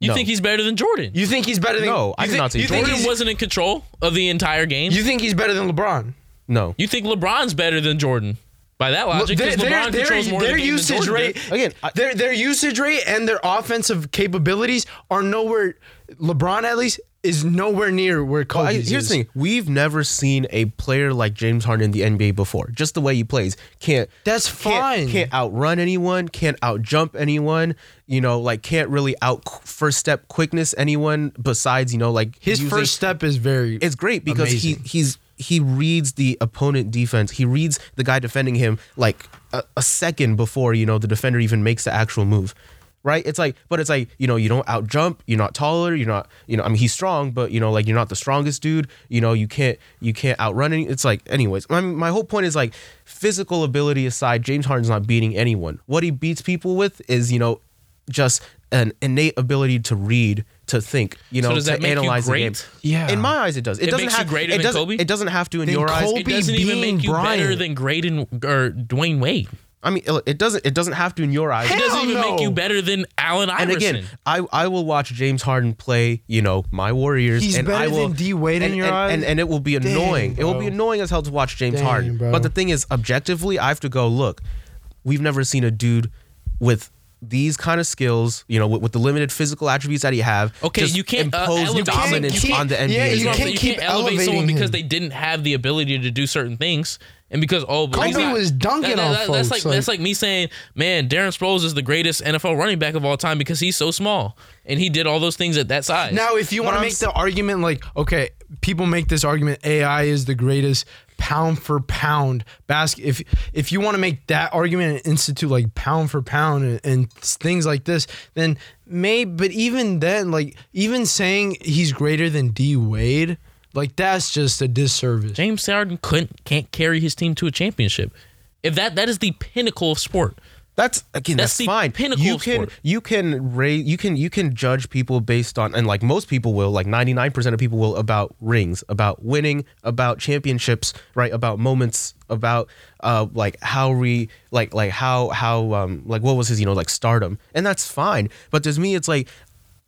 Speaker 2: You
Speaker 3: No.
Speaker 2: think he's better than Jordan?
Speaker 1: You think he's better than
Speaker 3: No,
Speaker 1: you
Speaker 3: I do
Speaker 1: think-
Speaker 3: not think
Speaker 1: you think
Speaker 2: Jordan
Speaker 1: he's,
Speaker 2: wasn't in control of the entire game. You,
Speaker 1: You think he's better than LeBron?
Speaker 3: no.
Speaker 2: think LeBron's better than Jordan by that logic?
Speaker 1: Their-
Speaker 2: Because LeBron
Speaker 1: their-
Speaker 2: controls more of
Speaker 1: their
Speaker 2: the game than
Speaker 1: usage
Speaker 2: Jordan
Speaker 1: rate
Speaker 2: did.
Speaker 3: Again, I-
Speaker 1: their their usage rate and their offensive capabilities are nowhere. LeBron at least is nowhere near where
Speaker 2: Oh,
Speaker 1: Kobe
Speaker 3: I,
Speaker 1: is.
Speaker 3: here's the thing: we've never seen a player like James Harden in the NBA before. Just the way he plays, can't
Speaker 1: That's
Speaker 3: can't-
Speaker 1: fine.
Speaker 3: Can't, outrun anyone, can't outjump anyone. You know, like can't really out first step quickness anyone. Besides, you know, like
Speaker 1: His
Speaker 3: using-
Speaker 1: first step is very
Speaker 3: It's great because
Speaker 1: Amazing.
Speaker 3: he he's he reads the opponent defense. He reads the guy defending him like a, a second before you know the defender even makes the actual move. Right? It's like, but it's like, you know, you don't out jump, you're not taller, you're not, you know, I mean he's strong, but you know, like you're not the strongest dude. You know, you can't you can't outrun any it's like anyways, my my whole point is like physical ability aside, James Harden's not beating anyone. What he beats people with is, you know, just an innate ability to read, to think, you know,
Speaker 2: does
Speaker 3: to
Speaker 2: that make you
Speaker 3: analyze
Speaker 2: great?
Speaker 3: the game.
Speaker 1: Yeah.
Speaker 3: In my eyes, it does. It,
Speaker 2: It
Speaker 3: doesn't
Speaker 2: makes you
Speaker 3: have
Speaker 2: greater
Speaker 3: it
Speaker 2: than
Speaker 3: doesn't,
Speaker 2: Kobe?
Speaker 3: It doesn't have to in your eyes.
Speaker 1: Kobe
Speaker 2: It doesn't even
Speaker 1: being
Speaker 2: make you better
Speaker 1: Bryant.
Speaker 2: than Graydon or Dwayne Wade.
Speaker 3: I mean, it it doesn't. It doesn't have to in your eyes.
Speaker 1: Hell
Speaker 2: It doesn't even
Speaker 1: no.
Speaker 2: make you better than Allen
Speaker 3: and
Speaker 2: Iverson.
Speaker 3: again, I, I will watch James Harden play. You know, my Warriors.
Speaker 1: He's
Speaker 3: and
Speaker 1: better
Speaker 3: I will,
Speaker 1: than D. Wade in
Speaker 3: and,
Speaker 1: your
Speaker 3: and,
Speaker 1: eyes?
Speaker 3: and, and it will be annoying. it will
Speaker 1: bro.
Speaker 3: be annoying as hell to watch James
Speaker 1: Dang,
Speaker 3: Harden.
Speaker 1: bro.
Speaker 3: But the thing is, objectively, I have to go look. We've never seen a dude with these kind of skills. You know, with, with the limited physical attributes that he have.
Speaker 2: Okay,
Speaker 3: just
Speaker 2: you can't, uh,
Speaker 3: impose
Speaker 2: elevate-
Speaker 3: dominance
Speaker 1: You can't-
Speaker 3: on the NBA.
Speaker 1: yeah,
Speaker 2: That's what I'm
Speaker 1: can't
Speaker 2: saying.
Speaker 1: keep
Speaker 2: elevate someone
Speaker 1: elevating
Speaker 2: because
Speaker 1: him.
Speaker 2: they didn't have the ability to do certain things. And because oh, but
Speaker 1: Kobe
Speaker 2: he's not-
Speaker 1: was dunking on folks,
Speaker 2: That's like,
Speaker 1: like-
Speaker 2: that's like me saying, man, Darren Sproles is the greatest NFL running back of all time because he's so small and he did all those things at that size.
Speaker 1: Now, if you want to
Speaker 3: I'm
Speaker 1: make the argument like, okay, people make this argument AI is the greatest pound for pound basket. If if you want to make that argument and institute like pound for pound and, and things like this, then may. But even then, like even saying he's greater than D Wade, like that's just a disservice.
Speaker 2: James Harden couldn't can't carry his team to a championship. If that that is the pinnacle of sport.
Speaker 3: That's again.
Speaker 2: That's
Speaker 3: That's,
Speaker 2: the
Speaker 3: fine.
Speaker 2: pinnacle
Speaker 3: You
Speaker 2: of
Speaker 3: can
Speaker 2: sport.
Speaker 3: you can raise you can you can judge people based on and like most people will like ninety nine percent of people will about rings, about winning, about championships, right? About moments, about uh like how we like like how how um like what was his you know like stardom, and that's fine. But to me, it's like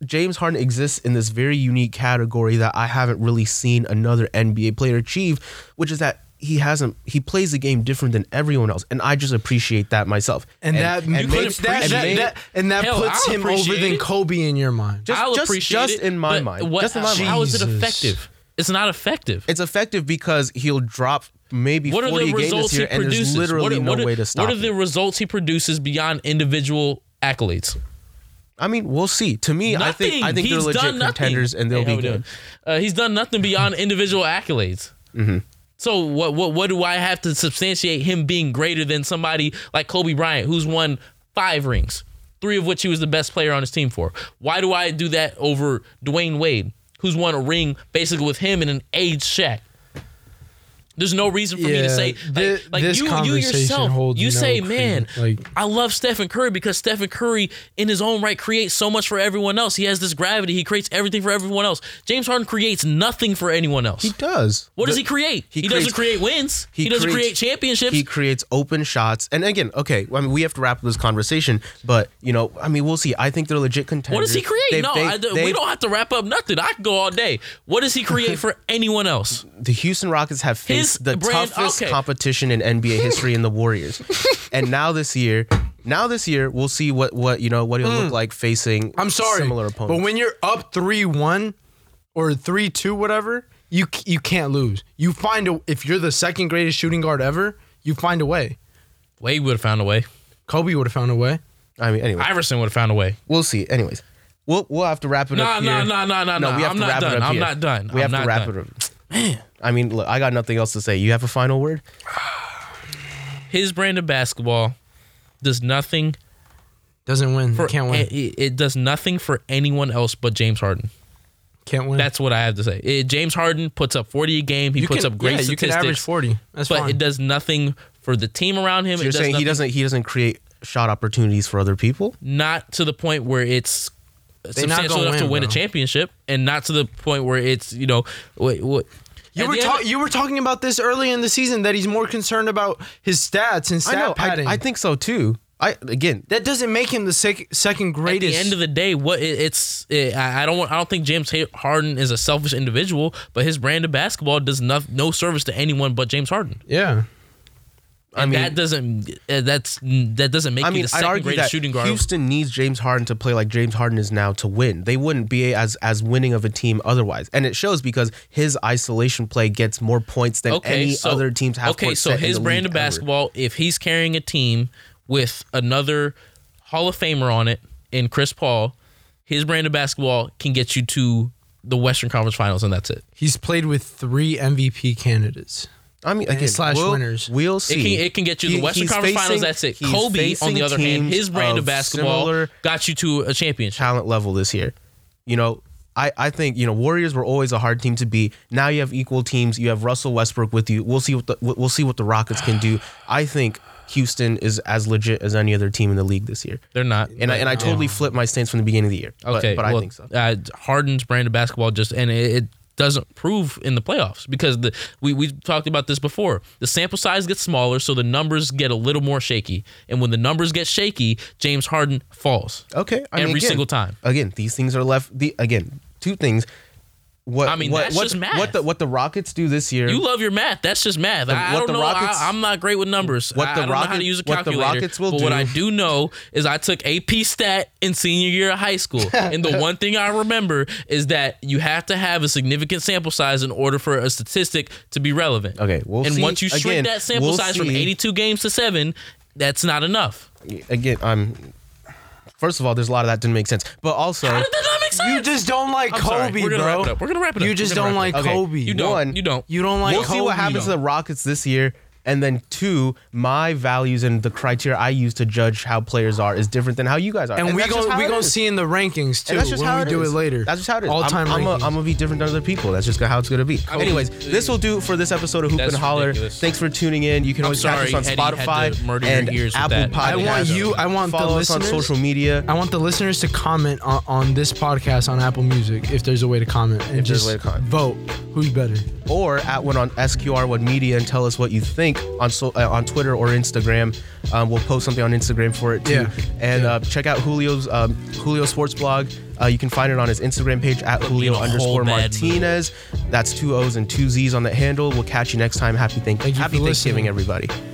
Speaker 3: James Harden exists in this very unique category that I haven't really seen another NBA player achieve, which is that he hasn't he plays the game different than everyone else and i just appreciate that myself
Speaker 1: And, that
Speaker 2: You
Speaker 1: makes
Speaker 2: couldn't
Speaker 1: that, that,
Speaker 2: appreciate
Speaker 1: that and that
Speaker 2: Hell,
Speaker 1: puts
Speaker 2: I'll
Speaker 1: him over
Speaker 2: appreciate
Speaker 1: than
Speaker 2: it.
Speaker 1: Kobe in your mind.
Speaker 3: Just-
Speaker 2: I'll appreciate
Speaker 3: just
Speaker 2: it,
Speaker 3: in my
Speaker 2: but
Speaker 3: mind.
Speaker 2: What,
Speaker 3: Just in my mind.
Speaker 2: How is it
Speaker 1: Jesus.
Speaker 2: effective? It's not effective.
Speaker 3: it's effective because he'll drop maybe
Speaker 2: what are
Speaker 3: 40
Speaker 2: the
Speaker 3: games
Speaker 2: results
Speaker 3: this
Speaker 2: he
Speaker 3: year and there's
Speaker 2: produces?
Speaker 3: literally
Speaker 2: what are, what
Speaker 3: no
Speaker 2: are-
Speaker 3: way to stop
Speaker 2: What are the
Speaker 3: it.
Speaker 2: results he produces beyond individual accolades?
Speaker 3: I mean, we'll see. To me, I think I think
Speaker 2: He's
Speaker 3: they're legit
Speaker 2: done nothing.
Speaker 3: contenders and they'll
Speaker 2: Hey, how
Speaker 3: be
Speaker 2: we
Speaker 3: good.
Speaker 2: doing? Uh, he's done nothing beyond individual accolades.
Speaker 3: Mm-hmm.
Speaker 2: So what what what do I have to substantiate him being greater than somebody like Kobe Bryant who's won five rings, three of which he was the best player on his team for? Why do I do that over Dwayne Wade, who's won a ring basically with him and an age Shaq? There's no reason for me
Speaker 1: Yeah,
Speaker 2: to say like,
Speaker 1: thi-
Speaker 2: like
Speaker 1: this
Speaker 2: you, you
Speaker 1: conversation
Speaker 2: yourself.
Speaker 1: holds
Speaker 2: You
Speaker 1: no
Speaker 2: say,
Speaker 1: credence,
Speaker 2: man,
Speaker 1: like-
Speaker 2: I love Stephen Curry because Stephen Curry, in his own right, creates so much for everyone else. He has this gravity. He creates everything for everyone else. James Harden creates nothing for anyone else.
Speaker 3: He does.
Speaker 2: what does
Speaker 3: The-
Speaker 2: he create? He,
Speaker 3: he
Speaker 2: doesn't create wins. He, doesn't create championships.
Speaker 3: He creates open shots. And again, okay, I mean, we have to wrap up this conversation, but you know, I mean, we'll see. I think they're legit contenders.
Speaker 2: what does he create?
Speaker 3: They've-
Speaker 2: no,
Speaker 3: they-
Speaker 2: I- we
Speaker 3: they've-
Speaker 2: don't have to wrap up nothing. I can go all day. What does he create for anyone else?
Speaker 3: the Houston Rockets have
Speaker 2: His
Speaker 3: faced the
Speaker 2: brand-
Speaker 3: toughest
Speaker 2: okay.
Speaker 3: competition in NBA history in the Warriors. and now this year, Now this year, we'll see what what you know what he'll
Speaker 2: Hmm.
Speaker 3: look like facing.
Speaker 1: I'm sorry,
Speaker 3: similar
Speaker 1: but
Speaker 3: opponents.
Speaker 1: when you're up three one or three two, whatever, you c- you can't lose. You find a if you're the second greatest shooting guard ever, you find a way.
Speaker 2: Wade would have found a way.
Speaker 1: Kobe would have found a way.
Speaker 3: I mean, anyway,
Speaker 2: Iverson would have found a way.
Speaker 3: we'll see. Anyways, we'll we'll have to wrap it
Speaker 2: No,
Speaker 3: up.
Speaker 2: no,
Speaker 3: here.
Speaker 2: no, no, no, no.
Speaker 3: we have
Speaker 2: I'm
Speaker 3: to
Speaker 2: not
Speaker 3: wrap
Speaker 2: done.
Speaker 3: It up
Speaker 2: I'm
Speaker 3: here.
Speaker 2: not done. I'm
Speaker 3: We have
Speaker 2: not
Speaker 3: to wrap
Speaker 2: done.
Speaker 3: it up. I mean, look, I got nothing else to say. You have a final word.
Speaker 2: His brand of basketball does nothing
Speaker 1: Doesn't win.
Speaker 2: for
Speaker 1: can't win.
Speaker 2: It, it does nothing for anyone else but James Harden.
Speaker 1: can't win.
Speaker 2: That's what I have to say. It- James Harden puts up 40 a game. He
Speaker 1: you
Speaker 2: puts
Speaker 1: can,
Speaker 2: up great
Speaker 1: yeah,
Speaker 2: statistics.
Speaker 1: You can average forty. That's
Speaker 2: but
Speaker 1: fine.
Speaker 2: it does nothing for the team around him.
Speaker 3: So
Speaker 2: It
Speaker 3: you're
Speaker 2: does
Speaker 3: saying he
Speaker 2: nothing-
Speaker 3: doesn't he doesn't create shot opportunities for other people.
Speaker 2: not to the point where it's
Speaker 1: not
Speaker 2: substantial
Speaker 1: gonna
Speaker 2: enough to
Speaker 1: win,
Speaker 2: win a
Speaker 1: bro.
Speaker 2: championship, and not to the point where it's you know what. what
Speaker 1: You
Speaker 2: At
Speaker 1: were,
Speaker 2: the end-
Speaker 1: ta- you were talking about this early in the season that he's more concerned about his stats and stat
Speaker 3: I know.
Speaker 1: padding.
Speaker 3: I, I think so too. I again,
Speaker 1: that doesn't make him the sec- second
Speaker 2: at the
Speaker 1: greatest.
Speaker 2: end of the day, what it, it's it, I I don't want, I don't think James Ha- Harden is a selfish individual, but his brand of basketball does no, no service to anyone but James Harden.
Speaker 1: yeah.
Speaker 3: I mean
Speaker 2: that doesn't uh, that's that doesn't make
Speaker 3: I
Speaker 2: you
Speaker 3: mean,
Speaker 2: the
Speaker 3: I'd
Speaker 2: second
Speaker 3: argue
Speaker 2: greatest
Speaker 3: that
Speaker 2: shooting guard.
Speaker 3: Houston needs James Harden to play like James Harden is now to win. They wouldn't be as as winning of a team otherwise, and it shows because his isolation play gets more points than any other teams have.
Speaker 2: Okay,
Speaker 3: court
Speaker 2: so
Speaker 3: set in
Speaker 2: his
Speaker 3: the
Speaker 2: brand
Speaker 3: league
Speaker 2: of
Speaker 3: ever.
Speaker 2: basketball, if he's carrying a team with another Hall of Famer on it in Chris Paul, his brand of basketball can get you to the Western Conference Finals, and that's it.
Speaker 1: He's played with three MVP candidates.
Speaker 3: I mean, again,
Speaker 1: slash
Speaker 3: we'll,
Speaker 1: winners.
Speaker 3: We'll
Speaker 2: It
Speaker 3: see.
Speaker 2: can, it can get you to
Speaker 3: He-
Speaker 2: the Western
Speaker 3: he's
Speaker 2: Conference Finals.
Speaker 3: facing-
Speaker 2: That's it.
Speaker 3: he's
Speaker 2: Kobe, on
Speaker 3: facing
Speaker 2: the other hand,
Speaker 3: teams
Speaker 2: his brand of,
Speaker 3: of
Speaker 2: basketball
Speaker 3: similar-
Speaker 2: got you to a championship.
Speaker 3: talent level this year. You know, I, I think, you know, Warriors were always a hard team to beat. Now you have equal teams. You have Russell Westbrook with you. We'll see what the we'll see what the Rockets can do. I think Houston is as legit as any other team in the league this year.
Speaker 2: They're not.
Speaker 3: And I and I totally flipped my stance from the beginning of the year. But-
Speaker 2: Okay,
Speaker 3: but,
Speaker 2: well,
Speaker 3: I think so.
Speaker 2: Uh, Harden's brand of basketball just and it, it doesn't prove in the playoffs because the we we talked about this before. The sample size gets smaller, so the numbers get a little more shaky. And when the numbers get shaky, James Harden falls.
Speaker 3: Okay, I mean,
Speaker 2: every
Speaker 3: again-
Speaker 2: single time.
Speaker 3: Again, these things are left. The again, two things. What
Speaker 2: I mean,
Speaker 3: what
Speaker 2: that's
Speaker 3: what,
Speaker 2: just math.
Speaker 3: what the what the Rockets do this year?
Speaker 2: You love your math. That's just math. I, I
Speaker 3: what
Speaker 2: don't
Speaker 3: the
Speaker 2: know.
Speaker 3: Rockets-
Speaker 2: I, I'm not great with numbers.
Speaker 3: what
Speaker 2: I, I
Speaker 3: the
Speaker 2: don't know how to
Speaker 3: Rockets-
Speaker 2: use a
Speaker 3: what the
Speaker 2: calculator.
Speaker 3: Rockets will
Speaker 2: but what
Speaker 3: do-
Speaker 2: I do know is I took AP Stat in senior year of high school, and the one thing I remember is that you have to have a significant sample size in order for a statistic to be relevant.
Speaker 3: Okay, we'll
Speaker 2: and
Speaker 3: see.
Speaker 2: once you shrink
Speaker 3: Again,
Speaker 2: that sample
Speaker 3: we'll
Speaker 2: size from
Speaker 3: see.
Speaker 2: 82 games to seven, that's not enough.
Speaker 3: again, I'm. First of all, there's a lot of that didn't make sense, but also
Speaker 2: How did that not make sense?
Speaker 1: You just don't like
Speaker 2: sorry.
Speaker 1: Kobe,
Speaker 2: We're gonna
Speaker 1: bro.
Speaker 2: wrap it up. We're gonna wrap it up.
Speaker 1: You
Speaker 2: We're
Speaker 1: just
Speaker 2: gonna
Speaker 1: don't like
Speaker 2: wrap it
Speaker 3: up. Okay.
Speaker 1: Kobe.
Speaker 2: you don't.
Speaker 3: one,
Speaker 2: you don't.
Speaker 1: You don't like
Speaker 3: we'll see what
Speaker 1: Kobe,
Speaker 3: happens to
Speaker 1: though.
Speaker 3: the Rockets this year. And then two, my values and the criteria I use to judge how players are is different than how you guys are.
Speaker 1: And, we
Speaker 3: that's
Speaker 1: gon'
Speaker 3: just how
Speaker 1: we
Speaker 3: it
Speaker 1: gonna
Speaker 3: is.
Speaker 1: see in the rankings too
Speaker 3: And that's just
Speaker 1: when
Speaker 3: how
Speaker 1: we do
Speaker 3: is.
Speaker 1: it later.
Speaker 3: That's just how it is.
Speaker 1: All time
Speaker 3: I'm, I'm
Speaker 1: rankings.
Speaker 3: a- I'm gonna be different than other people. That's just how it's gonna be.
Speaker 2: would-
Speaker 3: Anyways, this will do for this episode of Hoop
Speaker 2: That's
Speaker 3: and Holler.
Speaker 2: ridiculous.
Speaker 3: Thanks for tuning in. You can always
Speaker 2: sorry,
Speaker 3: catch us on
Speaker 2: Eddie had to
Speaker 3: Spotify
Speaker 2: murder your
Speaker 3: and
Speaker 2: ears with
Speaker 3: Apple
Speaker 2: that.
Speaker 3: Podcasts.
Speaker 2: I
Speaker 1: want you- I want the
Speaker 3: Follow us on
Speaker 1: listeners-
Speaker 3: social media.
Speaker 1: I want the listeners to comment on, on this podcast on Apple Music if there's a way to comment and
Speaker 3: there's a
Speaker 1: just
Speaker 3: way to comment.
Speaker 1: vote who's better.
Speaker 3: or at one on SQR1 Media and tell us what you think on so, uh, on Twitter or Instagram. Um, we'll post something on Instagram for it too.
Speaker 1: Yeah.
Speaker 3: And
Speaker 1: Yeah.
Speaker 3: Uh, check out Julio's um, Julio Sports blog. Uh, you can find it on his Instagram page at Julio
Speaker 2: whole
Speaker 3: underscore
Speaker 2: bad mood.
Speaker 3: Martinez. That's two O's and two Z's on that handle. We'll catch you next time. Happy, thank-
Speaker 1: Thank you
Speaker 3: happy
Speaker 1: for
Speaker 3: Thanksgiving,
Speaker 1: listening.
Speaker 3: everybody.